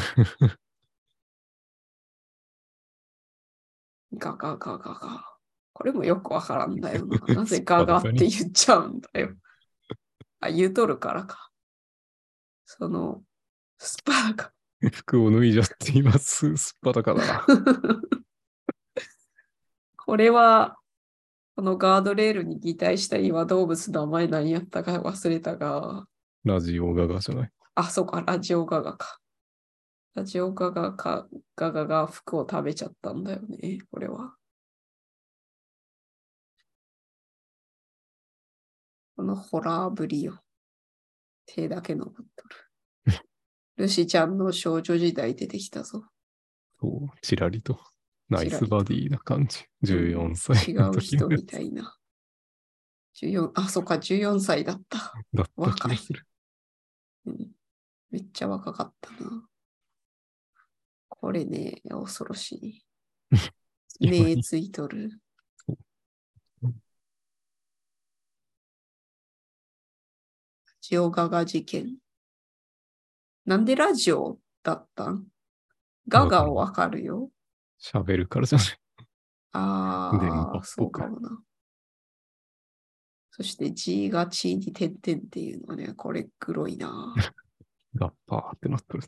S2: ガガガガガ。これもよくわからんだよ な。なぜガガって言っちゃうんだよ。あ、言うとるからか。その、スパーが
S1: 服を脱いじゃっています。 すっぱだから。
S2: これは、このガードレールに擬態した今動物の名前何やったか忘れたが、
S1: ラジオガガじゃない。
S2: あ、そうか、ラジオガガか。ラジオガガかガガが服を食べちゃったんだよね、これは。このホラーぶりよ。手だけ残っとる。ルシちゃんの少女時代出てきたぞ。
S1: そう、チラリと。ナイ
S2: チラ
S1: ス
S2: リと
S1: バディな感じ。14
S2: 違
S1: 歳の
S2: う
S1: 時
S2: 人
S1: のや
S2: み
S1: つ
S2: たいな。14あ、そっか、14歳だった。
S1: だった気がする。
S2: うん、めっちゃ若かったな。これね、恐ろしい。
S1: 今
S2: 目
S1: に
S2: ついとる
S1: そう。
S2: ラジオガガ事件。なんでラジオだったんガガをわかるよ。
S1: 喋るからじゃない。
S2: あ
S1: 電波
S2: あ
S1: っ、
S2: そ
S1: ぽ
S2: う
S1: く
S2: かもな。そして G が G に点々っていうのはね、これ黒 いな。
S1: ラッパーってなってる。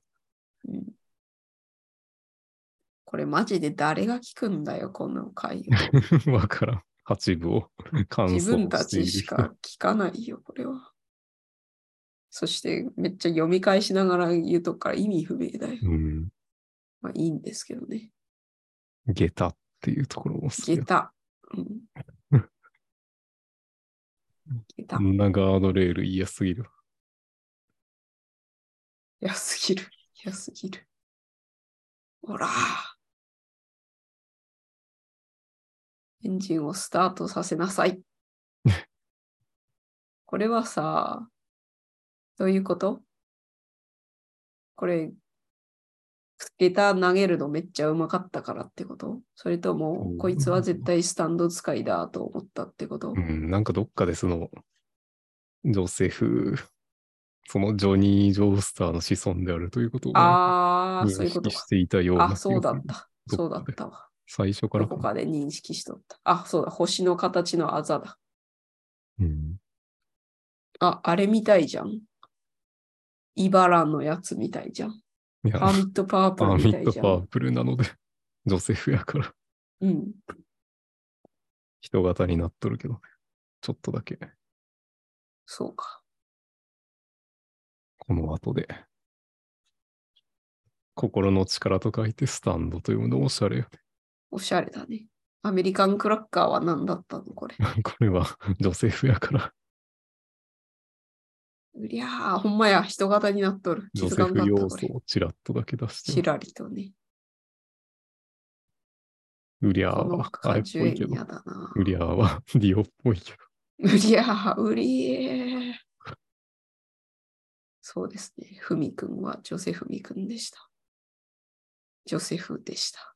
S2: うんこれマジで誰が聞くんだよ、この回を。
S1: わからん。八部を感想
S2: 自分た
S1: してい
S2: ち
S1: る
S2: し
S1: 人
S2: か聞かないよ、これは。そしてめっちゃ読み返しながら言うとくから意味不明だよ。
S1: うん。
S2: まあいいんですけどね。
S1: 下駄っていうところも好き
S2: 下
S1: だ。
S2: 駄。うん、 下駄
S1: こ。んなガードレール嫌すぎる。
S2: 安すぎる。安すぎる。ほら。エンジンをスタートさせな さい。これはさ、どういうことこれ、下駄投げるのめっちゃうまかったからってことそれとも
S1: う、ん
S2: こいつは絶対スタンド使いだと思ったってこと、
S1: うん、なんかどっかでその、ジョセフ、そのジョニー・ジョースターの子孫であるということを
S2: ああ、
S1: 認
S2: そういうこと
S1: 識
S2: か
S1: し。ていたような気
S2: あ、
S1: がする
S2: そうだった。そうだ
S1: ど
S2: っ
S1: っかで
S2: たわ。
S1: 最初か
S2: ど
S1: ら
S2: こかで認識しとった。あ、そうだ、星の形のあざだ。
S1: うん。
S2: あ、あれみたいじゃん。イバランのやつみたいじゃん。
S1: いや、
S2: パーミットパープ
S1: パー
S2: ルみ
S1: ミ
S2: た
S1: ッ
S2: い
S1: ト
S2: じゃ
S1: パー
S2: ん。
S1: プルなので、女性フやから
S2: うん。
S1: 人型になっとるけどね。ちょっとだけ、
S2: そうか。
S1: この後で。心の力と書いてスタンドというのおしゃれよ ね。
S2: おしゃれだね。アメリカンクラッカーは何だったのこれ。
S1: これは女性フやから、
S2: うりゃー、ほんまや、人型になっとる。気
S1: 女
S2: づ
S1: 性
S2: かんか
S1: フ
S2: った
S1: 要
S2: こ
S1: 素
S2: れ。
S1: をちらっとだけ出してる。
S2: ちらりとね。
S1: うりゃ
S2: この
S1: ー、あれ
S2: 感
S1: っ
S2: じ
S1: ぽいけど
S2: 嫌。だな。
S1: うりゃーはディオっぽいけど。
S2: うりゃー、うりー。そうですね。ふみくんはジョセフみくんでした。ジョセフでした。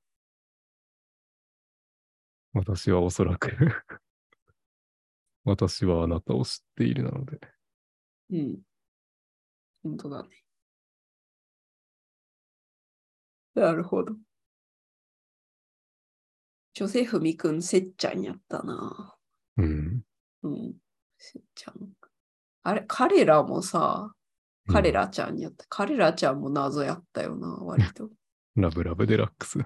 S1: 私はおそらく、 私はあなたを知っているなので、
S2: うん。本当だね。なるほど。ジョセフみくん、せっちゃんやったな。
S1: うん。
S2: うん。せっちゃん。あれ、彼らもさ、彼らちゃんやった。彼らちゃんも謎やったよな、割と。
S1: うん。ラブラブデラックス。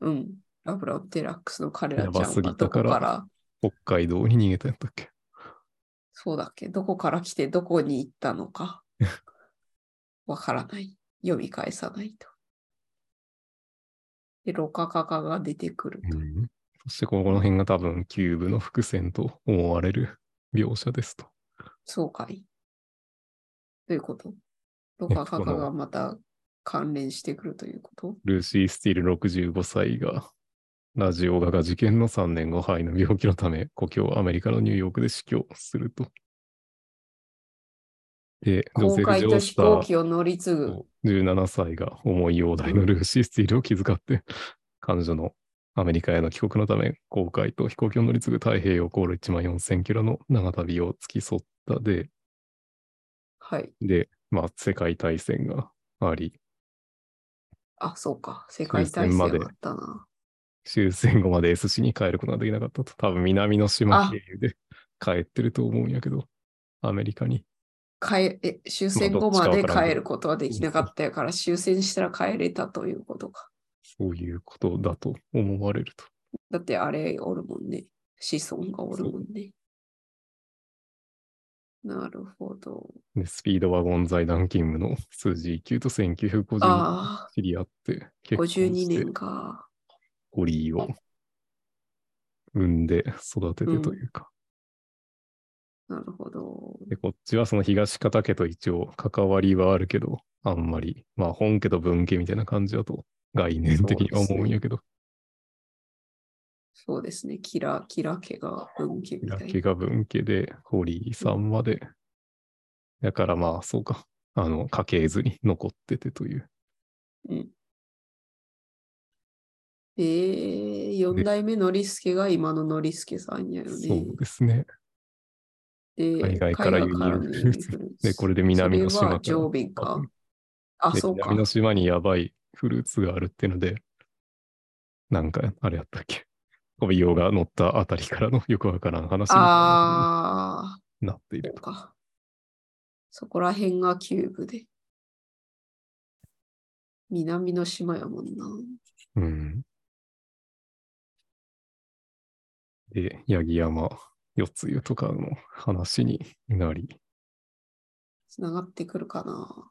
S2: うん。ラブラブデラックスの彼らちゃ
S1: やばす
S2: んが
S1: ぎ
S2: ど
S1: た
S2: こ
S1: から
S2: から、
S1: 北海道に逃げたんだっけ
S2: そうだっけ、どこから来てどこに行ったのか、 わからない。読み返さないと。で、ロカカカが出てくると。
S1: ん。そしてこの辺が多分キューブの伏線と思われる描写ですと。
S2: そうかい。ということ。ロカカカがまた関連してくるということ
S1: ルーシー・スティール65歳が、ラジオガが事件の3年後、肺の病気のため、故郷アメリカのニューヨークで死去すると。で、女
S2: 公
S1: 性
S2: 開
S1: ジョ
S2: と
S1: ース
S2: 飛
S1: タ
S2: 行
S1: ー
S2: 機を乗り継ぐ。
S1: 17歳が重い容体のルーシー・スティールを気遣って、彼女のアメリカへの帰国のため、航海と飛行機を乗り継ぐ太平洋航路1万4000キロの長旅を付き添ったで、
S2: はい。
S1: で、まあ、世界大戦があり、
S2: あ、そうか。世界
S1: 終
S2: 大
S1: 戦
S2: 戦あ
S1: ま
S2: っ
S1: で
S2: たな。
S1: 終戦後まで S 市に帰ることができなかったと、多分南の島
S2: あ
S1: 経由で帰ってると思うんやけど、アメリカに。
S2: 帰え終戦後まで帰ることはできなかったから、終戦したら帰れたということか。
S1: そういうことだと思われると。
S2: だってあれおるもんね。子孫がおるもんね。なるほど。
S1: で、スピードワゴン財団勤務の数字9と1950
S2: あ
S1: 知り合って、
S2: あ、
S1: 結婚
S2: 52
S1: して
S2: 年か。
S1: ホリーを産んで育ててというか。
S2: なるほど。
S1: で、こっちはその東方家と一応関わりはあるけど、あんまり、まあ本家と文家みたいな感じだと概念的には思うんやけど、
S2: そうですね。キラ、キラ家が文家み
S1: ラ
S2: た
S1: ッ
S2: い
S1: キー
S2: な。
S1: が文家で、ホリーさんまで。だからまあ、そうか。あの、家系図に残っててという。
S2: えー、4代目のりすけが今ののりすけさんやよね
S1: そう。ですね。
S2: で、
S1: 海外から輸入
S2: の輸入フルーツ
S1: で、これで南の
S2: それ
S1: 島
S2: はジョービンか。あ、
S1: で
S2: そうか
S1: 南。の島にやばいフルーツがあるっていうので、なんか、あれやったっけ。小美容が乗ったあたりからのよくわからん話みたいな
S2: ああ。
S1: ことになってい
S2: そう
S1: る。
S2: か。そこら辺がキューブで。南の島やもんな。
S1: うん。で、八木山、四つ湯とかの話になり、
S2: つながってくるかな。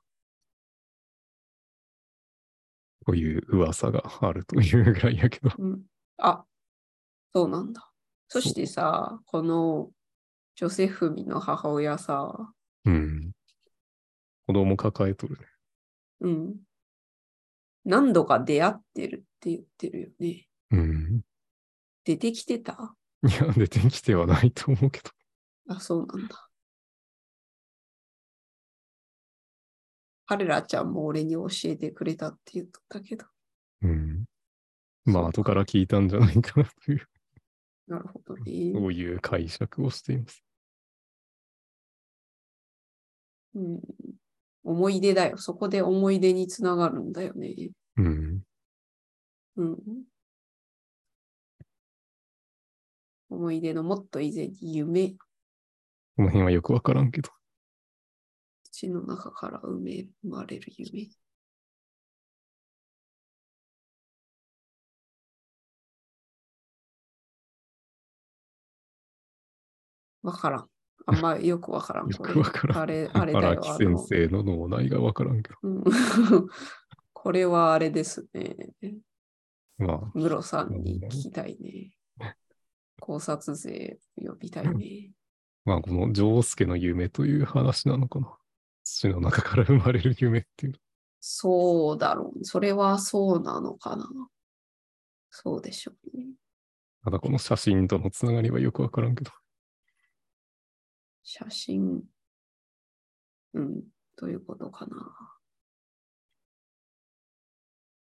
S1: という噂があるというぐらいやけど。
S2: うん。あ、そうなんだ。そしてさ、このジョセフミの母親さ、
S1: うん。子供抱えとるね。
S2: うん。何度か出会ってるって言ってるよね。
S1: うん。
S2: 出てきてた
S1: いや、出てきてはないと思うけど。
S2: あ、そうなんだ。彼らちゃんも俺に教えてくれたって言っとったけど。
S1: うん。ま
S2: そ
S1: あ、
S2: う
S1: 後から聞いたんじゃないかなという、
S2: なるほどね。
S1: そういう解釈をしています。
S2: うん、思い出だよ。そこで思い出につながるんだよね。
S1: うん。
S2: うん、思い出のもっと以前に夢。
S1: この辺はよくわからんけど。
S2: 土の中から埋め生まれる夢。わからん。あんまよくわから ん。
S1: よ
S2: こ
S1: く
S2: れ
S1: わからん
S2: あれ、あれだ
S1: 荒
S2: よ。
S1: 木
S2: あ
S1: 先
S2: の
S1: 生の脳内がわからんけ
S2: うん これはあれですね。
S1: ど。ま
S2: ムロさんに聞きたいね。考察税呼びたいね。
S1: あ、まあ、この丈介の夢という話なのかな。土の中から生まれる夢っていう。
S2: そうだろう。それはそうなのかな。そうでしょうね。
S1: ただこの写真とのつながりはよくわからんけど。
S2: 写真。うん。どういうことかな。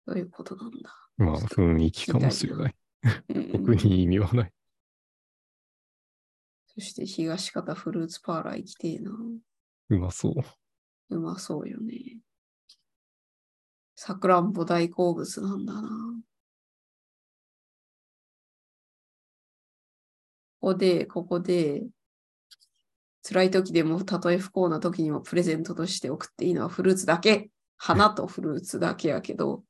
S2: どういうことなんだ。
S1: まあ、雰囲気かもしれない。
S2: うん
S1: 特に意味はない。
S2: そして東方フルーツパーラー行きてえな。
S1: うまそう。
S2: うまそうよね。さくらんぼ大好物なんだな。ここで、ここで、辛い時でも、たとえ不幸な時にもプレゼントとして送っていいのはフルーツだけ。花とフルーツだけやけど、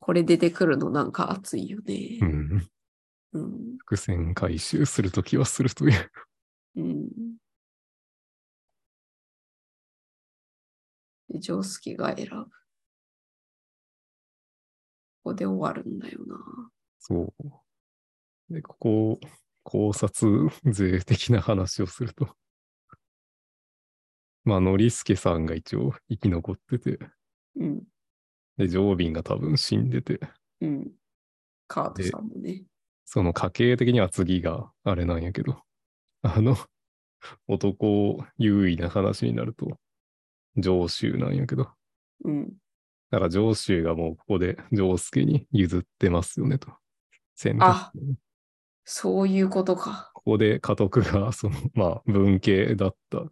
S2: これ出てくるのなんか熱いよ
S1: う
S2: ね。
S1: ん。
S2: うん。
S1: 伏線回収するときはするという。
S2: うん。で、ジョウスケが選ぶ。ここで終わるんだよな。
S1: そう。で、ここ、考察税的な話をすると。まあ、ノリスケさんが一応生き残ってて、
S2: うん。
S1: で、ジョービンが多分死んでて、
S2: うん。カートさんもね。
S1: その家系的には次があれなんやけど、 あの、男優位な話になると、上州なんやけど、
S2: うん。
S1: だから上州がもうここで上介に譲ってますよねと。選択
S2: あそういうことか。
S1: ここで家督が、その、まあ、文系だった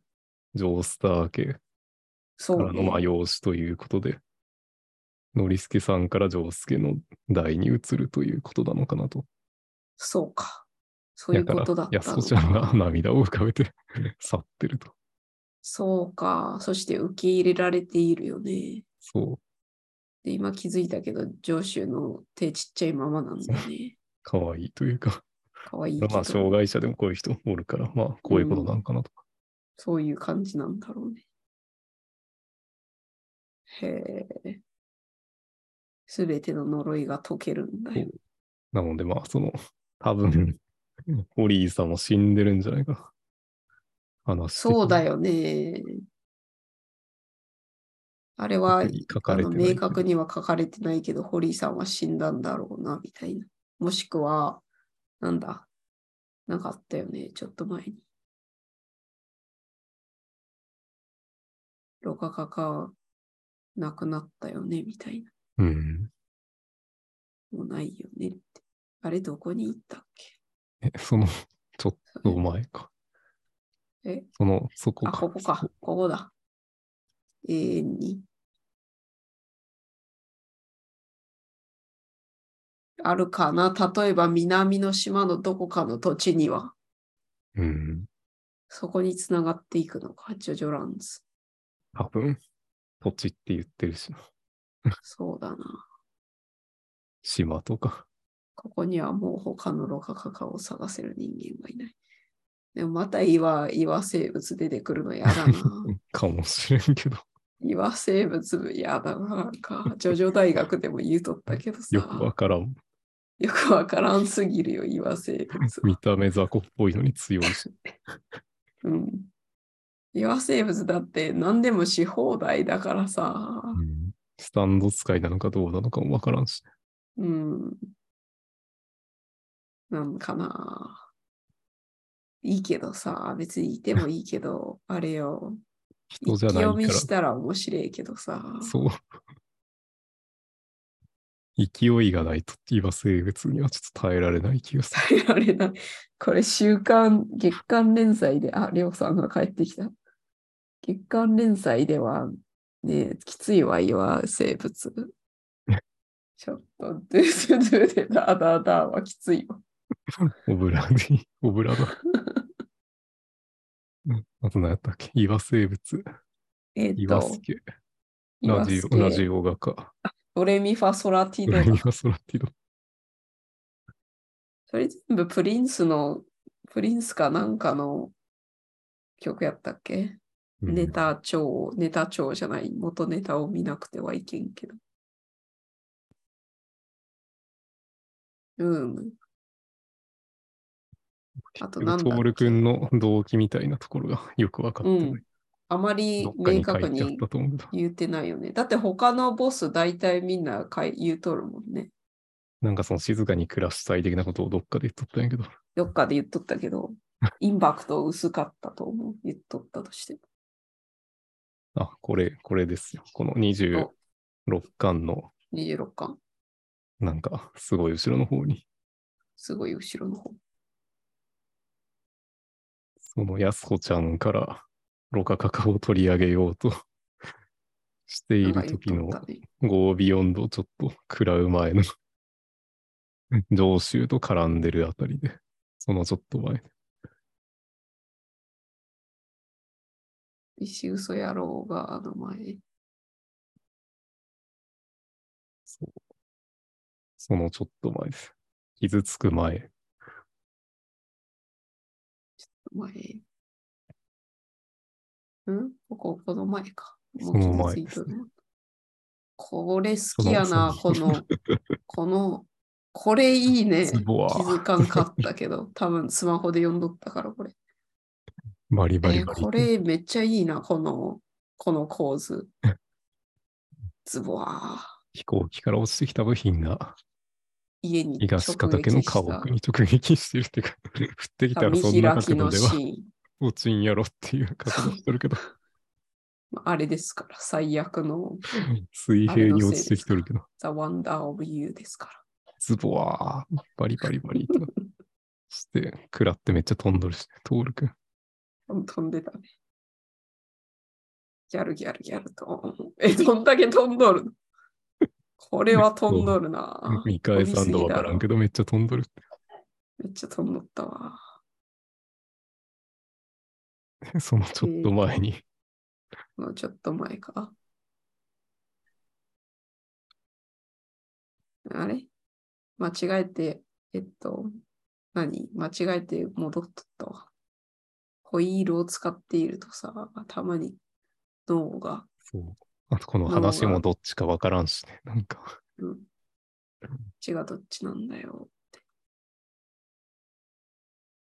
S1: ジョースター系
S2: そ
S1: から
S2: う、
S1: の、
S2: ね
S1: まあ、養子ということで、ノリスケさんからジョースケの代に移るということなのかなと。
S2: そうか。そういう
S1: だ
S2: こ
S1: から
S2: とだったの
S1: 安子ちゃんが涙を浮かべて去ってると。
S2: そうか。そして受け入れられているよね。
S1: そう、
S2: で、今気づいたけど、上州の手ちっちゃいままなんだね。
S1: 可愛いというか、
S2: かわいいけ
S1: まあ、障
S2: ど、
S1: 害者でもこういう人おるから、まあ、こういうことなんかなと。
S2: そういう感じなんだろうね。へえ。すべての呪いが解けるんだよ。
S1: なので、まあ、その、多分、ホリーさんも死んでるんじゃないかな。話的に
S2: そうだよね。あれは
S1: 特に書
S2: あ
S1: かれて
S2: の
S1: ないけど
S2: 明確には書かれてないけど、ホリーさんは死んだんだろうな、みたいな。もしくは、なんだ、なんかあったよね、ちょっと前に。ロカカカ、亡くなったよね、みたいな。
S1: うん。
S2: もうないよねって。あれ、どこに行ったっけ
S1: え、その、ちょっと前か。
S2: え
S1: その、そこ
S2: あ、
S1: か。
S2: ここか。ここだ。永遠に。あるかな例えば南の島のどこかの土地には、
S1: うん。
S2: そこにつながっていくのか、ジョジョランズ。
S1: 多分、土地って言ってるしな、
S2: そうだな。
S1: 島とか。
S2: ここにはもう他のロカカカを探せる人間がいない。でもまた岩、岩生物出てくるのやだな。
S1: かもしれんけど、
S2: 岩生物部嫌だな、なんか、ジョジョ大学でも言うとったけどさ、
S1: よくわからん。
S2: よくわからんすぎるよ、岩生物。
S1: 見た目雑魚っぽいのに強いし。
S2: うん。岩生物だって何でもし放題だからさ、
S1: うんスタンド使いなのかどうなのかもわからんし。
S2: うん。なんかな。いいけどさ、別にいてもいいけど、あれよ、
S1: 人
S2: 一
S1: じゃ
S2: 気
S1: ないか
S2: 読み
S1: ら。
S2: したら面白いけどさ、
S1: そう。勢いがないと、今生物にはちょっと耐えられない気がす る。
S2: 耐えられない。これ週刊、月刊連載で、あ、りょうさんが帰ってきた。月刊連載では、ね、きついわ、岩生物。ちょっと、ドゥドゥドゥでダーダーダーはきついわ。
S1: オブラに、オブラが。うんあと何やったっけ岩生物。
S2: えっ
S1: い
S2: と
S1: わ、すけ。
S2: いわ
S1: ラ
S2: す
S1: ジ
S2: け
S1: オ、ラジオ画家。
S2: ドレミファソラティ
S1: ド
S2: ド
S1: レ
S2: だ
S1: ミ。ファソラティド。
S2: それ全部プリンスの、プリンスかなんかの曲やったっけ、
S1: うん
S2: ネタ帳、ネタ帳じゃない、元ネタを見なくてはいけんけど。うん。あとなんだっけ
S1: トールくんの動機みたいなところが よくわかってない。
S2: あまり
S1: どっか
S2: 明
S1: に書
S2: 確
S1: いてあっ
S2: に
S1: たと思うんだ。
S2: 言ってないよね。だって他のボス大体みんな書い言うとるもんね。
S1: なんかその静かに暮らしたい的なことをどっかで言っとったんやけど。
S2: どっかで言っとったけ ど、インパクト薄かったと思う。言っとったとして。
S1: あ、これ、これですよ。この26巻の
S2: 26巻、
S1: なんかすごい後ろの方に、
S2: すごい後ろの方。
S1: その安子ちゃんからロカカカを取り上げようと している
S2: なんか言っ
S1: 時の
S2: とったね
S1: ゴービヨンドちょっと食らう前の 上州と絡んでるあたりで、そのちょっと前。
S2: 石嘘野郎があの前。
S1: そう。そのちょっと前です。傷つく前。
S2: 前。んここ、この前か。も
S1: その前
S2: 気がついとる
S1: です
S2: これ好きやな、
S1: そ
S2: こ
S1: のその
S2: の、この、これいいね。
S1: ツ
S2: 気
S1: ボは
S2: づかんかったけど、多分スマホで読んどったから、これ。
S1: バリバ
S2: え
S1: リ
S2: ー
S1: バリ。
S2: これめっちゃいいな、この、この構図。ズボワー。
S1: 飛行機から落ちてきた部品が
S2: 家に直撃
S1: 東片家の家屋に直撃してるって いうか、降ってきたら
S2: 見
S1: そんな
S2: 開
S1: 角
S2: き
S1: 度
S2: の
S1: で
S2: シ
S1: は
S2: ーン。
S1: 落ちんやろっていう角度してるけ ど、
S2: あれですから、最悪の
S1: 水平に落ちてきてるけど、
S2: The Wonder of You ですから。
S1: ズボワー、バリバリバ リと。して、食らってめっちゃ飛んどるし、トールくん。
S2: 飛んでたね。ギャルギャルギャルと。え、どんだけ飛んどるのこれは飛んどるな。
S1: 見返さんとわからんけど、めっちゃ飛んどるって。
S2: めっちゃ飛んどったわ。
S1: そのちょっと前に、
S2: もうちょっと前か。あれ間違えて、えっと、何間違えて戻っとったわ。ホイールを使っているとさ、たまに脳が、
S1: そう。あとこの話もどっちかわからんしね。なんか、
S2: うん、血がどっちなんだよって。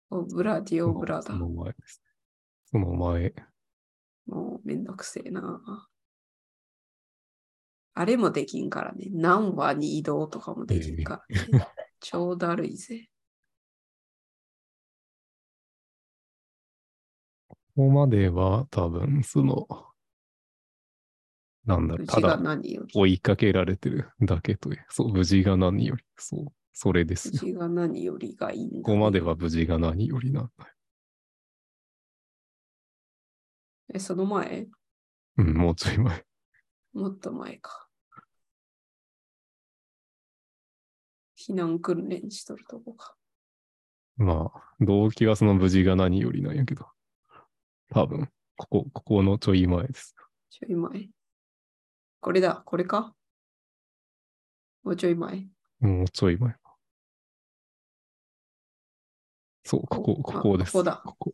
S2: オブラディオブラ
S1: そ
S2: だ。
S1: の前です。その前、
S2: もうめんどくせえな。あれもできんからね。何話に移動とかもできんから ね。ちょうだるいぜ。
S1: ここまでは多分、その、なんだろ
S2: う
S1: う、
S2: ち
S1: た
S2: が
S1: だ
S2: 何より。
S1: 追いかけられてるだけという、そう、無事が何より、そう、それです
S2: う
S1: よ。
S2: ちが何よりがいいんだ、ね。
S1: ここまでは無事が何よりなんだよ。
S2: え、その前
S1: うん、もうちょい前。
S2: もっと前か。避難訓練しとるとこか。
S1: まあ、動機はその無事が何よりなんやけど、多分、ここ、ここのちょい前です。
S2: ちょい前。これだ、これか。もうちょい前。
S1: もうちょい前。そう、ここ、こ
S2: あ
S1: こです。
S2: ここだ
S1: ここ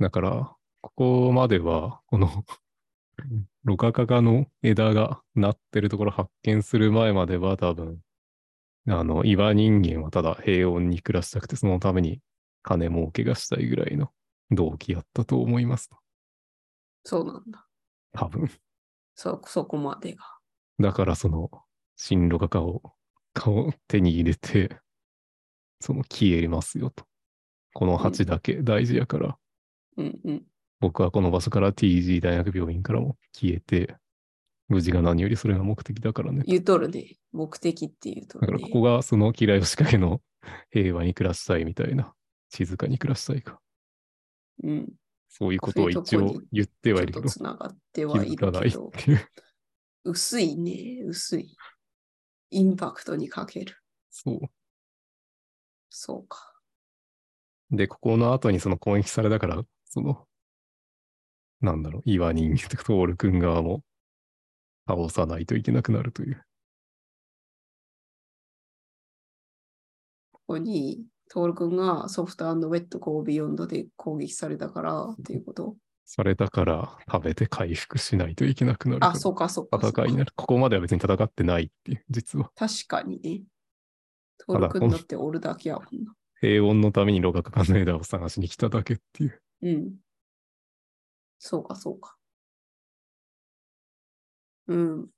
S1: だから、ここまでは、この、ロカカカの枝がなってるところ発見する前までは多分、あの、岩人間はただ平穏に暮らしたくて、そのために金儲けがしたいぐらいの動機やったと思います。
S2: そうなんだ。
S1: 多分。
S2: そ、そこまでが。
S1: だからその、進路画家を、顔を手に入れて、その消えますよと。この鉢だけ大事やから、
S2: うんうん。
S1: 僕はこの場所から TG 大学病院からも消えて、無事が何よりそれが目的だからね。
S2: 言うとるね。目的って言うと
S1: だから
S2: るね。
S1: ここがその嫌いを仕掛けの平和に暮らしたいみたいな、静かに暮らしたいか。
S2: うん。
S1: そういうことを一
S2: そういうと
S1: 応
S2: こに
S1: 言って
S2: ち
S1: は
S2: ょ
S1: い
S2: っ
S1: るけ
S2: と
S1: ど、
S2: つながって
S1: 気
S2: はい
S1: づか
S2: る
S1: な
S2: け
S1: いっ
S2: ど、
S1: ていう。
S2: 薄いね、薄い。インパクトにかける。
S1: そう。
S2: そうか。
S1: で、ここの後にその攻撃されたから、その、なんだろう、岩人とかトール君側も倒さないといけなくなるという。
S2: ここに、トール君がソフトウェットコービヨンドで攻撃されたからっていうこと。
S1: それだから食べて回復しないといけなくなるから
S2: あ、そうか、そうか。そうか
S1: 戦いになる。ここまでは別に戦ってないっていう、実は。
S2: 確かにね。トール君だっておるだけやもんな。
S1: 平穏のためにロガカカネダを探しに来ただけっていう。
S2: うん。そうか、そうか。うん。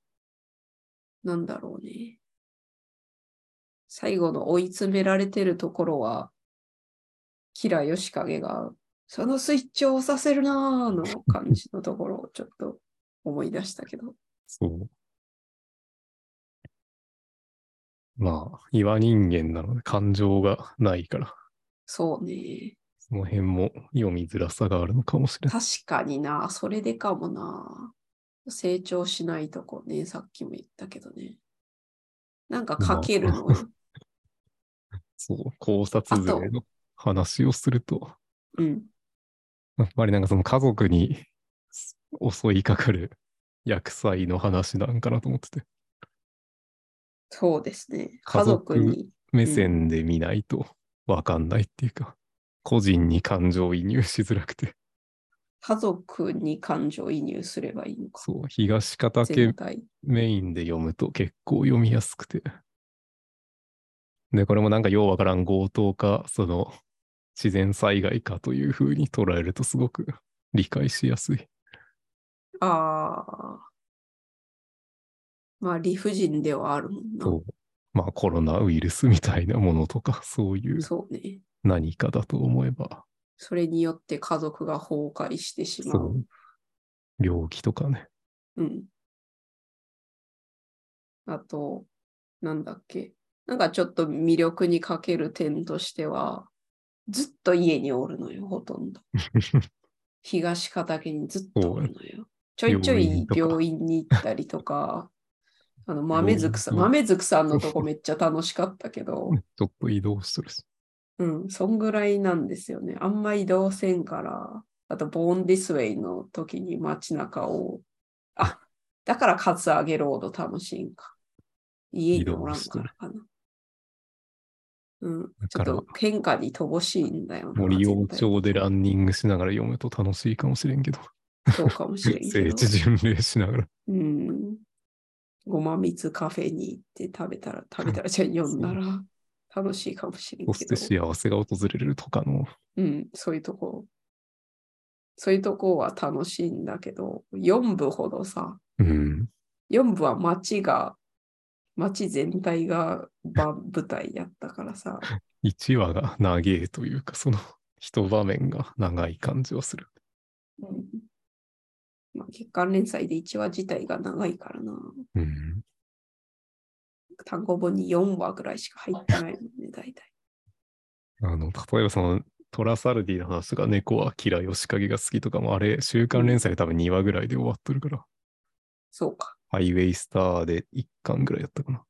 S2: なんだろうね。最後の追い詰められてるところは、キラヨシカゲが、そのスイッチを押させるなーの感じのところをちょっと思い出したけど。
S1: そう。まあ、岩人間なので感情がないから、
S2: そうね。
S1: その辺も読みづらさがあるのかもしれない。
S2: 確かにな、それでかもな。成長しないとこね、さっきも言ったけどね。なんかかけるのよ。
S1: そう、考察勢の話をすると、
S2: うん。
S1: やっぱりなんかその家族に 襲いかかる厄災の話なんかなと思ってて、
S2: そうですね。
S1: 家
S2: 家
S1: 族
S2: 族に。
S1: 目線で見ないとわかんないっていうか、個人に感情移入しづらくて、
S2: 家族に感情移入すればいいのか。
S1: そう、東方家
S2: 全体。
S1: メインで読むと結構読みやすくて。で、これもなんかようわからん強盗か、その自然災害かというふうに捉えるとすごく理解しやすい。
S2: ああ。まあ、理不尽ではあるもんな。
S1: そう。まあコロナウイルスみたいなものとか、 そういう
S2: そうね。
S1: 何かだと思えば、
S2: それによって家族が崩壊してしま。
S1: そうう。病気とか ね。
S2: うん。あと、なんだっけ。なんかちょっと魅力に欠ける点としては、ずっと家におるのよ、ほとんど。東方家にずっとおるのよ。ちょいちょい病
S1: 病
S2: 院に行ったり とか、あの豆づくさん、
S1: 病院
S2: 豆づくさんのとこめっちゃ楽しかったけど、
S1: ちょっと移動してるし。
S2: うん、そんぐらいなんですよね。あんま移動せんから、あと、ボーン・ディスウェイの時に街中を、あ、だからカツアゲロード楽しいんか。家におらんからかな。うん、ちょ
S1: だから
S2: っと喧嘩に乏しいんだよな。
S1: 森王
S2: 絶対
S1: 朝でランニングしながら読むと楽しいかもしれんけど、
S2: そうかもしれん け
S1: 聖
S2: ど。
S1: 地巡礼しながら。
S2: うん。ごまみつカフェに行って食べたら、食べたらじゃあ読んだら楽しいかもしれん
S1: そ
S2: け
S1: し
S2: ど
S1: て。幸せが訪れるとかの、
S2: うん、そういうとこ。そういうとこは楽しいんだけど、4部ほどさ、
S1: うん、
S2: 4部は街が、街全体がば舞台やったからさ、
S1: 1話が長えというか、その一場面が長い感じはする。
S2: うんまあ、月刊連載で1話自体が長いからな。
S1: うん、
S2: 単行本に4話ぐらいしか入ってないもんね、大体。
S1: あの、例えばその、トラサルディの話とか、猫は嫌い、吉影が好きとかも、あれ、週刊連載で多分2話ぐらいで終わっとるから、
S2: そうか、
S1: ハイウェイスターで1巻ぐらいやったかな。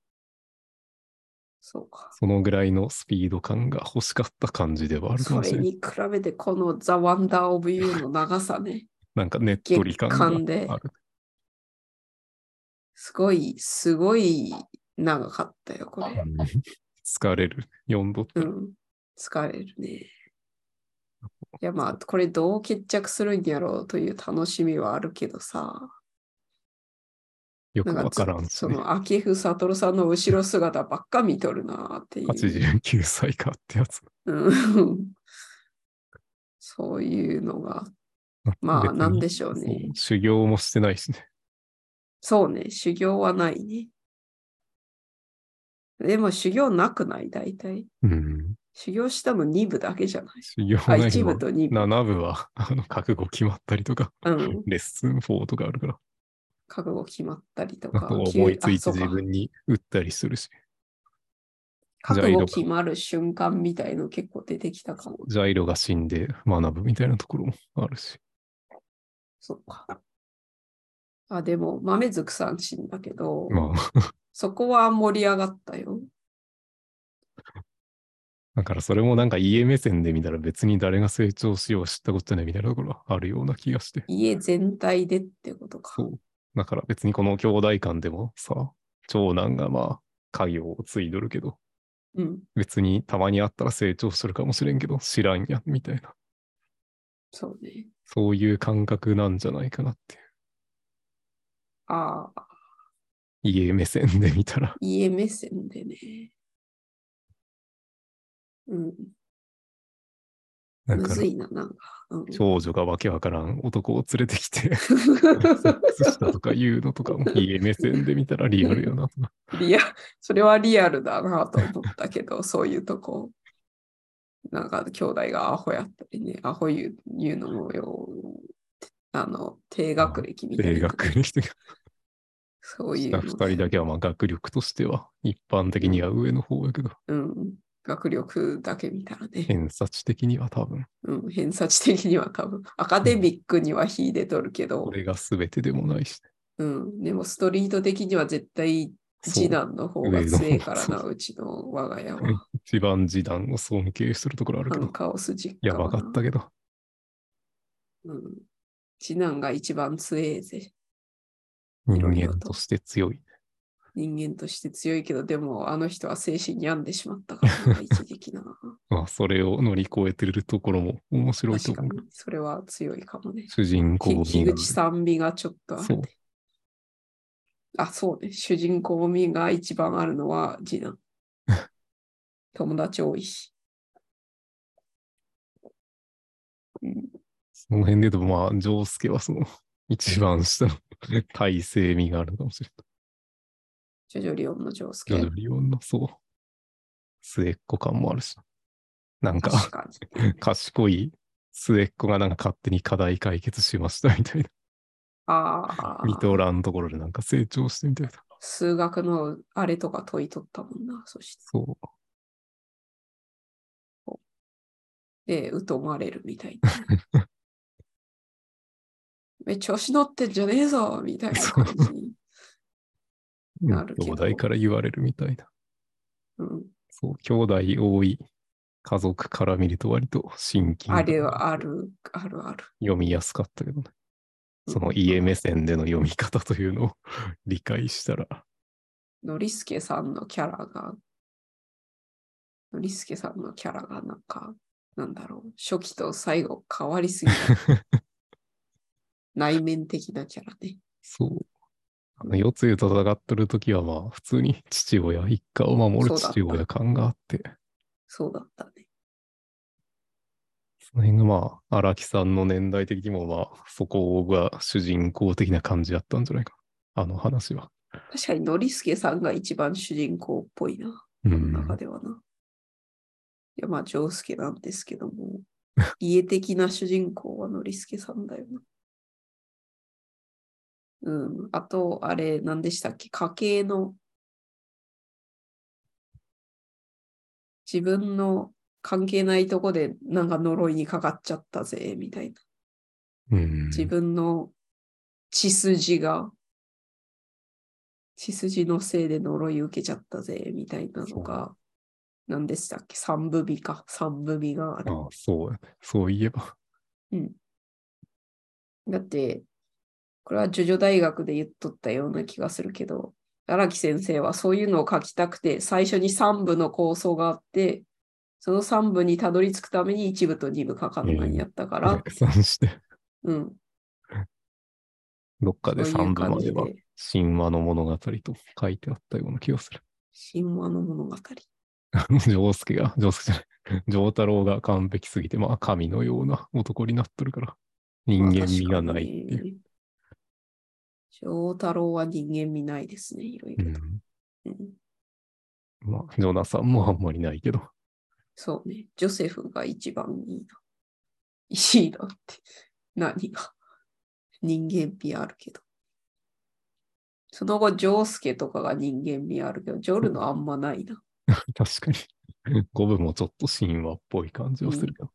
S2: そうか。
S1: そのぐらいのスピード感が欲しかった感じではあるか
S2: そ
S1: も
S2: れ
S1: しれない。
S2: に比べてこの The Wonder of You の長さ ね、
S1: なんかねっとり感
S2: 月
S1: がある
S2: 間。ですごい、すごい長かったよ、これ。
S1: 疲れる。読んどった
S2: う
S1: ら
S2: ん、疲れるね。いやまあ、これどう決着するんやろうという楽しみはあるけどさ、
S1: よ
S2: な
S1: く
S2: んか
S1: わ
S2: ず
S1: からんし
S2: そ
S1: ね。
S2: の秋夫悟さんの後ろ姿ばっか見とるなっていう。
S1: 89歳かってやつ。
S2: うん そういうのが、まあ
S1: 別に
S2: なんでしょうね
S1: そ修行もしてないしね。
S2: そうね、修行はないね。でも修行なくない、大体。
S1: うん。
S2: 修行したの2部だけじゃない。
S1: 修行
S2: あ、
S1: ない
S2: 1
S1: のは
S2: 部と2部。
S1: 7部は、あの、覚悟決まったりとか、
S2: うん。
S1: レッスン4とかあるから、
S2: 覚悟決まったりと
S1: あ
S2: か。
S1: とは思いついて
S2: 急あそう
S1: 自
S2: か
S1: 分に打ったりするし、
S2: 覚
S1: ジャイロが
S2: 悟決まる瞬間みたいの結構出てきたかも。
S1: ジャイロが死んで学ぶみたいなところもあるし、
S2: そうか。あ、でも、豆づくさん死んだけど、
S1: まあ、
S2: そこは盛り上がったよ。
S1: だからそれもなんか家目線で見たら別に誰が成長しよう知ったことないみたいなところはあるような気がして。
S2: 家全体でってことか。
S1: そう。だから別にこの兄弟間でもさ、長男がまあ家業を継いどるけど、
S2: うん。
S1: 別にたまに会ったら成長するかもしれんけど、知らんやんみたいな。
S2: そうね。
S1: そういう感覚なんじゃないかなっていう。
S2: ああ、
S1: 家目線で見たら。
S2: 家目線でね。うん。
S1: だ
S2: む
S1: か
S2: ず
S1: ら、
S2: いな、なんか。うん、
S1: 少女がわけわからん男を連れてき て、セックスした
S2: リ
S1: とか言うのと かも家目線で見たらリアルよなとか。
S2: アそれはリアルだなと思ったけど、 そういうとこ。なんか兄弟がアホやったりね、アホ言う言うのもよ、あの、低学歴みたい
S1: 大
S2: な。
S1: 学にして
S2: そういう
S1: 二
S2: のね
S1: 人だけはまあ学力としては一般的には上の方やけど、
S2: うん。学力だけ見たらね、
S1: 偏差値的には多分、
S2: うん、偏差値的には多分、アカデミックには秀でとるけど
S1: こ、れが全てでもないし、
S2: うん、でもストリート的には絶対
S1: そう
S2: 次男の方が強いから
S1: 上の
S2: な、
S1: そう
S2: ちの我が家は。
S1: 一番示談を尊敬するところある
S2: あ
S1: け
S2: の
S1: ど、
S2: カオス実家
S1: や
S2: は
S1: ば
S2: な
S1: かったけど、
S2: うん。次男が一番強えぜ。
S1: 人間として強い。
S2: 人間として強いけど、でもあの人は精神病んでしまったからな、一 時期な。
S1: まあ、それを乗り越えてるところも面白いと
S2: 確か
S1: 思う
S2: に。、それは強いかもね。
S1: 主人公
S2: き
S1: に
S2: 樋
S1: なる
S2: 口酸味がちょっとあ
S1: そ
S2: る
S1: う
S2: ね。あ、そうね。主人公味が一番あるのは 次男。友達多いし。うん
S1: その辺で言うと、まあ、ジョースケはその、 一番下 の体制味があるかもしれ
S2: ジョジョリオンのジョースケ
S1: ない。ジョジョリオンの、そう、末っ子感もあるし、なんか、
S2: 確かに。
S1: 賢い末っ子がなんか勝手に課題解決しましたみたい
S2: あ
S1: な。
S2: あ。
S1: 見とらんところでなんか成長してみたいな。
S2: 数学のあれとか問いとったもんな、そし
S1: そう。
S2: て、疎まれるみたいな。 め、調子乗ってんじゃねえぞみたいな感じに。なるけ
S1: 兄
S2: ど
S1: 弟から言われるみたいな。
S2: うん、
S1: そう、兄弟多い家族から見ると割と親近
S2: あ
S1: 感
S2: れはある、あるある。
S1: 読みやすかったけどね。
S2: うん
S1: その家目線での読み方というのを 理解したら、
S2: ノリスケさんのキャラが、ノリスケさんのキャラがなんか、なんだろう、初期と最後変わりすぎた。 内面的なキャラね。
S1: そう。あの、四つ湯と戦ってる時はまあ、普通 に父親、一家を守る
S2: そうだった
S1: 父親感があって、
S2: そうだったね。
S1: その辺がまあ、荒木さんの年代的にもまあ、そこが主人公的な感じだったんじゃないかな。あの話は。
S2: 確かにノリスケさんが一番主人公っぽいな。
S1: う
S2: この
S1: ん。
S2: 中ではな。いや、まあ、ジョースケなんですけども、家的な主人公はノリスケさんだよな。うん。あと、あれ、何でしたっけ家計の、自分の関係ないとこでなんか呪いにかかっちゃったぜ、みたいな。
S1: うん。
S2: 自分の血筋が、血筋のせいで呪い受けちゃったぜ、みたいなのが、何でしたっけ三部美か。三部美がある。
S1: ああ、そうやね。そういえば。
S2: だって、これはジョジョ大学で言っとったような気がするけど、荒木先生はそういうのを書きたくて、最初に三部の構想があって、その三部にたどり着くために一部と二部書かないんやったから、
S1: 逆算して、
S2: うん。
S1: どっか
S2: そう
S1: で
S2: いう
S1: 3部
S2: 感
S1: ま
S2: じ
S1: で
S2: で
S1: は、神話の物語と書いてあったような気がする。
S2: 神話の物語。
S1: あの、丈介が、丈介じゃない、丈太郎が完璧すぎて、まあ、神のような男になっとるから、人間味がないっていう。
S2: う。翔太郎は人間味ないですね、いろいろと。うん
S1: うんまあ、ジョナさんもあんまりないけど、
S2: そうね、ジョセフが一番いいな。いいなって、何が。人間味あるけど。その後、ジョースケとかが人間味あるけど、ジョルのあんまないな。
S1: 確かに。五分もちょっと神話っぽい感じはするけど、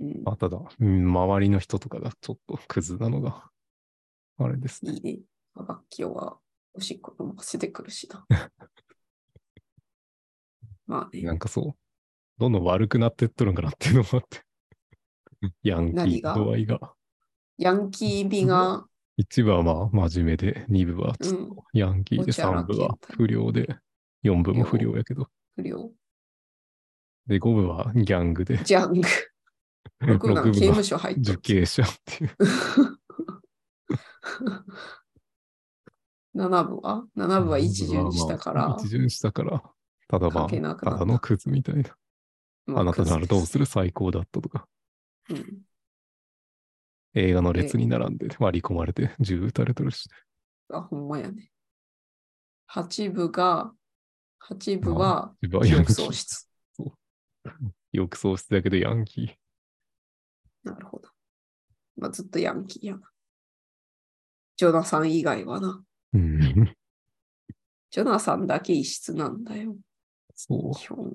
S2: うん、
S1: まあ、ただ、うん周りの人とかがちょっとクズなのが、あれですね。
S2: いいね。まあバッキオはおし っこ飲ませてくるしな。まあね
S1: な。んかそう、どんどん悪くなってっとるんかなっていうのもあ って。ヤンキ
S2: 何
S1: ー
S2: が
S1: 度合いが。
S2: ヤンキー美が、
S1: 一部はまあ真面目で、二部はちょっとヤンキーで、
S2: おちゃら
S1: 三
S2: け
S1: 部
S2: た
S1: は不良で、四部も不良やけど。
S2: 不良。
S1: で、五部はギャングで、
S2: ジャング。
S1: 六
S2: 僕
S1: 部
S2: が刑務
S1: は
S2: 所入っ
S1: 受
S2: た。
S1: 刑者っていう。
S2: 7部は ?7 部は一巡したから、
S1: 一巡したから、ただまあ、
S2: 関係なく
S1: た
S2: なった
S1: だのクズみたいな。
S2: ま
S1: あなたならどう
S2: る
S1: する最高だったとか。
S2: うん
S1: 映画の列に並んで割り込まれて銃撃たれてるし。
S2: あ、ほんまやね。8部が、8部は、
S1: 自分は
S2: 記
S1: ヤン
S2: 憶
S1: キ
S2: 喪
S1: ー。
S2: 失。
S1: よく喪失だけどヤンキー。
S2: なるほど。まあ、ずっとヤンキーやな。ジョナサン以外はな。
S1: うん。
S2: ジョナサンだけ異質なんだよ。
S1: そ
S2: 基本。
S1: う。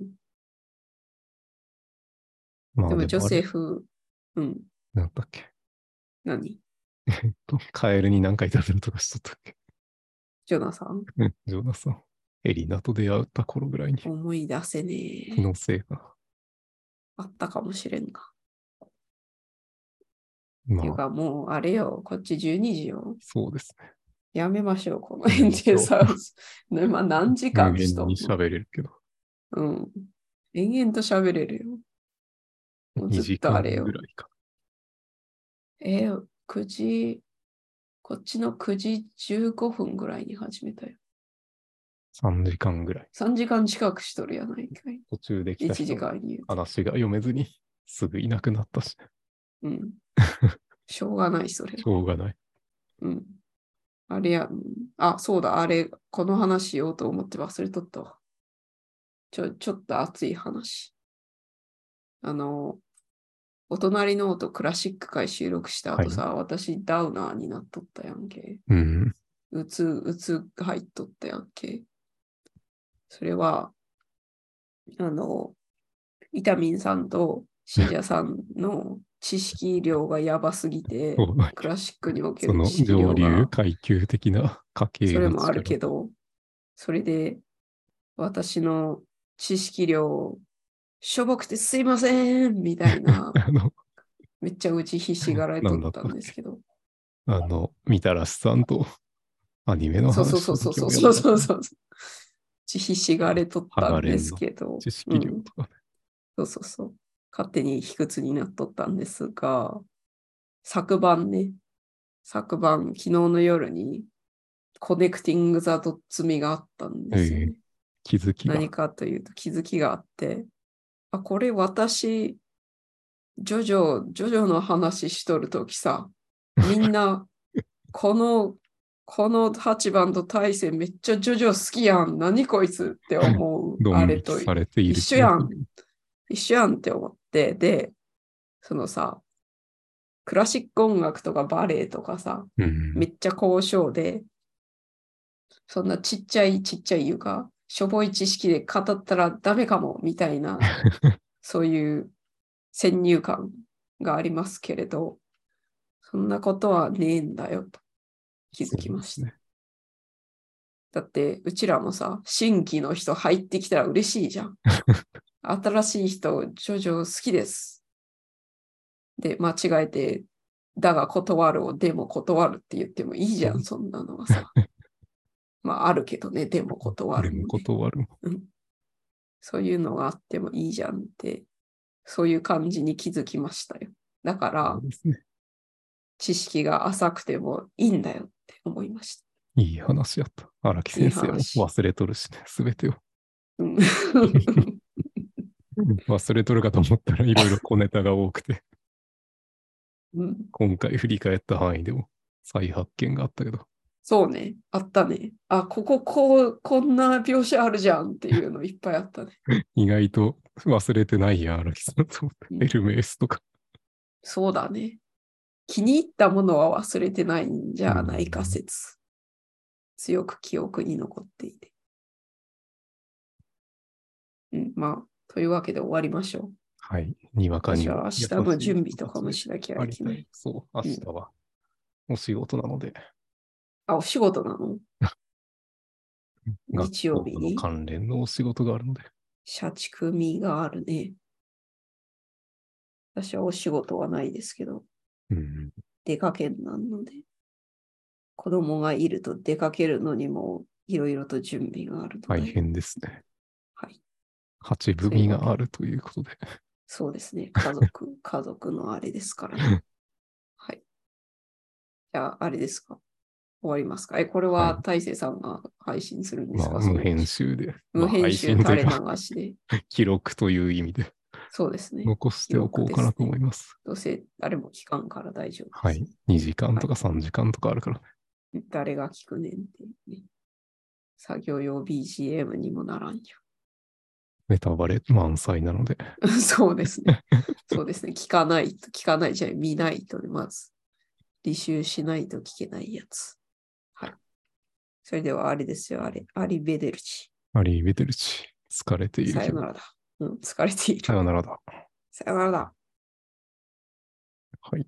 S1: まあ、
S2: でもジョ
S1: あ
S2: セ
S1: れ
S2: フ、うん、
S1: なんだっけ。
S2: 何
S1: とカエルに何回食べるとかしとったっけ。
S2: ジョナサン
S1: うんジョナさん。エリナと出会った頃ぐらいに。
S2: 思い出せねえ
S1: 気。のせいか
S2: あったかもしれんが。
S1: な。
S2: ってい
S1: ま
S2: う
S1: あ、
S2: かもうあれよ、こっち12時よ。
S1: そうですね。
S2: やめましょう、この
S1: やめ
S2: エ
S1: ま
S2: ンデ
S1: しょう
S2: ィサウス。ね、 まあ何時間
S1: 無
S2: し
S1: 限
S2: とん
S1: に喋
S2: の
S1: れるけど。
S2: うん。延々と喋れるよ。もう
S1: 2
S2: ずっ
S1: 時
S2: と
S1: 間
S2: あ
S1: ぐ
S2: れよ。
S1: らいか。
S2: えー、9時、こっちの9時15分ぐらいに始めたよ。
S1: 3時間ぐらい。
S2: 3時間近くしとるやないかい。
S1: 途中で来た人
S2: 1時
S1: が
S2: 間に。
S1: 話が読めずにすぐいなくなったし、
S2: うん。しょうがない、それ
S1: し。ょうがない。
S2: うん。あれや、うんあ、そうだ、あれ、この話しようと思って忘れとったわ。ちょ、ちょっと熱い話。あの、お隣の音クラシック会収録した後さ、私ダウナーになっとったやんけ。
S1: うん。
S2: うつ、うつ入っとったやんけ。それは、あの、イタミンさんと信者さんの知識量がやばすぎて、
S1: そうだ
S2: クラシックにおけ
S1: そ
S2: る
S1: の
S2: 知識量
S1: 上流
S2: が
S1: 階級的な家系
S2: それもあるけ
S1: ど。
S2: ど、それで私の知識量をしょぼくてすいませんみたいな
S1: 、あの、
S2: めっちゃうちひしがられとったんです けど、
S1: あの、みたらしさんとアニメの
S2: そう
S1: 話
S2: そうそうそうそうそうそうそう。ちひしがれとったんですけど、
S1: 知識量
S2: うん
S1: とかね。
S2: そうそうそう。勝手に卑屈になっとったんですが、昨晩ね、昨晩、昨日の夜に、コネクティング・ザ・ドッツミがあったんですよね。
S1: ええ気づきが。
S2: 何かというと気づきがあって、あ、これ私、ジョジョ、ジョジョの話しとると きさ、みんな、この、この8番と対戦めっちゃジョジョ好きやん。何こいつって思う。
S1: ド
S2: あ
S1: ン
S2: れ
S1: 引
S2: と
S1: きされている。
S2: 一緒やん。一緒やんって思って、で、そのさ、クラシック音楽とかバレエとかさ、
S1: うん。
S2: めっちゃ高尚で、そんなちっちゃいちっちゃい言うか、しょぼい知識で語ったらダメかもみたい な、そういう先入観がありますけれど、そんなことはねえんだよと気づきました。
S1: そうですね。
S2: だって、うちらもさ、新規の人入ってきたら嬉しいじ ゃん。新しい人、ジョジョ好きです。で、間違えて、だが断るを、でも断るって言ってもいいじゃん、そんなのは さ。まあ、あるけどね、でも断
S1: 俺
S2: るもね、
S1: も断るもん。
S2: そういうのがあってもいいじゃんって、そういう感じに気づきましたよ。だから
S1: そ、うですね。
S2: 知識が浅くてもいいんだよって思いました。
S1: いい話やった。荒木先生
S2: いい
S1: も
S2: 話
S1: 忘れとるしね、すべてを。
S2: うん
S1: 忘れとるかと思ったらいろいろ小ネタが多くて。
S2: うん
S1: 今回振り返った範囲でも再発見があったけど、
S2: そうね、あったね。あ、ここ、こう、こんな描写あるじゃんっていうのいっぱいあったね。
S1: 意外と忘れてないや、荒木さんと思って
S2: う。ん
S1: エルメスとか。
S2: そうだね。気に入ったものは忘れてないんじゃないか説。強く記憶に残っていて。うん、まあ、というわけで終わりましょう。
S1: はい。にわかに
S2: 私
S1: も。
S2: は明日の準備とかもしなきゃ
S1: あ
S2: い
S1: り
S2: け
S1: た
S2: ない
S1: い。。そう、明日はお仕事なので、
S2: あ、お仕事なの日曜日
S1: 学校との
S2: に
S1: 関連のお仕事があるので、
S2: 社畜味があるね。私はお仕事はないですけど、
S1: うん。
S2: 出かけんなんので、子供がいると出かけるのにもいろいろと準備があるので、
S1: 大変ですね。
S2: はい。
S1: 勝ち組があるということで。
S2: そうです ね。家族、家族のあれですからね。はい。じゃあ、あれですか。終わりますか。え、これは
S1: は
S2: 大勢さんが配信するんですか、
S1: まあ、
S2: その
S1: 無編集で。
S2: 無編集
S1: まあ
S2: 垂
S1: 配
S2: れ
S1: 信というか、
S2: 流しで。
S1: 記録という意味で
S2: そうですね。
S1: 残しておこうかなと思います。
S2: どうせ誰も聞かんから大丈夫
S1: は
S2: です。
S1: い。2時間とか3時間とかあるから。
S2: 誰が聞くねんっていうね。作業用 BGM にもならんよ。
S1: ネタバレ満載なので。
S2: そうですね。そうですね。聞かないと、聞かないじゃない見ないとね、まず。履修しないと聞けないやつ。はい。それではあれですよ、あれ。アリベデルチ。
S1: アリーベテルチ。疲れている
S2: さ
S1: け
S2: よ
S1: ど
S2: な。らだ。うん、疲れてい
S1: さ
S2: る。
S1: よならだ。
S2: さよならだ。
S1: はい。